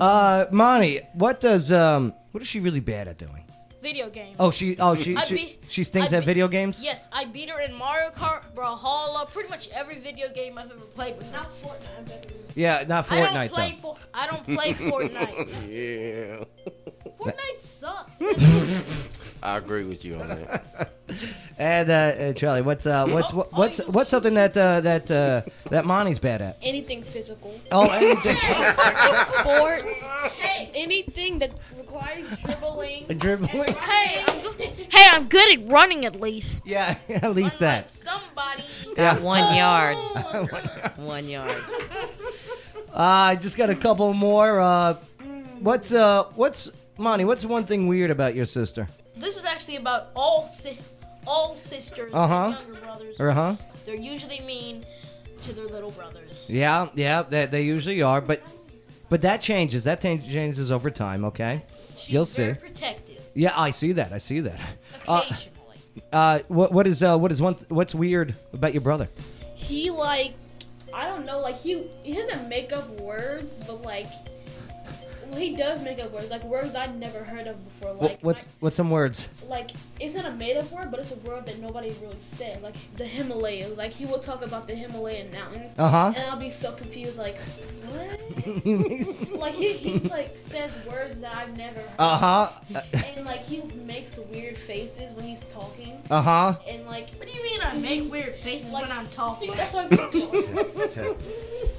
Speaker 2: uh, Monty, what does um, what is she really bad at doing?
Speaker 23: Video game.
Speaker 2: Oh, she, oh, she,
Speaker 23: I
Speaker 2: she,
Speaker 23: beat-
Speaker 2: she stinks
Speaker 23: I
Speaker 2: at
Speaker 23: beat-
Speaker 2: video games.
Speaker 23: Yes, I beat her in Mario Kart, Brawlhalla, pretty much every video game I've ever played with. Not Fortnite.
Speaker 2: Yeah, not
Speaker 23: I don't
Speaker 2: Fortnite
Speaker 23: play
Speaker 2: though.
Speaker 23: For- I don't play Fortnite.
Speaker 3: yeah.
Speaker 23: Fortnite sucks.
Speaker 3: I agree with you on that.
Speaker 2: And uh, uh, Charlie, what's uh, what's what, what's what's something that uh, that uh, that Monty's bad at?
Speaker 9: Anything physical.
Speaker 2: Oh, anything.
Speaker 9: Sports. Hey, anything that requires dribbling.
Speaker 2: Dribbling.
Speaker 23: Hey, I'm good. Hey, I'm good at running at least.
Speaker 2: Yeah, at least that.
Speaker 23: Somebody.
Speaker 2: Yeah.
Speaker 5: One yard.
Speaker 2: One
Speaker 5: yard.
Speaker 2: Uh, I just got a couple more. Uh, what's uh, what's Monty? What's one thing weird about your sister?
Speaker 23: This is actually about all si- all sisters
Speaker 2: Uh-huh.
Speaker 23: and younger brothers.
Speaker 2: Uh-huh.
Speaker 23: They're usually mean to their little brothers.
Speaker 2: Yeah, yeah, they, they usually are, but but that changes. That tan- changes over time. Okay, you'll see.
Speaker 23: Very protective.
Speaker 2: Yeah, I see that. I see that. Occasionally. Uh, uh, what what is uh, what is one th- what's weird about your brother?
Speaker 9: He like, I don't know, like he he doesn't make up words, but like, well, he does make up words, like words I'd never heard of before,
Speaker 2: Wha-
Speaker 9: like
Speaker 2: what's what's some words?
Speaker 9: like it's not a made up word, but it's a word that nobody really said. Like the Himalayas. Like he will talk about the Himalayan mountains.
Speaker 2: Uh-huh.
Speaker 9: And I'll be so confused, like what? like he, he like says words that I've never heard.
Speaker 2: Uh-huh.
Speaker 9: And like he makes weird faces when he's talking.
Speaker 2: Uh-huh.
Speaker 9: And like
Speaker 23: What do you mean I make weird faces when I'm talking?
Speaker 9: See, that's what I'm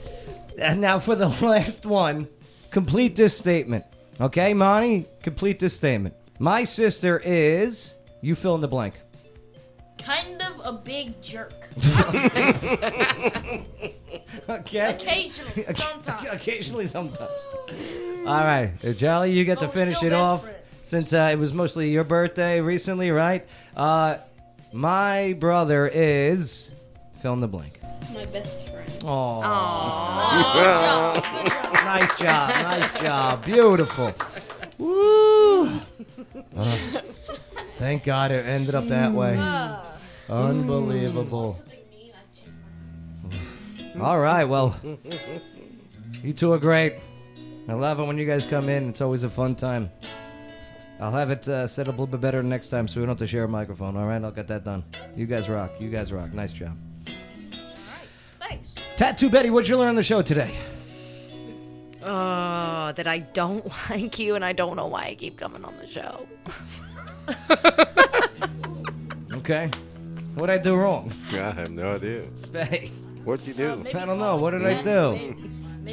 Speaker 2: And now for the last one, complete this statement. Okay, Monty, complete this statement. My sister is you fill in the blank.
Speaker 23: Kind of a big jerk.
Speaker 2: Okay.
Speaker 23: Occasionally, sometimes.
Speaker 2: Occasionally, sometimes. All right, uh, Jolly, you get
Speaker 23: But
Speaker 2: to
Speaker 23: we're
Speaker 2: finish
Speaker 23: still
Speaker 2: it
Speaker 23: best
Speaker 2: off since uh, it was mostly your birthday recently, right? Uh, my brother is fill in the blank.
Speaker 9: My best friend.
Speaker 2: Oh.
Speaker 9: Good job, good job.
Speaker 2: nice job. Nice job. Beautiful. Woo. Uh, thank God it ended up that way.
Speaker 9: Mm.
Speaker 2: Unbelievable. Mm. All right. Well, you two are great. I love it when you guys come in. It's always a fun time. I'll have it uh, set up a little bit better next time so we don't have to share a microphone. All right. I'll get that done. You guys rock. You guys rock. Nice job.
Speaker 23: Thanks.
Speaker 2: Tattoo Betty, what'd you learn on the show today?
Speaker 7: Oh, that I don't like you, and I don't know why I keep coming on the show.
Speaker 2: Okay. What'd I do wrong?
Speaker 3: I have no idea.
Speaker 2: Hey.
Speaker 3: What'd you do?
Speaker 2: I don't know. What did I do?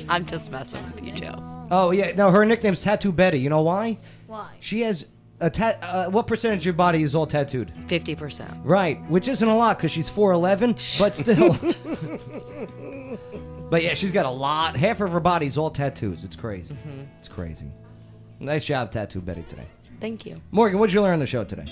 Speaker 7: I'm just messing with you, Joe.
Speaker 2: Oh yeah, no, her nickname's Tattoo Betty. You know why?
Speaker 7: Why?
Speaker 2: She has a ta- uh, what percentage of your body is all tattooed?
Speaker 7: Fifty percent.
Speaker 2: Right, which isn't a lot because she's four eleven, but still. but yeah, she's got a lot. Half of her body's all tattoos. It's crazy.
Speaker 6: Mm-hmm.
Speaker 7: Mhm.
Speaker 2: It's crazy. Nice job, Tattoo Betty today.
Speaker 7: Thank you.
Speaker 2: Morgan, what'd you learn on the show today?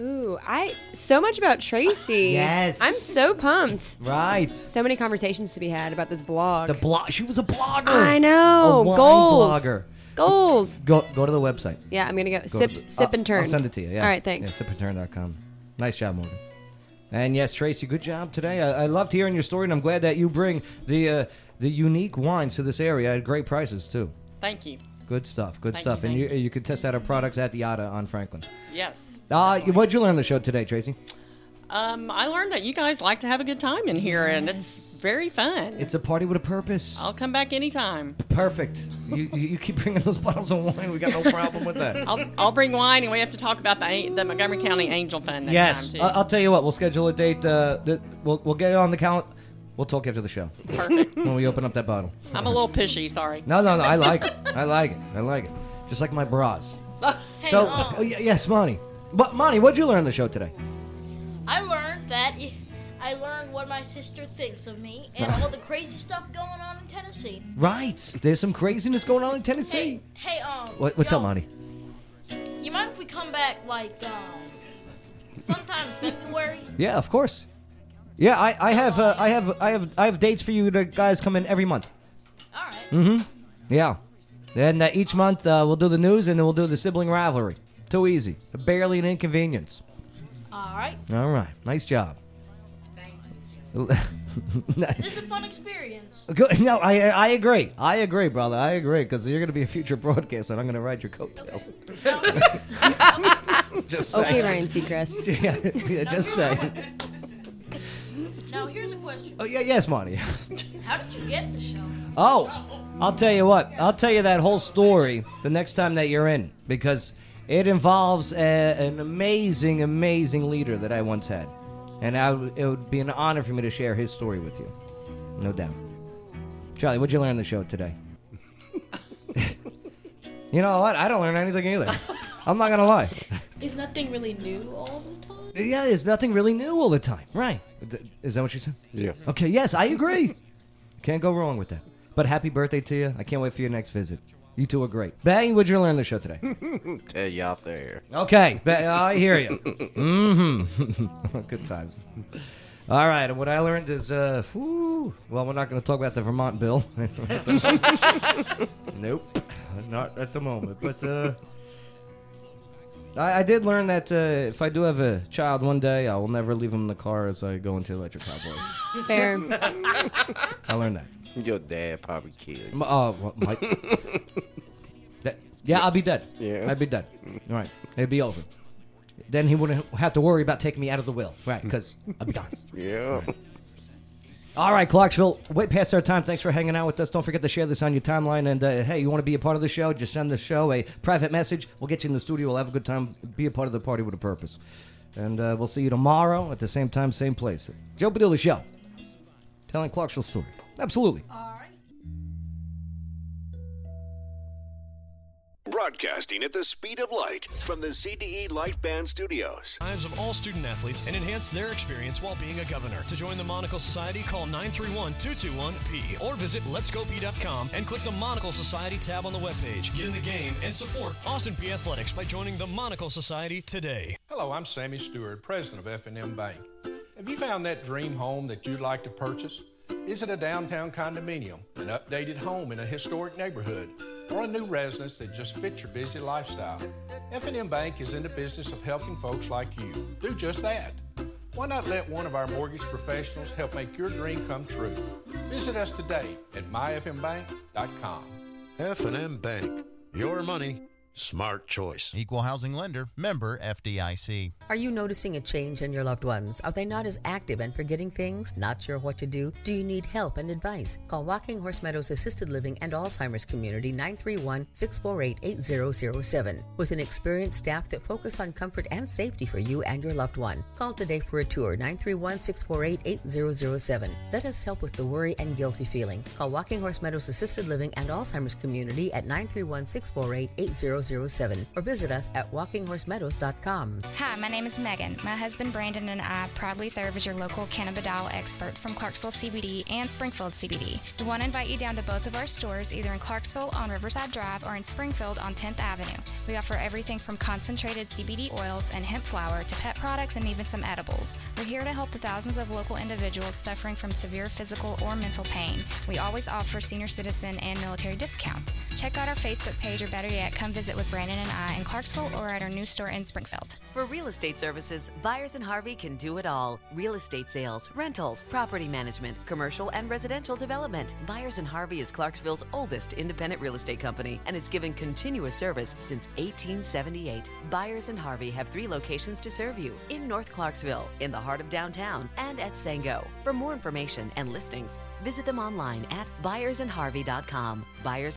Speaker 6: Ooh, I so much about Tracy.
Speaker 2: Yes.
Speaker 6: I'm so pumped.
Speaker 2: Right.
Speaker 6: So many conversations to be had about this blog.
Speaker 2: The blog. She was a blogger.
Speaker 6: I know.
Speaker 2: A wine
Speaker 6: Goals.
Speaker 2: blogger.
Speaker 6: Goals.
Speaker 2: Go go to the website.
Speaker 6: Yeah, I'm gonna go,
Speaker 2: to
Speaker 6: sip,
Speaker 2: the-
Speaker 6: sip,
Speaker 2: I'll-
Speaker 6: and turn.
Speaker 2: I'll send it to you. Yeah.
Speaker 6: All right, thanks.
Speaker 2: Yeah, sipandturn.com. Nice job, Morgan. And yes, Tracy, good job today. I, I loved hearing your story, and I'm glad that you bring the uh, the unique wines to this area at great prices too.
Speaker 4: Thank you.
Speaker 2: Good stuff. Good
Speaker 4: Thank you,
Speaker 2: stuff. and you
Speaker 4: thank
Speaker 2: you. can test out our products at Yada on Franklin.
Speaker 4: Yes.
Speaker 2: Uh, what'd you learn on the show today, Tracy?
Speaker 4: Um, I learned that you guys like to have a good time in here, and it's very fun.
Speaker 2: It's a party with a purpose.
Speaker 4: I'll come back anytime.
Speaker 2: Perfect. you, you you keep bringing those bottles of wine. We got no problem with that.
Speaker 4: I'll, I'll bring wine, and we have to talk about the, an- the Montgomery County Angel Fund next
Speaker 2: yes, uh,
Speaker 4: time, too.
Speaker 2: I- I'll tell you what. We'll schedule a date. Uh, that we'll we'll get it on the calendar. We'll talk after the show
Speaker 4: Perfect.
Speaker 2: when we open up that bottle.
Speaker 4: I'm a little pishy, sorry.
Speaker 2: No, no, no. I like it. I like it. I like it. Just like my bras.
Speaker 23: Hey,
Speaker 2: so,
Speaker 23: um,
Speaker 4: uh,
Speaker 2: oh, y- yes, Monty. But Monty, what'd you learn on the show today?
Speaker 23: I learned learned that. i- I learned what my sister thinks of me and all the crazy stuff going on in Tennessee.
Speaker 2: Right. There's some craziness going on in Tennessee.
Speaker 23: Hey, hey, um,
Speaker 2: What, what's up,
Speaker 23: y'all,
Speaker 2: Monty?
Speaker 23: You mind if we come back like um, sometime in February?
Speaker 2: Yeah, of course. Yeah, I, I have uh, I have I have I have dates for you to guys come in every month. All right. Mm-hmm. Yeah. Then uh, each month uh, we'll do the news and then we'll do the sibling rivalry. Too easy. Barely an inconvenience.
Speaker 23: All right.
Speaker 2: All right. Nice job.
Speaker 23: This is a fun experience.
Speaker 2: Good. No, I I agree. I agree, brother. I agree because you're gonna be a future broadcaster. and I'm gonna ride your coattails. just saying.
Speaker 6: Okay, Ryan Seacrest.
Speaker 2: yeah, yeah, just saying.
Speaker 23: Now here's a question.
Speaker 2: Oh yeah, yes, Monty.
Speaker 23: How did you get the show?
Speaker 2: Oh, I'll tell you what. I'll tell you that whole story the next time that you're in because it involves a, an amazing, amazing leader that I once had, and I w it would be an honor for me to share his story with you, no doubt. Charlie, what'd you learn on the show today? you know what? I don't learn anything either. I'm not gonna lie.
Speaker 9: Is nothing really new all the time?
Speaker 2: Yeah, there's nothing really new all the time, right? Th- Is that what you said?
Speaker 3: Yeah.
Speaker 2: Okay. Yes, I agree. Can't go wrong with that. But happy birthday to you. I can't wait for your next visit. You two are great. Bang, what'd you learn on the show today?
Speaker 3: Tell you out there.
Speaker 2: Okay, Ba- I hear you. mm-hmm. Good times. All right, and what I learned is, uh, whew, well, we're not going to talk about the Vermont bill. nope, not at the moment. But uh, I, I did learn that uh, if I do have a child one day, I will never leave him in the car as I go into electric cowboy.
Speaker 6: Fair.
Speaker 2: I learned that.
Speaker 3: Your dad probably killed you.
Speaker 2: M- uh, well, Mike. that, yeah, I'll be dead.
Speaker 3: Yeah. Mm-hmm.
Speaker 2: I'd be dead. All right, it'd be over. Then he wouldn't ha- have to worry about taking me out of the will, right? Because I'd be gone.
Speaker 3: Yeah.
Speaker 2: All right, Clarksville, way past our time. Thanks for hanging out with us. Don't forget to share this on your timeline. And uh, hey, you want to be a part of the show? Just send the show a private message. We'll get you in the studio. We'll have a good time. Be a part of the party with a purpose. And uh, we'll see you tomorrow at the same time, same place. Joe Padilla Show, telling Clarksville story. Absolutely.
Speaker 8: Broadcasting at the speed of light from the CDE Lightband Studios.
Speaker 10: lives of all student athletes and enhance their experience while being a governor. To join the Monocle Society, call 931 221 P or visit letsgop.com and click the Monocle Society tab on the webpage. Get in the game and support Austin P Athletics by joining the Monocle Society today.
Speaker 11: Hello, I'm Sammy Stewart, president of F&M Bank. Have you found that dream home that you'd like to purchase? Is it a downtown condominium, an updated home in a historic neighborhood, or a new residence that just fits your busy lifestyle? F&M Bank is in the business of helping folks like you do just that. Why not let one of our mortgage professionals help make your dream come true? Visit us today at myfmbank.com.
Speaker 24: F&M Bank. Your money, smart choice. Equal housing lender, member FDIC.
Speaker 25: Are you noticing a change in your loved ones? Are they not as active and forgetting things? Not sure what to do? Do you need help and advice? Call Walking Horse Meadows Assisted Living and Alzheimer's Community 931 648 8007 with an experienced staff that focus on comfort and safety for you and your loved one. Call today for a tour 931 648 8007. Let us help with the worry and guilty feeling. Call Walking Horse Meadows Assisted Living and Alzheimer's Community at 931 648 8007 or visit us at walkinghorsemeadows.com.
Speaker 26: Hi, my name is Megan. My husband Brandon and I proudly serve as your local cannabidiol experts from Clarksville CBD and Springfield CBD. We want to invite you down to both of our stores, either in Clarksville on Riverside Drive or in Springfield on 10th Avenue. We offer everything from concentrated CBD oils and hemp flour to pet products and even some edibles. We're here to help the thousands of local individuals suffering from severe physical or mental pain. We always offer senior citizen and military discounts. Check out our Facebook page or better yet, come visit with Brandon and I in Clarksville or at our new store in Springfield.
Speaker 27: For real estate services, Buyers and Harvey can do it all. Real estate sales, rentals, property management, commercial and residential development. Buyers and Harvey is Clarksville's oldest independent real estate company and has given continuous service since 1878. Buyers and Harvey have three locations to serve you in North Clarksville, in the heart of downtown, and at Sango. For more information and listings, visit them online at buyersandharvey.com. Buyers